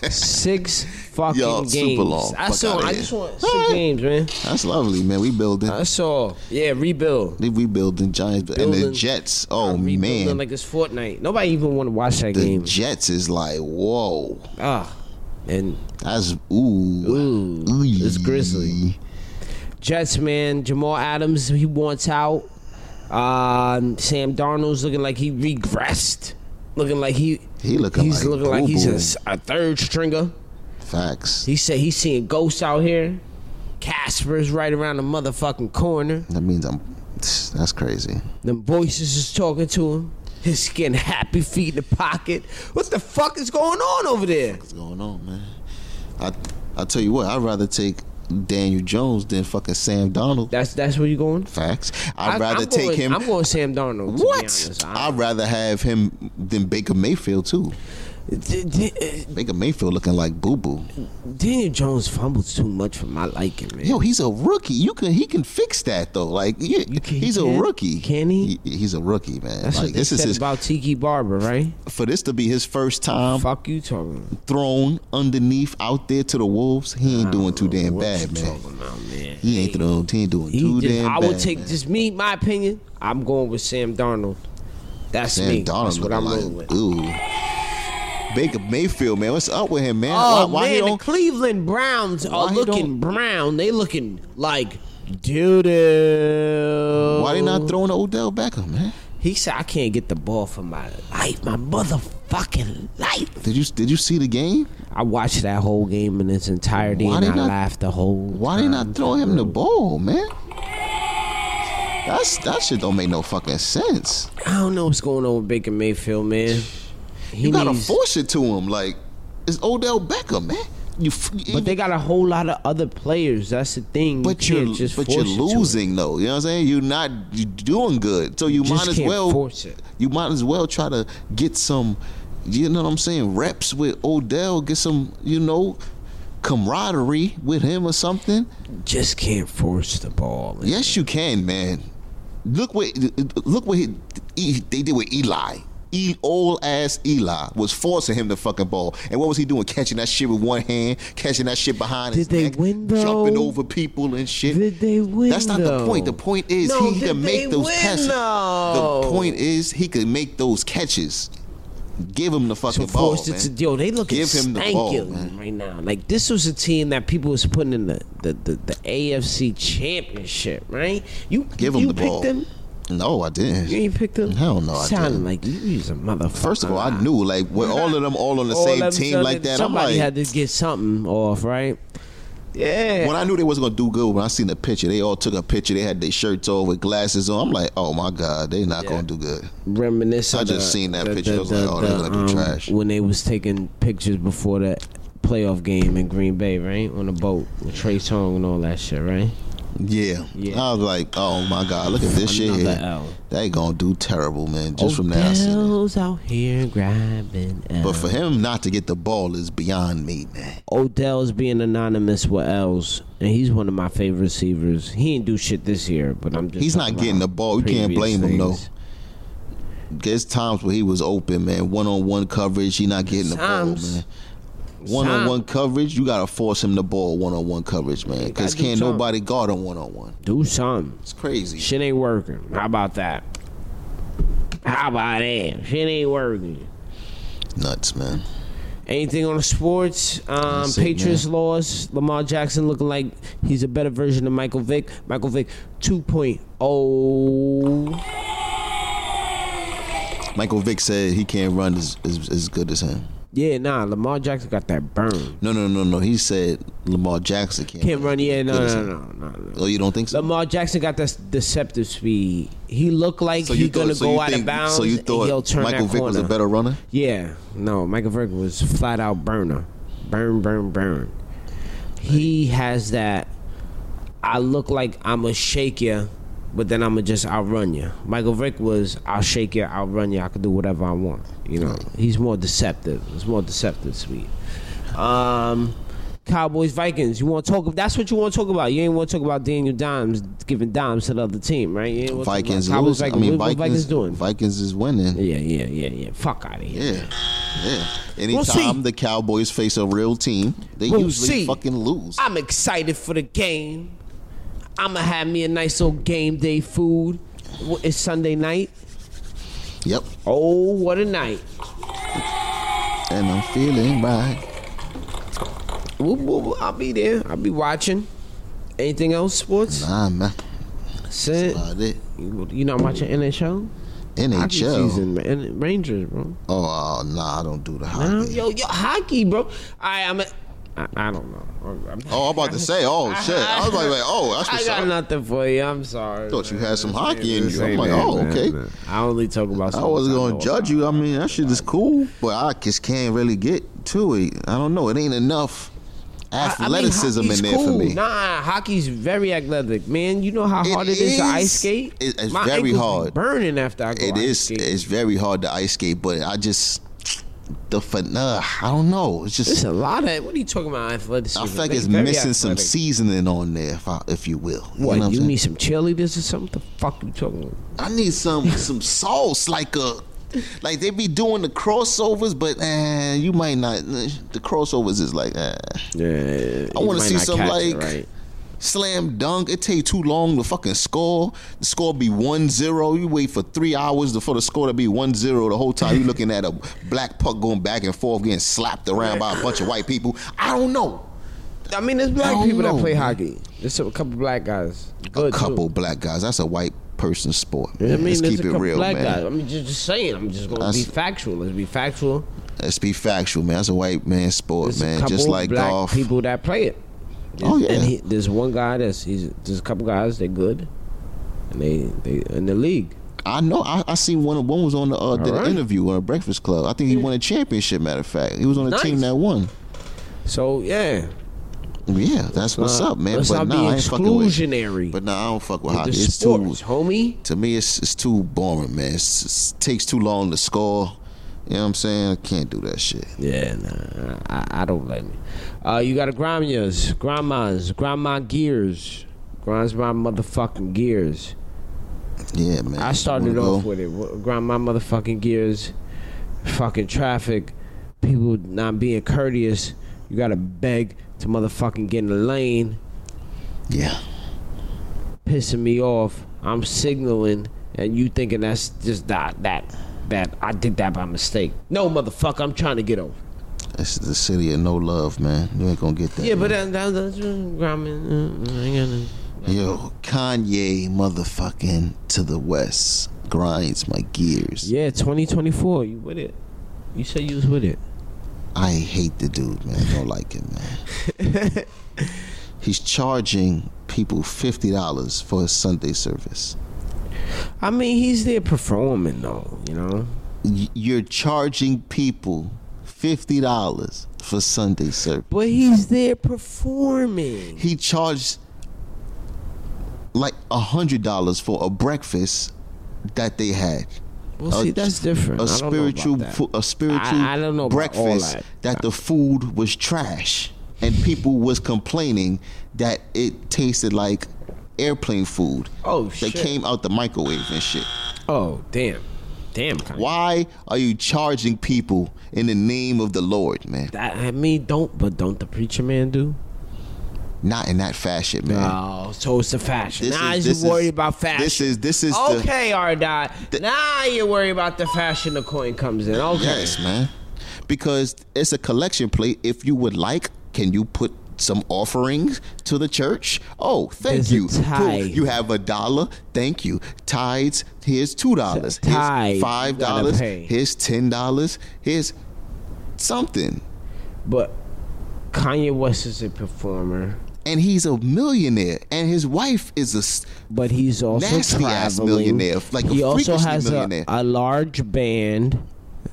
Speaker 1: Six fucking
Speaker 2: Yo,
Speaker 1: games.
Speaker 2: super long.
Speaker 1: I
Speaker 2: Fuck
Speaker 1: saw.
Speaker 2: outta
Speaker 1: I
Speaker 2: here.
Speaker 1: just want six games, man.
Speaker 2: That's lovely, man. We building.
Speaker 1: I saw. Yeah, rebuild.
Speaker 2: They rebuilding Giants and the
Speaker 1: Building-
Speaker 2: Jets. Oh
Speaker 1: Rebuilding
Speaker 2: man,
Speaker 1: like this Fortnite. Nobody even want to watch that
Speaker 2: the
Speaker 1: game.
Speaker 2: Jets is like whoa.
Speaker 1: Ah, and
Speaker 2: That's ooh.
Speaker 1: ooh,
Speaker 2: Ooh.
Speaker 1: it's Grizzly. Jets man, Jamal Adams, he wants out. Um, Sam Darnold's looking like he regressed, looking like he
Speaker 2: He looking
Speaker 1: he's
Speaker 2: like
Speaker 1: looking like he's a
Speaker 2: boo-boo.
Speaker 1: s- a, third stringer.
Speaker 2: Facts.
Speaker 1: He said he's seeing ghosts out here. Casper's right around the motherfucking corner.
Speaker 2: That means I'm. That's crazy.
Speaker 1: Them voices is talking to him. His skin happy, feet in the pocket. What the fuck is going on over there?
Speaker 2: What's going on, man? I I tell you what, I'd rather take Daniel Jones than fucking Sam Donald.
Speaker 1: That's that's where you going?
Speaker 2: Facts. I'd
Speaker 1: I-
Speaker 2: rather
Speaker 1: I'm
Speaker 2: take
Speaker 1: going-
Speaker 2: him.
Speaker 1: I'm going Sam Darnold. to be
Speaker 2: what?
Speaker 1: honest. I-
Speaker 2: I'd rather have him than Baker Mayfield too.
Speaker 1: D- D-
Speaker 2: Baker Mayfield looking like boo boo.
Speaker 1: Daniel Jones fumbles too much for my liking, man.
Speaker 2: Yo, he's a rookie. You can he can fix that though. Like yeah,
Speaker 1: can-
Speaker 2: he's a
Speaker 1: can-
Speaker 2: rookie.
Speaker 1: can he?
Speaker 2: He's a rookie, man.
Speaker 1: That's
Speaker 2: like
Speaker 1: what they
Speaker 2: this
Speaker 1: said
Speaker 2: is his
Speaker 1: about Tiki Barber, right?
Speaker 2: for this to be his first time
Speaker 1: Fuck you talking.
Speaker 2: thrown underneath out there to the wolves. He ain't doing too damn
Speaker 1: What you
Speaker 2: bad, man.
Speaker 1: talking about, man?
Speaker 2: He ain't throwing. He ain't doing
Speaker 1: He
Speaker 2: too
Speaker 1: just-
Speaker 2: damn
Speaker 1: I
Speaker 2: bad.
Speaker 1: would take
Speaker 2: man.
Speaker 1: just me, my opinion. I'm going with Sam Darnold. That's me.
Speaker 2: Sam Donald
Speaker 1: That's what I'm
Speaker 2: looking
Speaker 1: going
Speaker 2: like.
Speaker 1: with.
Speaker 2: Ooh. Baker Mayfield, man, what's up with him, man?
Speaker 1: Oh
Speaker 2: why, why
Speaker 1: man,
Speaker 2: he
Speaker 1: the
Speaker 2: don't?
Speaker 1: Cleveland Browns are
Speaker 2: why he
Speaker 1: looking
Speaker 2: don't-
Speaker 1: brown. They looking like doo
Speaker 2: Why they not throwing to Odell Beckham, man?
Speaker 1: He said, "I can't get the ball for my life, my motherfucking life."
Speaker 2: Did you did you see the game?
Speaker 1: I watched that whole game in its entirety
Speaker 2: Why
Speaker 1: and
Speaker 2: they
Speaker 1: I
Speaker 2: not-
Speaker 1: laughed the whole
Speaker 2: Why they not throw him the ball, man? That's that shit don't make no fucking sense.
Speaker 1: I don't know what's going on with Baker Mayfield, man. He
Speaker 2: You gotta
Speaker 1: needs,
Speaker 2: force it to him. Like it's Odell Beckham, man. You, f-
Speaker 1: but they got a whole lot of other players. That's the thing.
Speaker 2: but
Speaker 1: you
Speaker 2: you're
Speaker 1: can't just
Speaker 2: but
Speaker 1: force
Speaker 2: you're
Speaker 1: it to 'em.
Speaker 2: losing though. You know what I'm saying? You're not you doing good, so you
Speaker 1: Just
Speaker 2: might as
Speaker 1: can't
Speaker 2: well
Speaker 1: force it.
Speaker 2: You might as well try to get some. You know what I'm saying? Reps with Odell, get some. You know. Camaraderie with him or something?
Speaker 1: Just can't force the ball.
Speaker 2: Yes, you can, man. Look what look what he, he- they did with Eli. E, old ass Eli was forcing him to fucking ball, and what was he doing? Catching that shit with one hand, catching that shit behind his
Speaker 1: Did they
Speaker 2: neck,
Speaker 1: win, though?
Speaker 2: jumping over people and shit.
Speaker 1: Did they win?
Speaker 2: That's not the
Speaker 1: though?
Speaker 2: point. The point is
Speaker 1: No,
Speaker 2: he
Speaker 1: did
Speaker 2: can
Speaker 1: they
Speaker 2: make those
Speaker 1: win,
Speaker 2: passes.
Speaker 1: though?
Speaker 2: The point is he could make those catches. Give him the
Speaker 1: to
Speaker 2: fucking ball,
Speaker 1: force it
Speaker 2: man.
Speaker 1: to yo, they looking
Speaker 2: Give him the
Speaker 1: stanky
Speaker 2: ball, man.
Speaker 1: right now. Like this was a team that people was putting in the the, the, the AFC championship, right? You
Speaker 2: Give
Speaker 1: you
Speaker 2: him the
Speaker 1: picked
Speaker 2: ball.
Speaker 1: Them?
Speaker 2: No, I didn't.
Speaker 1: You ain't picked them.
Speaker 2: Hell no, I
Speaker 1: Sounding
Speaker 2: didn't.
Speaker 1: like you use a motherfucker.
Speaker 2: First of all, I knew like with all of them all on the
Speaker 1: All
Speaker 2: same
Speaker 1: of a
Speaker 2: team
Speaker 1: sudden,
Speaker 2: like that. I'm
Speaker 1: Somebody
Speaker 2: like,
Speaker 1: had to get something off, right? Yeah.
Speaker 2: when I knew they wasn't gonna do good, when I seen the picture, they all took a picture. They had their shirts on with glasses on. I'm like, oh my god, they not gonna do good.
Speaker 1: Reminiscent.
Speaker 2: I just seen that picture. I was like, oh, they're gonna do trash.
Speaker 1: um, When they was taking pictures before that playoff game in Green Bay, right? On the boat with Trey Song and all that shit, right?
Speaker 2: Yeah.
Speaker 1: Yeah.
Speaker 2: I was like, oh my god, look at this shit
Speaker 1: Another
Speaker 2: here.
Speaker 1: L.
Speaker 2: They gonna do terrible, man. Just from that, I seen it.
Speaker 1: Odell's out here grabbing.
Speaker 2: But
Speaker 1: L's.
Speaker 2: for him not to get the ball is beyond me, man.
Speaker 1: Odell's being anonymous with L's, and he's one of my favorite receivers. He ain't do shit this year, but I'm just.
Speaker 2: He's not
Speaker 1: talking
Speaker 2: getting the
Speaker 1: about
Speaker 2: ball. We can't
Speaker 1: previous
Speaker 2: blame him, though.
Speaker 1: things.
Speaker 2: There's times where he was open, man. One on one coverage, he not getting the ball,
Speaker 1: Times.
Speaker 2: man. One on one coverage, you gotta force him the ball. One on one coverage, man. Cause
Speaker 1: gotta do
Speaker 2: can't
Speaker 1: something.
Speaker 2: nobody guard him one on one.
Speaker 1: Do something.
Speaker 2: It's crazy.
Speaker 1: Shit ain't working. How about that? How about that? Shit ain't working.
Speaker 2: Nuts, man.
Speaker 1: Anything on the sports? Um,
Speaker 2: That's it,
Speaker 1: Patriots lost. Lamar Jackson looking like he's a better version of Michael Vick. Michael Vick oh. 2.0.
Speaker 2: Michael Vick said he can't run as, as, as good as him.
Speaker 1: Yeah, nah, Lamar Jackson got that burn.
Speaker 2: No, no, no, no. He said Lamar Jackson can't.
Speaker 1: Can't run. Yeah, no,
Speaker 2: Good as
Speaker 1: no,
Speaker 2: him.
Speaker 1: no, no, no.
Speaker 2: Oh, you don't think so?
Speaker 1: Lamar Jackson got this deceptive speed. He looked like
Speaker 2: so
Speaker 1: he
Speaker 2: you thought-
Speaker 1: gonna
Speaker 2: so
Speaker 1: go
Speaker 2: you
Speaker 1: out
Speaker 2: think-
Speaker 1: of bounds.
Speaker 2: So you
Speaker 1: and he'll
Speaker 2: thought
Speaker 1: turn
Speaker 2: Michael
Speaker 1: that
Speaker 2: Vick was
Speaker 1: corner.
Speaker 2: a better runner?
Speaker 1: Yeah, no, Michael Vick was flat out burner, burn, burn, burn. He has that. I look like I'ma shake you, but then I'ma just outrun you. Michael Vick was I'll shake you, I'll run you, I can do whatever I want. You know, he's more deceptive. It's more deceptive speed. Um, Cowboys Vikings. You want to talk? That's what you want to talk about. You ain't want to talk about Daniel Dimes giving dimes to the other team, right? You ain't wanna talk about
Speaker 2: Vikings
Speaker 1: Cowboys,
Speaker 2: losing. I mean,
Speaker 1: What- what
Speaker 2: Vikings,
Speaker 1: Vikings doing?
Speaker 2: Vikings is winning.
Speaker 1: yeah, yeah, yeah, yeah. Fuck out of here.
Speaker 2: Yeah. Yeah.
Speaker 1: We'll see.
Speaker 2: Anytime the Cowboys face a real team, they
Speaker 1: We'll
Speaker 2: usually
Speaker 1: see.
Speaker 2: fucking lose.
Speaker 1: I'm excited for the game. I'ma have me a nice old game day food. Wh- It's Sunday night.
Speaker 2: Yep.
Speaker 1: Oh, what a night!
Speaker 2: And I'm feeling right.
Speaker 1: Woo, woo, woo. I'll be there. I'll be watching. Anything else sports?
Speaker 2: Nah, man.
Speaker 1: Said-
Speaker 2: About it.
Speaker 1: you not watching NHL? Hockey
Speaker 2: NHL.
Speaker 1: season, man. Rangers, bro.
Speaker 2: Oh, uh, nah, I don't do the
Speaker 1: Huh?
Speaker 2: hockey.
Speaker 1: Yo, yo, hockey, bro. I, I'm. A, I, I don't know. I'm,
Speaker 2: Oh, I'm about to say, oh, shit. I was like, wait, oh, that's
Speaker 1: I
Speaker 2: what's
Speaker 1: got
Speaker 2: up.
Speaker 1: nothing for you. I'm sorry.
Speaker 2: Thought you
Speaker 1: man.
Speaker 2: had some
Speaker 1: This
Speaker 2: hockey
Speaker 1: ain't-
Speaker 2: in
Speaker 1: this
Speaker 2: you. I'm
Speaker 1: ain't
Speaker 2: like,
Speaker 1: it,
Speaker 2: oh,
Speaker 1: man.
Speaker 2: okay.
Speaker 1: I only talk about.
Speaker 2: I
Speaker 1: something
Speaker 2: wasn't
Speaker 1: know
Speaker 2: gonna judge
Speaker 1: about.
Speaker 2: you. I mean, that shit is cool, but I just can't really get to it. I don't know. It ain't enough
Speaker 1: I- I mean,
Speaker 2: athleticism
Speaker 1: hockey's
Speaker 2: in there
Speaker 1: cool.
Speaker 2: for me.
Speaker 1: Nah, hockey's very athletic, man. You know how
Speaker 2: It
Speaker 1: hard it is to
Speaker 2: is.
Speaker 1: ice skate.
Speaker 2: It- it's
Speaker 1: My
Speaker 2: very
Speaker 1: ankles be
Speaker 2: hard.
Speaker 1: Burning after I go.
Speaker 2: It
Speaker 1: ice
Speaker 2: is.
Speaker 1: skating.
Speaker 2: It's very hard to ice skate, but I just the fin- uh, I don't know. It's just
Speaker 1: It's a lot of. What are you talking about? Athleticism.
Speaker 2: I feel like
Speaker 1: They
Speaker 2: it's
Speaker 1: very
Speaker 2: missing some
Speaker 1: athletic.
Speaker 2: seasoning on there, if, I, if you will. You
Speaker 1: What
Speaker 2: know what I'm
Speaker 1: you
Speaker 2: saying?
Speaker 1: need some cheerleaders or something? The fuck you talking? about?
Speaker 2: I need some some sauce, like a like they be doing the crossovers, but eh, you might not. The crossovers is like eh.
Speaker 1: Yeah,
Speaker 2: I
Speaker 1: you
Speaker 2: want
Speaker 1: might
Speaker 2: to see
Speaker 1: not
Speaker 2: some
Speaker 1: catch
Speaker 2: like
Speaker 1: it, right?
Speaker 2: slam dunk. It take too long to fucking score. The score be 1-0. You wait for three hours to- for the score to be 1-0 the whole time. You looking at a black puck going back and forth, getting slapped around by a bunch of white people. I don't know.
Speaker 1: I mean, there's
Speaker 2: I
Speaker 1: black
Speaker 2: don't
Speaker 1: people
Speaker 2: know,
Speaker 1: that play
Speaker 2: man.
Speaker 1: hockey. There's a couple black guys.
Speaker 2: A
Speaker 1: Good too.
Speaker 2: couple black guys. That's a white person sport.
Speaker 1: I
Speaker 2: man.
Speaker 1: mean,
Speaker 2: Let's
Speaker 1: there's
Speaker 2: keep
Speaker 1: a
Speaker 2: it
Speaker 1: couple
Speaker 2: real,
Speaker 1: black
Speaker 2: man.
Speaker 1: guys. I mean, just, just saying. I'm just gonna
Speaker 2: That's-
Speaker 1: be factual. Let's be factual.
Speaker 2: Let's be factual, man. That's a white man sport,
Speaker 1: There's a
Speaker 2: man.
Speaker 1: couple
Speaker 2: Just like
Speaker 1: black
Speaker 2: golf.
Speaker 1: people that play it.
Speaker 2: Oh, yeah.
Speaker 1: And he, there's one guy that's he's there's a couple guys they're good, and they they in the league.
Speaker 2: I know. I, I seen one. One was on the uh, did
Speaker 1: right.
Speaker 2: an interview on a Breakfast Club. I think he won a championship. Matter of fact, he was on a
Speaker 1: Nice.
Speaker 2: team that won.
Speaker 1: So yeah,
Speaker 2: Yeah, that's what's
Speaker 1: Uh,
Speaker 2: up, man.
Speaker 1: Let's
Speaker 2: But
Speaker 1: not
Speaker 2: nah, I
Speaker 1: be
Speaker 2: ain't fucking with. it.
Speaker 1: exclusionary.
Speaker 2: But nah, I don't fuck with
Speaker 1: the
Speaker 2: hockey. It's too
Speaker 1: sports, homie.
Speaker 2: to me. It's it's too boring, man. It's, it's- it takes too long to score. You know what I'm saying? I can't do that shit.
Speaker 1: Yeah, nah, I, I don't like it. Uh, you got a grandmas, grandmas, grandma gears, grandma motherfucking gears.
Speaker 2: Yeah, man.
Speaker 1: I started
Speaker 2: Wanna
Speaker 1: off
Speaker 2: go?
Speaker 1: with it. Wh- Grandma motherfucking gears, fucking traffic, people not being courteous. You gotta beg to motherfucking get in the lane,
Speaker 2: yeah.
Speaker 1: pissing me off. I'm signaling, and you thinking that's just that that that I did that by mistake. No, motherfucker, I'm trying to get over.
Speaker 2: This is the city of no love, man. You ain't gonna get that.
Speaker 1: Yeah,
Speaker 2: man.
Speaker 1: but that, that, that's grandma. uh, I gotta-
Speaker 2: Yo, Kanye motherfucking to the west grinds my gears.
Speaker 1: Yeah, 2024. You with it? You said you was with it.
Speaker 2: I hate the dude, man. I don't like him, man. He's charging people fifty dollars for his Sunday service.
Speaker 1: I mean, he's there performing though. You know.
Speaker 2: Y- You're charging people fifty dollars for Sunday service.
Speaker 1: But he's there performing.
Speaker 2: He charged like a hundred dollars for a breakfast that they had.
Speaker 1: Well,
Speaker 2: A-
Speaker 1: see, that's different.
Speaker 2: a
Speaker 1: I don't know about
Speaker 2: spiritual
Speaker 1: that.
Speaker 2: fo- a spiritual
Speaker 1: I- I don't know about all
Speaker 2: breakfast
Speaker 1: that.
Speaker 2: that. the food was trash and people was complaining that it tasted like airplane food
Speaker 1: Oh,
Speaker 2: that
Speaker 1: shit.
Speaker 2: came out the microwave and shit
Speaker 1: Oh, damn. Damn. Kanye.
Speaker 2: why are you charging people in the name of the lord man
Speaker 1: That, I mean, don't, but don't the preacher man do?
Speaker 2: not in that fashion man
Speaker 1: Oh, so it's the fashion.
Speaker 2: This
Speaker 1: now
Speaker 2: is- this
Speaker 1: you worried
Speaker 2: is-
Speaker 1: about fashion.
Speaker 2: this is this is the-
Speaker 1: okay, Ardot. now you worry about the fashion the coin comes in. Okay.
Speaker 2: Yes, man. Because it's a collection plate. If you would like, can you put some offerings to the church? Oh, thank
Speaker 1: There's a
Speaker 2: you.
Speaker 1: tithe.
Speaker 2: Cool. You have a dollar. Thank you. Tithes. Here's two dollars.
Speaker 1: tithe
Speaker 2: Here's
Speaker 1: you gotta
Speaker 2: five dollars.
Speaker 1: pay.
Speaker 2: Here's ten dollars. Here's something.
Speaker 1: But Kanye West is a performer,
Speaker 2: And he's a millionaire, and his wife is a. s-
Speaker 1: but he's also
Speaker 2: Nasty
Speaker 1: traveling.
Speaker 2: ass millionaire, like a
Speaker 1: he also
Speaker 2: freakishly
Speaker 1: has a,
Speaker 2: millionaire.
Speaker 1: a large band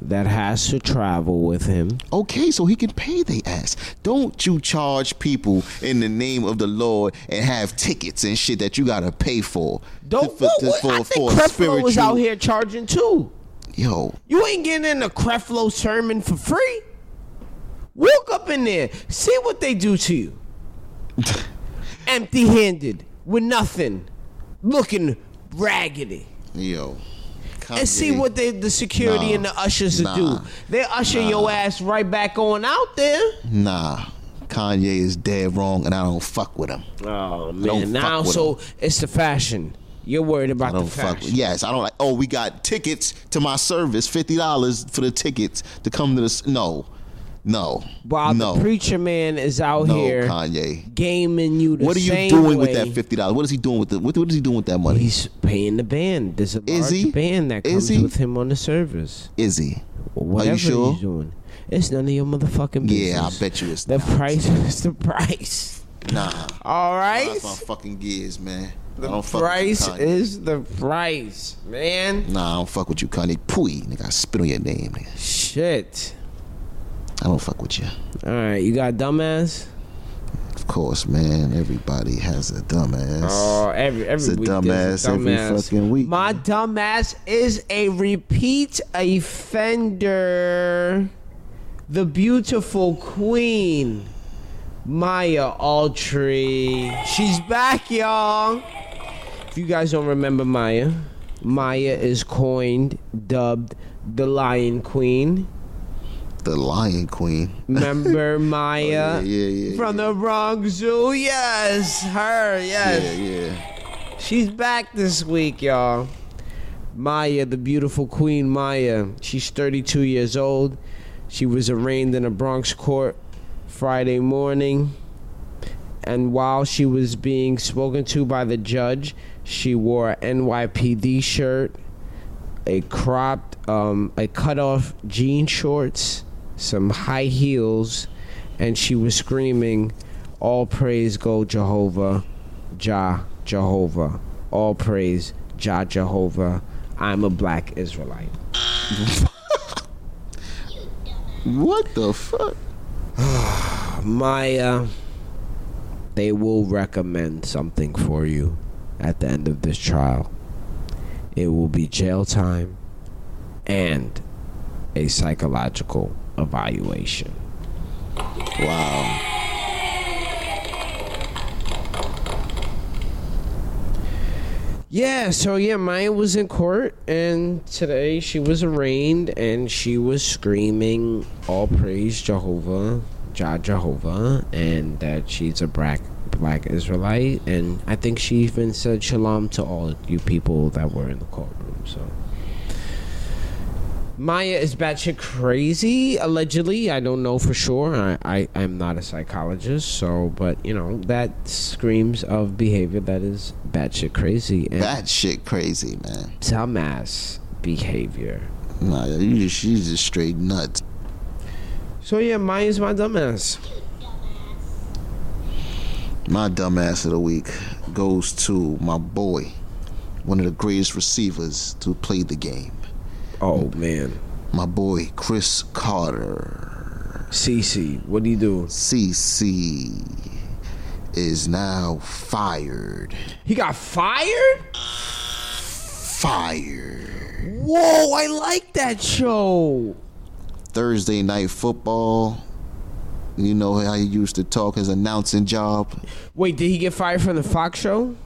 Speaker 1: that has to travel with him.
Speaker 2: Okay, so he can pay they ass. Don't you charge people in the name of the Lord and have tickets and shit that you gotta pay for.
Speaker 1: Don't
Speaker 2: To- for- to-
Speaker 1: what- what- I
Speaker 2: for-
Speaker 1: think
Speaker 2: for a
Speaker 1: Creflo was
Speaker 2: spiritual-
Speaker 1: out here charging too.
Speaker 2: Yo,
Speaker 1: You ain't getting in a Creflo sermon for free. Walk up in there, see what they do to you. Empty handed, with nothing, looking raggedy.
Speaker 2: yo. Kanye.
Speaker 1: and see what they, the security
Speaker 2: Nah.
Speaker 1: and the ushers will
Speaker 2: Nah.
Speaker 1: do. They usher your ass right back on out there.
Speaker 2: Nah, Kanye is dead wrong, and I don't fuck with him.
Speaker 1: Oh
Speaker 2: Don't
Speaker 1: man, now
Speaker 2: fuck with
Speaker 1: so it's the fashion. You're worried
Speaker 2: I
Speaker 1: about the
Speaker 2: don't fuck. With,
Speaker 1: fashion.
Speaker 2: yes, I don't like. Oh, we got tickets to my service, fifty dollars for the tickets to come to this. No, no,
Speaker 1: While
Speaker 2: no,
Speaker 1: the preacher man is out
Speaker 2: no,
Speaker 1: here
Speaker 2: Kanye.
Speaker 1: gaming you the
Speaker 2: What are you
Speaker 1: same
Speaker 2: doing with
Speaker 1: way,
Speaker 2: that fifty dollars? What is he doing with the? What, what is he doing with that money?
Speaker 1: He's paying the band. There's a
Speaker 2: Is
Speaker 1: large
Speaker 2: he?
Speaker 1: band that
Speaker 2: Is
Speaker 1: comes
Speaker 2: he?
Speaker 1: with him on the service.
Speaker 2: is he?
Speaker 1: Whatever
Speaker 2: sure?
Speaker 1: he's doing. It's none of your motherfucking business.
Speaker 2: Yeah, I bet you it's
Speaker 1: The
Speaker 2: not.
Speaker 1: price is the price.
Speaker 2: Nah,
Speaker 1: All right?
Speaker 2: that's my fucking gears, man. I
Speaker 1: The
Speaker 2: don't fuck with
Speaker 1: price
Speaker 2: you, Kanye.
Speaker 1: is the price, man.
Speaker 2: Nah, I don't fuck with you, Kanye. Pui, nigga, I spit on your name, nigga.
Speaker 1: Shit.
Speaker 2: I don't fuck with you.
Speaker 1: All right, you got dumbass?
Speaker 2: Of course, man. Everybody has a dumbass.
Speaker 1: Oh, every every
Speaker 2: a
Speaker 1: week there's a
Speaker 2: dumbass every
Speaker 1: dumbass.
Speaker 2: fucking week.
Speaker 1: My dumbass is a repeat offender. The beautiful queen, Maya Altry. She's back, y'all. If you guys don't remember Maya, Maya is coined, dubbed the Lion Queen.
Speaker 2: The Lion Queen.
Speaker 1: Remember Maya
Speaker 2: Oh, yeah, yeah, yeah,
Speaker 1: from the Bronx Zoo? Yes, her. Yes.
Speaker 2: Yeah, yeah.
Speaker 1: She's back this week, y'all. Maya, the beautiful queen Maya. She's 32 years old. She was arraigned in a Bronx court Friday morning. And while she was being spoken to by the judge, she wore a NYPD shirt, a cropped, um, a cut off jean shorts, some high heels, and she was screaming, All praise go Jehovah, Jah Jehovah. All praise Jah Jehovah. I'm a black Israelite.
Speaker 2: What the fuck?
Speaker 1: Maya, they will recommend something for you at the end of this trial. It will be jail time and a psychological evaluation.
Speaker 2: Wow.
Speaker 1: Yeah, so yeah, Maya was in court and today she was arraigned and she was screaming all praise Jehovah, Jah Jehovah, and that she's a black black Israelite and I think she even said shalom to all you people that were in the courtroom, so Maya is batshit crazy, allegedly. I don't know for sure. I, I, I'm not a psychologist, so, but, you know, that screams of behavior that is batshit crazy. And
Speaker 2: That shit crazy, man.
Speaker 1: dumbass behavior.
Speaker 2: Nah, you just, she's just straight nuts.
Speaker 1: So yeah, Maya's my dumbass.
Speaker 2: My dumbass of the week goes to my boy, one of the greatest receivers to play the game.
Speaker 1: Oh man,
Speaker 2: My boy, Chris Carter.
Speaker 1: Cece, what do you do?
Speaker 2: CC is now fired.
Speaker 1: He got fired?
Speaker 2: Fired.
Speaker 1: Whoa, I like that show.
Speaker 2: Thursday night football. You know how he used to talk his announcing job?
Speaker 1: Wait, did he get fired from the Fox show?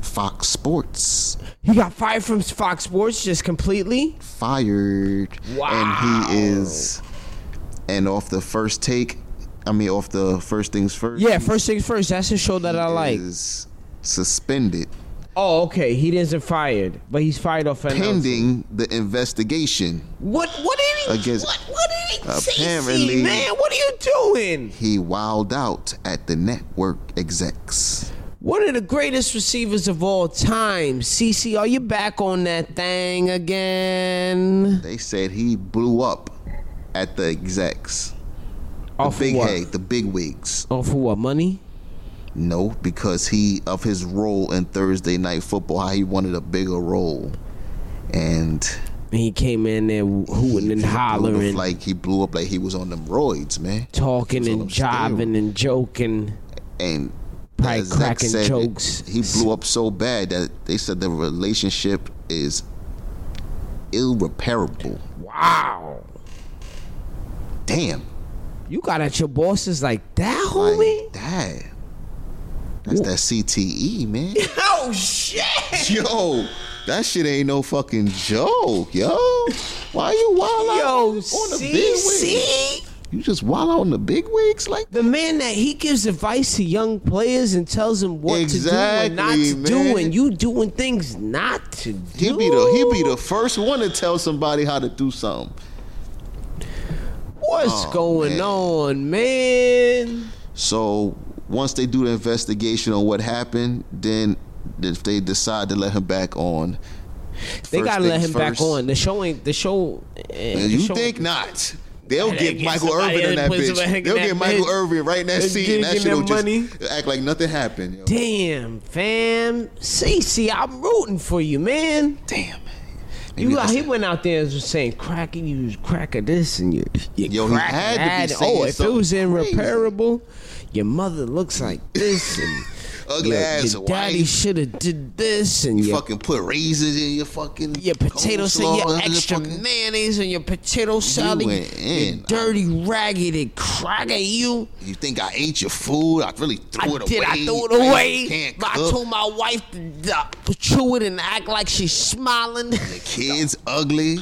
Speaker 2: Fox Sports
Speaker 1: He got fired from Fox Sports just completely?
Speaker 2: fired,
Speaker 1: Wow.
Speaker 2: and he is, and off the first take, I mean off the first things first.
Speaker 1: Yeah, first things first, that's a show that I like.
Speaker 2: Is suspended
Speaker 1: Oh, okay, he isn't fired, but he's fired off an
Speaker 2: pending the investigation.
Speaker 1: What what did he
Speaker 2: Against-
Speaker 1: what, what did he Cece,
Speaker 2: Apparently-
Speaker 1: man, what are you doing?
Speaker 2: He wilded out at the network execs.
Speaker 1: One of the greatest receivers of all time. CC, are you back on that thing again?
Speaker 2: They said he blew up at the execs.
Speaker 1: All
Speaker 2: Big head, the big wigs.
Speaker 1: All for what? Money?
Speaker 2: No, because he of his role in Thursday night football, how he wanted a bigger role, and
Speaker 1: And he came in there hooting and
Speaker 2: he blew up
Speaker 1: hollering,
Speaker 2: like he blew up like he was on them roids, man.
Speaker 1: talking
Speaker 2: he was
Speaker 1: and
Speaker 2: on them
Speaker 1: jiving and joking.
Speaker 2: And the
Speaker 1: Probably
Speaker 2: exec
Speaker 1: cracking
Speaker 2: said
Speaker 1: jokes.
Speaker 2: He blew up so bad that they said the relationship is irreparable.
Speaker 1: Wow.
Speaker 2: Damn,
Speaker 1: You got at your bosses like that, homie?
Speaker 2: like that. That's that CTE, E, man.
Speaker 1: Oh, shit.
Speaker 2: Yo, That shit ain't no fucking joke, yo. Why you wild out
Speaker 1: Yo,
Speaker 2: on the
Speaker 1: see,
Speaker 2: big wigs?
Speaker 1: see?
Speaker 2: You just wild out on the big wigs like
Speaker 1: The man that he gives advice to young players and tells them what to do and not
Speaker 2: Exactly,
Speaker 1: to do,
Speaker 2: man.
Speaker 1: and you doing things not to do.
Speaker 2: he be the he be the first one to tell somebody how to do something.
Speaker 1: What's
Speaker 2: Oh,
Speaker 1: going
Speaker 2: man.
Speaker 1: on, man?
Speaker 2: So once they do the investigation on what happened, then if they decide to let him back on,
Speaker 1: They
Speaker 2: first
Speaker 1: got to let
Speaker 2: things
Speaker 1: him
Speaker 2: first.
Speaker 1: back on. The show ain't the show. eh, the
Speaker 2: And you
Speaker 1: show-
Speaker 2: think not? They'll
Speaker 1: They
Speaker 2: get
Speaker 1: get
Speaker 2: Michael
Speaker 1: somebody
Speaker 2: Irvin in
Speaker 1: and
Speaker 2: that
Speaker 1: put
Speaker 2: bitch.
Speaker 1: somebody in
Speaker 2: They'll
Speaker 1: that
Speaker 2: get Michael
Speaker 1: bitch.
Speaker 2: Irvin right in that
Speaker 1: They'll
Speaker 2: scene.
Speaker 1: get
Speaker 2: That shit will
Speaker 1: them money.
Speaker 2: just act like nothing happened. yo.
Speaker 1: Damn, fam, Cece, I'm rooting for you, man.
Speaker 2: Damn.
Speaker 1: You
Speaker 2: Maybe
Speaker 1: got,
Speaker 2: that's
Speaker 1: he
Speaker 2: it.
Speaker 1: went out there and was saying crack and you was cracker this and you, you
Speaker 2: Yo, he
Speaker 1: crack
Speaker 2: had to be
Speaker 1: that.
Speaker 2: saying
Speaker 1: Oh, if it was
Speaker 2: something crazy.
Speaker 1: irreparable, your mother looks like this and
Speaker 2: Ugly
Speaker 1: your,
Speaker 2: ass
Speaker 1: your daddy
Speaker 2: wife.
Speaker 1: should have did this and
Speaker 2: You
Speaker 1: your,
Speaker 2: fucking put raisins in your fucking
Speaker 1: your potato
Speaker 2: coleslaw
Speaker 1: salad, your
Speaker 2: under the
Speaker 1: extra
Speaker 2: fucking-
Speaker 1: mayonnaise and your potato salad, you
Speaker 2: went in.
Speaker 1: dirty raggedy cracker you.
Speaker 2: You think I ate your food? I really threw
Speaker 1: I
Speaker 2: it
Speaker 1: did.
Speaker 2: away.
Speaker 1: I threw
Speaker 2: You
Speaker 1: it away.
Speaker 2: Can't
Speaker 1: But I
Speaker 2: cook.
Speaker 1: told my wife to uh, chew it and act like she's smiling.
Speaker 2: Kids ugly.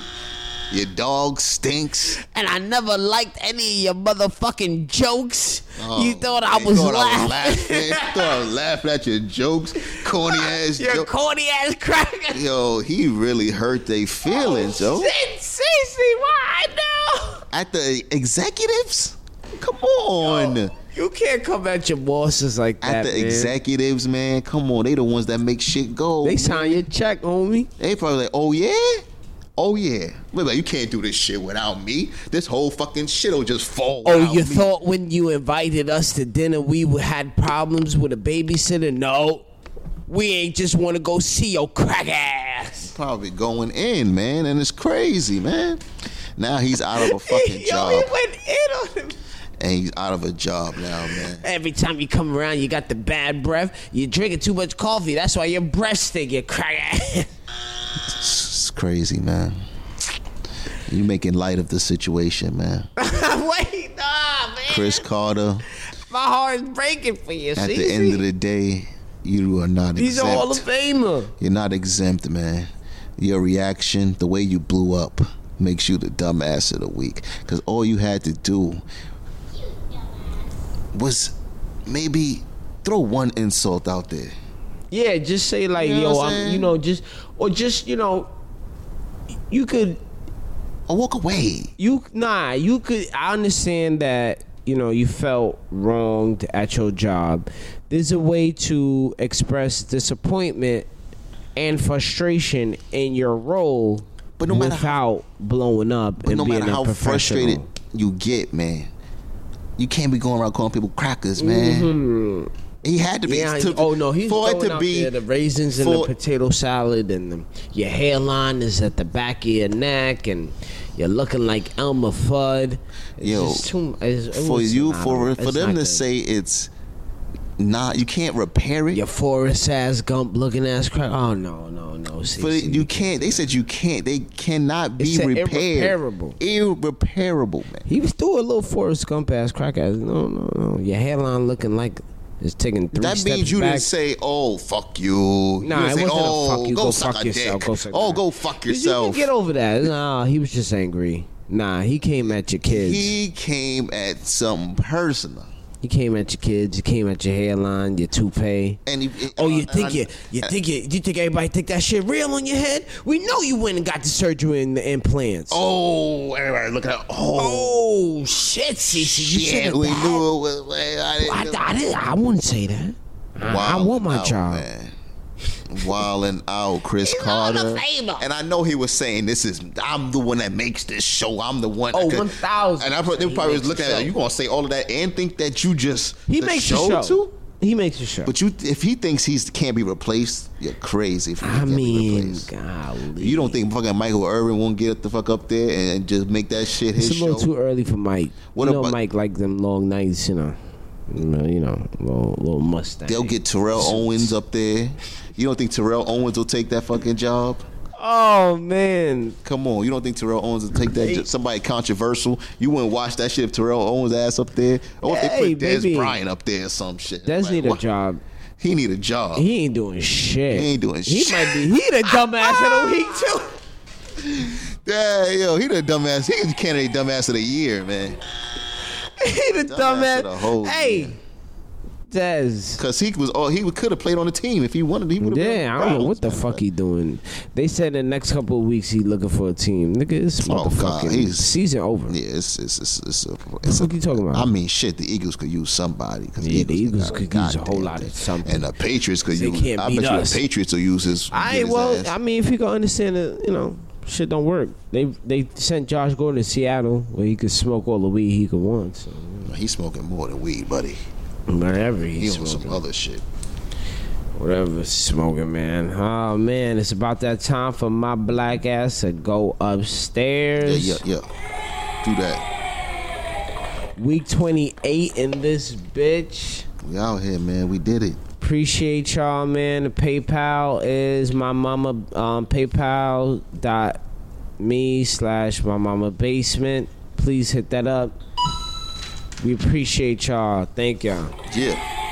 Speaker 2: Your dog stinks.
Speaker 1: And I never liked any of your motherfucking jokes. you thought I
Speaker 2: Oh, you
Speaker 1: was
Speaker 2: thought I
Speaker 1: laughing.
Speaker 2: was laughing. You thought I was laughing at your jokes, corny ass
Speaker 1: Your
Speaker 2: jokes.
Speaker 1: corny ass cracker.
Speaker 2: Yo, he really hurt they feelings, yo.
Speaker 1: Shit, Cece, why no?
Speaker 2: At the executives? Come on.
Speaker 1: You can't come at your bosses like
Speaker 2: At
Speaker 1: that,
Speaker 2: the
Speaker 1: man.
Speaker 2: executives, man. Come on. They the ones that make shit go.
Speaker 1: They
Speaker 2: They,
Speaker 1: sign your check, homie.
Speaker 2: probably like, oh yeah? Oh yeah. Wait, like, you can't do this shit without me. This whole fucking shit'll just fall.
Speaker 1: Oh,
Speaker 2: without
Speaker 1: you
Speaker 2: me.
Speaker 1: thought when you invited us to dinner we w- had problems with a babysitter? No, we ain't just want to go see your crack ass.
Speaker 2: probably going in, man, and it's crazy, man. Now he's out of a fucking
Speaker 1: Yo,
Speaker 2: job.
Speaker 1: he went in on him.
Speaker 2: and he's out of a job now, man.
Speaker 1: Every time you come around, you got the bad breath. You're drinking too much coffee. That's why your breath stink. You crack ass.
Speaker 2: It's crazy, man. You making light of the situation, man.
Speaker 1: Wait, nah, man.
Speaker 2: Chris Carter,
Speaker 1: My heart is breaking for you.
Speaker 2: at
Speaker 1: see?
Speaker 2: the end of the day, you are not
Speaker 1: He's a Hall of
Speaker 2: exempt.
Speaker 1: Famer.
Speaker 2: You're not exempt, man. Your reaction, the way you blew up, makes you the dumbass of the week. Because all you had to do was maybe throw one insult out there.
Speaker 1: Yeah, just say like,
Speaker 2: You know
Speaker 1: yo,
Speaker 2: what I'm
Speaker 1: I'm, you
Speaker 2: saying?
Speaker 1: know, just or just you know, you could
Speaker 2: Or walk away.
Speaker 1: you nah you could i understand that you know you felt wronged at your job there's a way to express disappointment and frustration in your role
Speaker 2: But no matter
Speaker 1: without blowing up
Speaker 2: But
Speaker 1: and
Speaker 2: no
Speaker 1: being
Speaker 2: matter how
Speaker 1: unprofessional.
Speaker 2: frustrated you get, man, you can't be going around calling people crackers, man. He had to be.
Speaker 1: Mm-hmm. yeah,
Speaker 2: to-
Speaker 1: oh no, he's
Speaker 2: for
Speaker 1: throwing
Speaker 2: it to
Speaker 1: out
Speaker 2: be
Speaker 1: there the raisins and the
Speaker 2: for-
Speaker 1: potato salad, and the, your hairline is at the back of your neck, and you're looking like Elmer Fudd. It's
Speaker 2: Yo,
Speaker 1: just too, it's, it
Speaker 2: for
Speaker 1: was-
Speaker 2: you
Speaker 1: I
Speaker 2: for
Speaker 1: don't-
Speaker 2: for
Speaker 1: it's
Speaker 2: them
Speaker 1: not
Speaker 2: to
Speaker 1: good.
Speaker 2: say it's not. You can't repair it.
Speaker 1: Your forest ass gump looking ass crack. Oh no, no, no. See,
Speaker 2: But
Speaker 1: see.
Speaker 2: you can't. They said you can't. They cannot be
Speaker 1: said
Speaker 2: repaired.
Speaker 1: irreparable.
Speaker 2: Irreparable, man.
Speaker 1: he was through a little forest gump ass crack ass. No, no, no. Your hairline looking like it's taking three
Speaker 2: That
Speaker 1: steps
Speaker 2: means you
Speaker 1: back.
Speaker 2: didn't say, "Oh, fuck you."
Speaker 1: Nah,
Speaker 2: you didn't
Speaker 1: it
Speaker 2: say,
Speaker 1: wasn't a
Speaker 2: "Oh,
Speaker 1: fuck you,
Speaker 2: Go,
Speaker 1: go
Speaker 2: suck
Speaker 1: fuck
Speaker 2: a
Speaker 1: yourself,
Speaker 2: dick."
Speaker 1: go suck
Speaker 2: oh,
Speaker 1: your-
Speaker 2: go fuck
Speaker 1: Did you
Speaker 2: yourself.
Speaker 1: get over that? Nah, he was just angry. Nah, he came at your kids. He,
Speaker 2: He came at something personal.
Speaker 1: came at your kids. He came at your hairline, your toupee.
Speaker 2: And he,
Speaker 1: Oh, you
Speaker 2: and Uh, I-
Speaker 1: think you you
Speaker 2: and-
Speaker 1: think you you think everybody think that shit real on your head? We know you went and got the surgery and the implants.
Speaker 2: Oh, everybody looking at. Oh,
Speaker 1: Oh, shit, Cece, you
Speaker 2: shit.
Speaker 1: shouldn't
Speaker 2: We
Speaker 1: have-
Speaker 2: knew it was. I didn't
Speaker 1: I,
Speaker 2: know.
Speaker 1: I, didn't, I wouldn't say that. I- I
Speaker 2: Wildin'
Speaker 1: want my
Speaker 2: out,
Speaker 1: job.
Speaker 2: Man. Wilding out, Chris
Speaker 1: Hall of
Speaker 2: Carter.
Speaker 1: Famer.
Speaker 2: And I know he was saying, "This is I'm the one that makes this show. I'm the one."
Speaker 1: Oh,
Speaker 2: that could-"
Speaker 1: 1000.
Speaker 2: And I pro- they
Speaker 1: He
Speaker 2: probably
Speaker 1: makes
Speaker 2: was looking
Speaker 1: the
Speaker 2: at
Speaker 1: show.
Speaker 2: you. Gonna say all of that and think that you just
Speaker 1: He
Speaker 2: the
Speaker 1: makes a show.
Speaker 2: too.
Speaker 1: He makes a show.
Speaker 2: But you, if he thinks he's can't be replaced, you're crazy. If he
Speaker 1: I
Speaker 2: can't be
Speaker 1: mean,
Speaker 2: replaced.
Speaker 1: golly.
Speaker 2: you don't think fucking Michael Irvin won't get the fuck up there and just make that shit his
Speaker 1: it's a
Speaker 2: show?
Speaker 1: little too early for Mike.
Speaker 2: What
Speaker 1: you know,
Speaker 2: about-
Speaker 1: Mike like them long nights, you know. You know, you know little, little Mustang.
Speaker 2: They'll get Terrell Owens up there. You don't think Terrell Owens will take that fucking job?
Speaker 1: Oh, man.
Speaker 2: Come on, you don't think Terrell Owens will take that? jo- Somebody controversial. You wouldn't watch that shit if Terrell Owens ass up there, or if
Speaker 1: Hey,
Speaker 2: they put Des
Speaker 1: baby.
Speaker 2: Bryant up there or some shit.
Speaker 1: Des
Speaker 2: Like,
Speaker 1: need a
Speaker 2: what?
Speaker 1: job.
Speaker 2: He need a job.
Speaker 1: He ain't doing shit.
Speaker 2: He ain't doing
Speaker 1: He
Speaker 2: shit.
Speaker 1: might be. He the dumbass of the week too.
Speaker 2: Yeah, yo, he the dumbass. He the candidate dumbass of the year, man.
Speaker 1: He the
Speaker 2: Dumbass
Speaker 1: dumbass.
Speaker 2: of the whole
Speaker 1: hey,
Speaker 2: year.
Speaker 1: Dez.
Speaker 2: Cause he was all he could have played on the team if he wanted. He would have.
Speaker 1: Yeah, I don't know what the fuck he doing. They said in the next couple of weeks he looking for a team. Nigga, this
Speaker 2: Oh, God,
Speaker 1: motherfucking
Speaker 2: he's-
Speaker 1: season over.
Speaker 2: Yeah, it's it's it's, it's, a, it's
Speaker 1: fuck you talking about?
Speaker 2: I mean, shit. The Eagles could use somebody. Cause
Speaker 1: Yeah, the Eagles
Speaker 2: got
Speaker 1: could use a
Speaker 2: goddamn
Speaker 1: whole lot
Speaker 2: thing.
Speaker 1: of something.
Speaker 2: And the Patriots could
Speaker 1: They
Speaker 2: use.
Speaker 1: can't
Speaker 2: I
Speaker 1: beat
Speaker 2: bet
Speaker 1: us.
Speaker 2: you the Patriots will use his.
Speaker 1: I
Speaker 2: get his
Speaker 1: well,
Speaker 2: ass.
Speaker 1: I mean, if you can understand it, you know, shit don't work. They they sent Josh Gordon to Seattle where he could smoke all the weed he could want. So
Speaker 2: He's smoking more than weed, buddy.
Speaker 1: whatever
Speaker 2: He
Speaker 1: he's
Speaker 2: on some other shit.
Speaker 1: Whatever smoking, man. Oh man, it's about that time for my black ass to go
Speaker 2: Yeah,
Speaker 1: upstairs.
Speaker 2: yeah, yeah. Do that.
Speaker 1: Week 28 in this bitch.
Speaker 2: We out here, man. We did it.
Speaker 1: Appreciate y'all, man. The PayPal is my mama um, PayPal dot me slash my mama basement. Please hit that up. We appreciate y'all. Thank y'all.
Speaker 2: Yeah.